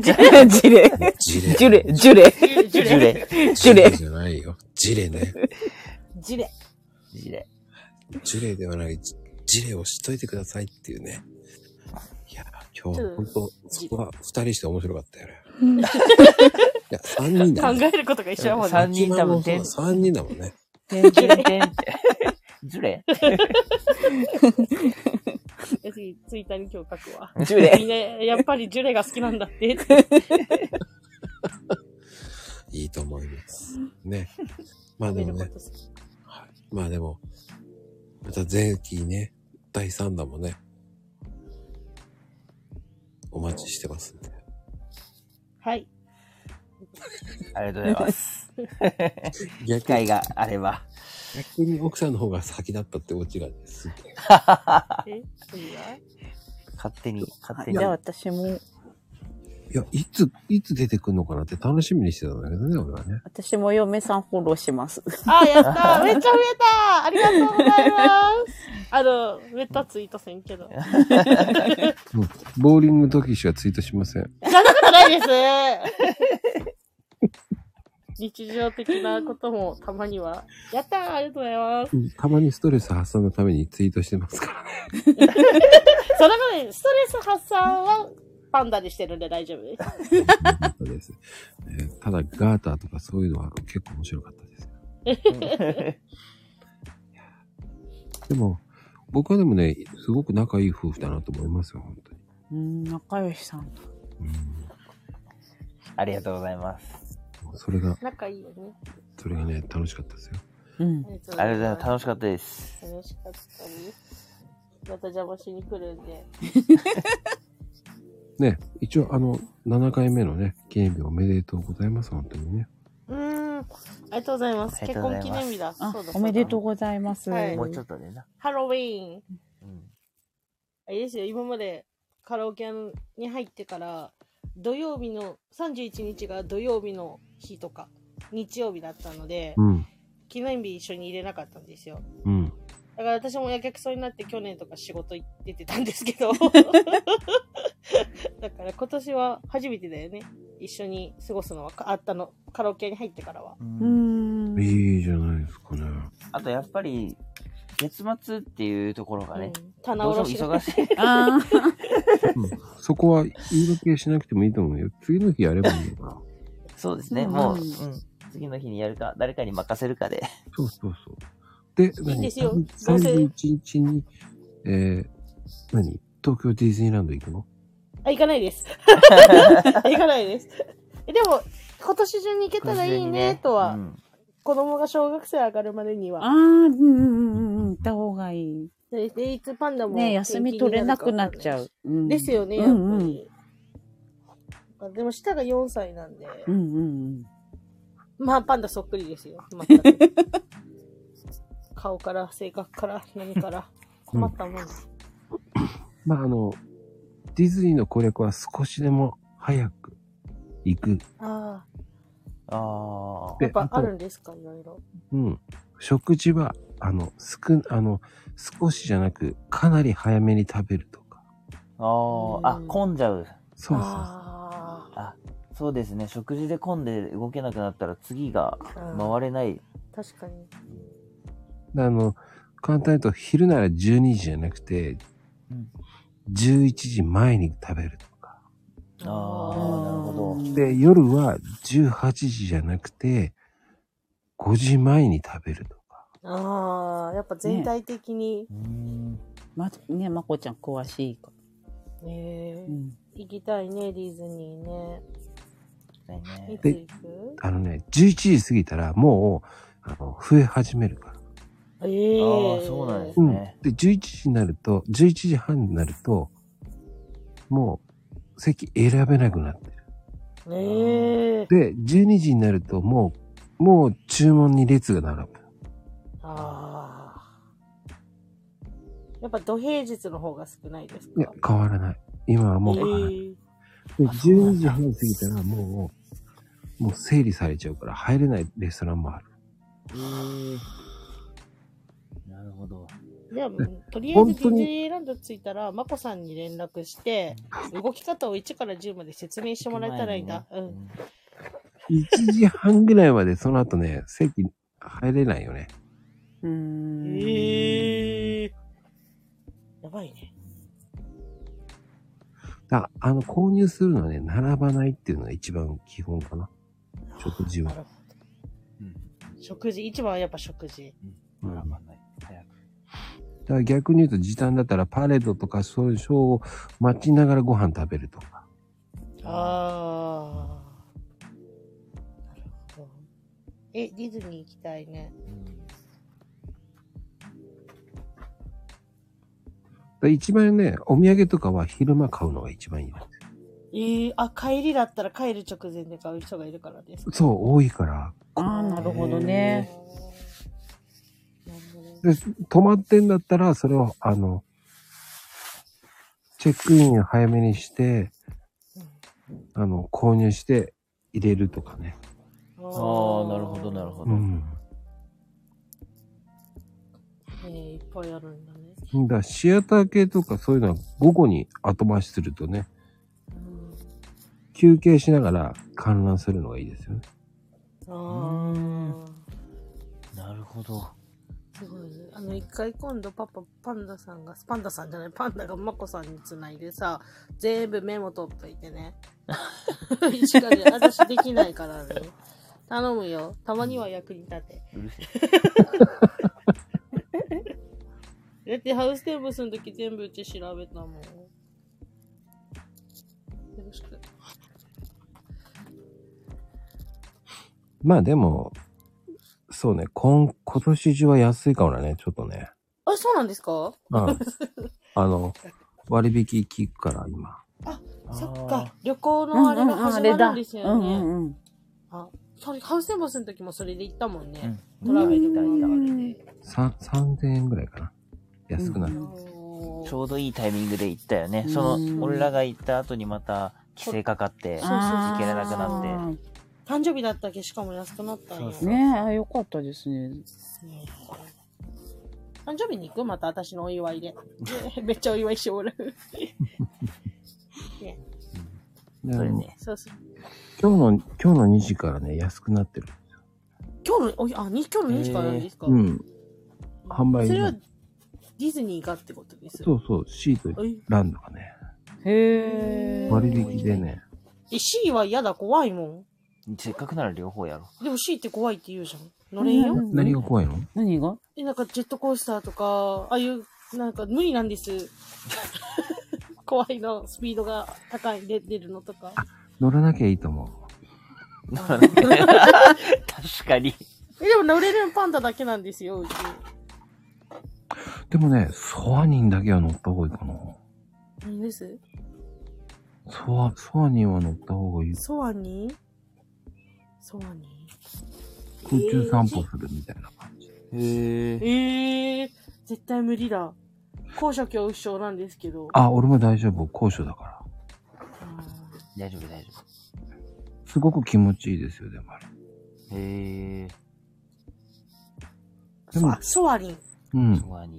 ジレジレジレ。ジュレジュレジュレジュレじゃないよ。ジレね。ジレ。ジレ。ジュレではない、ジジレをしといてくださいっていうね。 いや、今日は本当、そこは二人して面白かったよね。や、3人だもん考えることが一緒だもんね三人多分そう3人だもんね。全然点ジュレ 次、ツイッターに今日書くわ。ジュレみんな、やっぱりジュレが好きなんだって。いいと思います。ね。まあでもね。はい、まあでも、また前期ね、第3弾もね、お待ちしてますんで。はい。ありがとうございます。機会があれば。逆に奥さんの方が先だったってオチがですげえ。え次は勝手に、勝手じに。ゃあ私も、いや、いつ、いつ出てくるのかなって楽しみにしてたんだけどね、俺はね。私も嫁さんフォローします。あ、やった ーめっちゃ増えたーありがとうございますあの、めったツイートせんけど。じもうボーリング時しかツイートしません。ゃなくな いです日常的なこともたまには。やったーありがとうございますたまにストレス発散のためにツイートしてますからね。 その分、ストレス発散はパンダにしてるんで大丈夫です。ですえーただ、ガーターとかそういうのは結構面白かったです。でも、僕はでもね、すごく仲いい夫婦だなと思いますよ、本当に。うん、仲良しさん。 ありがとうございます。それが、仲いいよね。それがね、楽しかったですよ。うん。ありがとうごあざりいがとうございまます。楽しかったです。す。楽しかったです。また邪魔しに来るんで。ね、一応、あの、7回目のね、記念日おめでとうございます、本当にね。うーん。ありがとうございます。あり結がとうござい婚記ます念日だ。あそうだおめでとう。うございます。はいもうちょっとでな。ハロウィーン。うんあれですよ、今までカラオケに入ってから、土曜日の、31日が土曜日の日とか、日曜日だったので、うん、記念日一緒に入れなかったんですよ。うん。だから私もやけくそになって去年とか仕事行ってたんですけど。 だから今年は初めてだよね。一緒に過ごすのは、かあったの、カラオケに入ってからは。いいじゃないですかね。あとやっぱり、月末っていうところがね、棚卸しどうしても忙しい。あそこは言い訳しなくてもいいと思うよ。次の日やればいいのかな。そうですね、うんもう、うん次の日にやるか、誰かに任せるかで。そうそうそう。で、いいん何ですよどうせ31日に、えー、何東京ディズニーランド行くのあ、行かない です。行かないです。えでも、今年中に行けた らいいね、とは、子供が小学生上がるまでにああ、は。うんうんうんうん、行った方がいい。で、でいつパンダも。ね休み取れなくなっちゃう。うんですよね、やっうぱり。んうん。でも、下が4歳なんで、うんうんまあ、パンダそっくりですよ。全く顔から、性格から、何から、困ったもん。まあ、あの、ディズニーの攻略は少しでも早く行く。あああ、でやっぱとあるんですか、いろいろ。うん。食事は、あの、少、あの、少しじゃなく、かなり早めに食べると。ああ、あ、混んじゃう。そうそうあ、そうですね。食事で混んで動けなくなったら次が回れない。確かに。であの、簡単に言うと、昼なら12時じゃなくて、11時前に食べるとか。ああ、なるほど。で、夜は18時じゃなくて、5時前に食べると。ああ、やっぱ全体的に、まずね、まこちゃん詳しいかねえん行きたいね、ディズニーね。いつで行くあのね、11時過ぎたらもう、あの、増え始めるから。ええああ、そうなんですうん。ね。で、11時になると、11時半になると、もう、席選べなくなってる。で、12時になると、もう、もう注文に列が並ぶ。ああ。やっぱ土平日の方が少ないですかいや、変わらない。今はもう変わらない。で、12時半過ぎたらもう、もう整理されちゃうから入れないレストランもある。なるほど。じゃあ、とりあえず本ディズ当にニーランド着いたら、まこさんに連絡して、動き方を1から10まで説明してもらえたらいいんだ。うん。 1時半ぐらいまでその後ね、 席入れないよね。ええやばいね。だからあの、購入するのはね、並ばないっていうのが一番基本かな。食事は。食事、一番はやっぱ食事。だから逆に言うと時短だったらパレードとかそういうショーを待ちながらご飯食べるとか。ああ。なるほど。え、ディズニー行きたいね。だから一番ね、お土産とかは昼間買うのが一番いいの。えー、あ、帰りだったら帰る直前で買う人がいるからです。そう、多いから。ああ、なるほどね。で、泊まってんだったら、それを、あの、チェックイン早めにして、あの、購入して入れるとかね。ああ、なるほど、なるほど。うん。えー、いっぱいあるんだね。だからシアター系とかそういうのは午後に後回しするとね、休憩しながら観覧するのがいいですよね。ああ。なるほど。すごいね。あの、一回今度パパ、パンダさんが、パンダさんじゃない、パンダがマコさんにつないでさ、全部メモ取っといて ね。一かで私できないからね。頼むよ。たまには役に立て。うるせだってハウステンボスの時全部うち調べたもん。よろしく。まあでも、そうね、今、今年中は安いからね、ちょっとね。あ、そうなんですかうん。あの、割引聞くから今。そっか。旅行のあれが始まるんですよね。うんうんあ、それ、ハウステンボスの時もそれで行ったもんね。うんトラベルがうんあれで。さ3000円ぐらいかな。安くなる。ちょうどいいタイミングで行ったよね。そうんの、俺らが行った後にまた、規制かかって、そうそうそう行けなくなって。誕生日だったっけしかも安くなったんよ。ねえあ、よかったですね。誕生日に行くまた私のお祝い で。めっちゃお祝いしてもらう。ね、で今そうそう。日の、今日の2時からね、安くなってる。今日の、おあ、に今日の2時からなんですか、うん。販売それはねディズニーがってことですそうそう、シートえランドがね、へ割引でね。え、C は嫌だ、怖いもせっかくなら両方やろん。でも C って怖いって言うじゃん。乗れんよ。何が怖いの何がえ、なんかジェットコースターとか、ああいう、なんか無理なん です。怖いの、スピードが高い、で出るのとか。乗らなきゃいいと思 う。う。確かに。え、でも乗れるのパンダだけなんですよ、うち。でもね、ソアニンだけは乗った方がいいかな。何ですソア、ソアニンは乗った方がいい。ソアニーソアニ空中散歩するみたいな感じ。へーええー、絶対無理だ。高所恐怖症なんですけど。あ、俺も大丈夫。高所だから。大丈夫、大丈すごく気持ちいいですよ、でもあれ。夫。へえ。でもあ、ソアリン。うん。ソアリ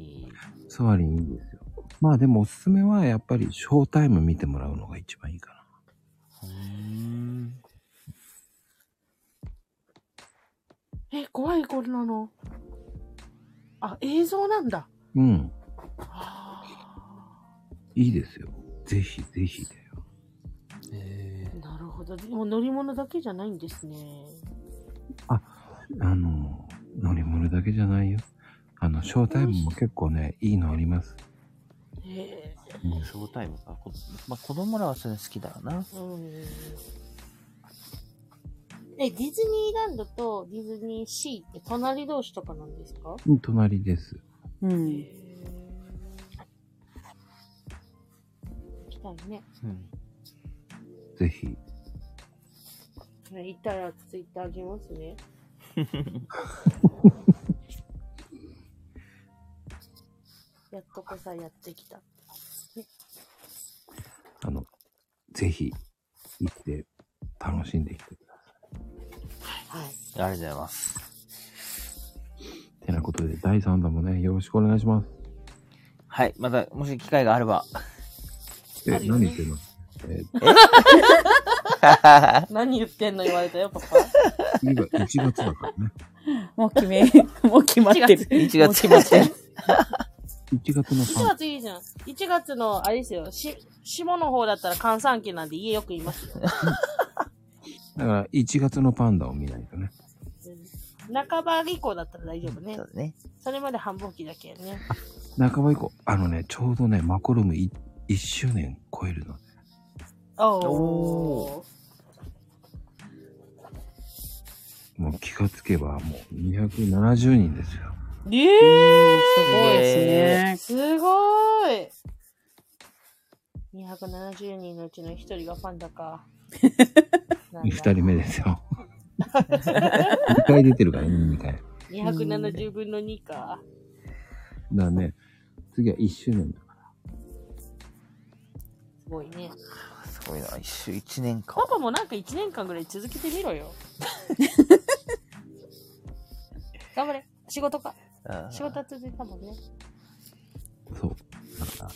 ン。ソアリンいいですよ。まあでもおすすめはやっぱりショータイム見てもらうのが一番いいかな。え、怖い、これなの。あ、映像なんだ。うん。いいですよ。ぜひぜひだよ。なるほど。でも乗り物だけじゃないんですね。あの、乗り物だけじゃないよ。あの、ショータイムも結構ね、いいのあります。へショータイムか。こまあ、子供らはそれ好きだよな。え。うん。え、ディズニーランドとディズニーシーって隣同士とかなんですかうん隣です。うん。行きたいね。うん。ぜひ。ね行ったらツイッターあげますね。やっとこさやってきた。ねあの、ぜひ、行って、楽しんでいってくださありがとうございます。い。てなことで、第3弾もね、よろしくお願いします。はい。また、もし機会があれば。え、何言ってんのえ何言ってんの言われたよ、パパ。次が1月だからね。もう決め、 もう決まってる。 1もう決まってる。 1月の1 3。月いいじゃん。1月の、あれですよ、し、下の方だったら閑散期なんで家よくいますよ。だから、1月のパンダを見ないとね。半ば以降だったら大丈夫ね。そうね。それまで繁忙期だけどね。半ば以降、あのね、ちょうどね、マコルーム 1, 周年超えるの。おー。もう気がつけば、もう270人ですよ。ええすごいですね。すごい。270人のうちの1人がパン ダか。なんだ2人目ですよ。2回出てるからね、2回。だか270分の2か。らね、次は1周年だ。すごいね。すごいな、一周一年か。パパもなんか1年間ぐらい続けてみ ろよ。頑張れ。仕事か。あー仕事は続いたもんね。だから、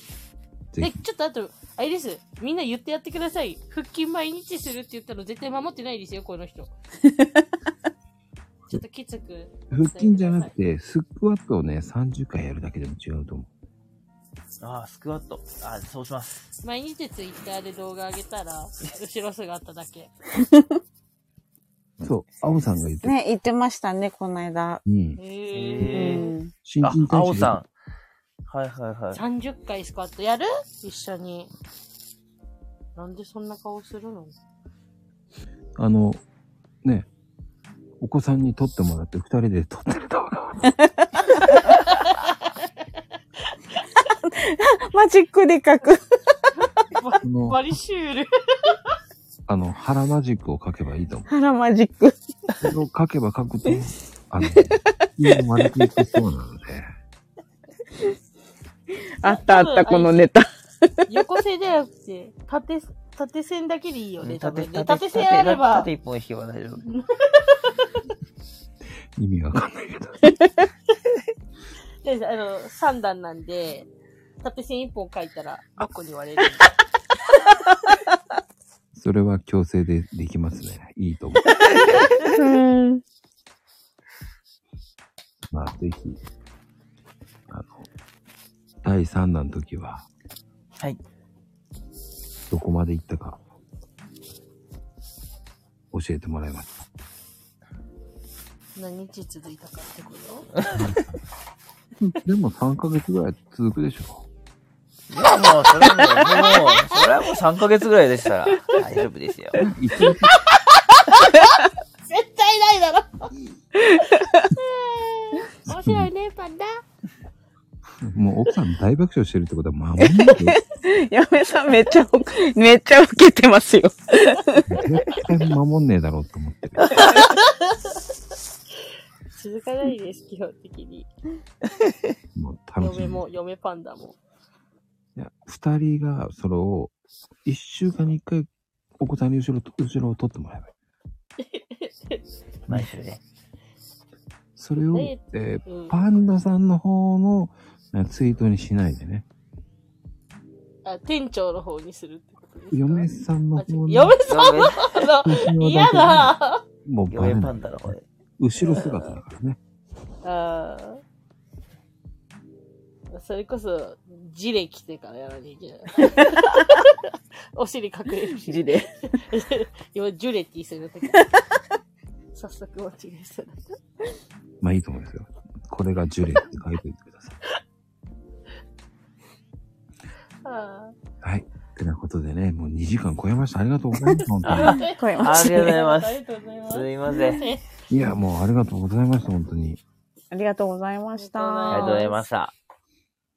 ぜえ、ひ、ちょっとあと、あれです。みんな言ってやってください。腹筋毎日するって言ったの絶対守ってないですよ、こ の人。ちょっときつく。腹筋じゃなくて、スクワットをね、30回やるだけでも違うと思ああ、スクワット。ああ、そうします。毎日ツイッターで動画上げ たら、後ろ姿だけ。う。そう、アオさんが言ってる。ね、言ってましたね、この間。うん。へうん新陳代あ謝青さはいはいはい。 30回スクワットやる一緒に。なんでそんな顔するのあの、ね、お子さんに撮ってもらって、2人で撮ってる動画を。マジックで書く。のバリシュー ル。あの、腹マジックを書けばいいと思腹マジック。う。それを書けば書くと、あの、いい悪くいきそうなので。あったあった、このネタ。横線じゃなくて、縦、縦線だけでいいよね、多分ね。縦縦線あれば縦。一本引けば大丈夫。意味わかんないけど。であの、3段なんで、縦線1本書いたら、6個に割れる。それは強制でできますね。いいと思う。 うん。まあ、ぜひ、あの、第3弾の時は、はい。どこまで行ったか、教えてもらい ます。何日続いたかってことでも3ヶ月ぐらい続くでしょ。いや、もう、それはもう、もう、それはもう3ヶ月ぐらいでしたら、大丈夫ですよ。一日絶対ないだろ 面白いね、パンダ。もう奥さん大爆笑してるってことは守んないで、嫁さんめっちゃほ、めっちゃ受けてますよ。絶対守んねえだろうと思ってる。続かないです、基本的に。もう楽しみ。嫁も、嫁パンダも。いや、二人がそれを、一週間に一回、お子さんに後ろと、後ろを取ってもらえばいい。毎週ね。それを、ええーうんパンダさんの方のえーツイートにしないでね。あ、店長の方にするってことですか嫁さんの方の、嫁さんの方 の、嫌だもうバレ嫁パない。ンダの方で。後ろ姿だからね。あーそれこそ、ジレ着てからやらなきゃいけない。お尻隠れるし。ジレ。今、ジュレって言いそうになったけど。早速間違えそうだった。まあいいと思いますよ。これがジュレって書いておいてください。あはい。てなことでね、もう2時間超えました。ありがとうございます。本当に。声あましりがとうごた。ざいまーあす。りがとうございます。すいません。ありいや、もうありがとうございました。本当に。ありがとうございました。あがとうございました。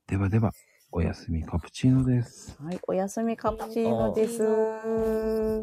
ではでは、おやすみカプチーノです。はい、おやすみカプチーノです。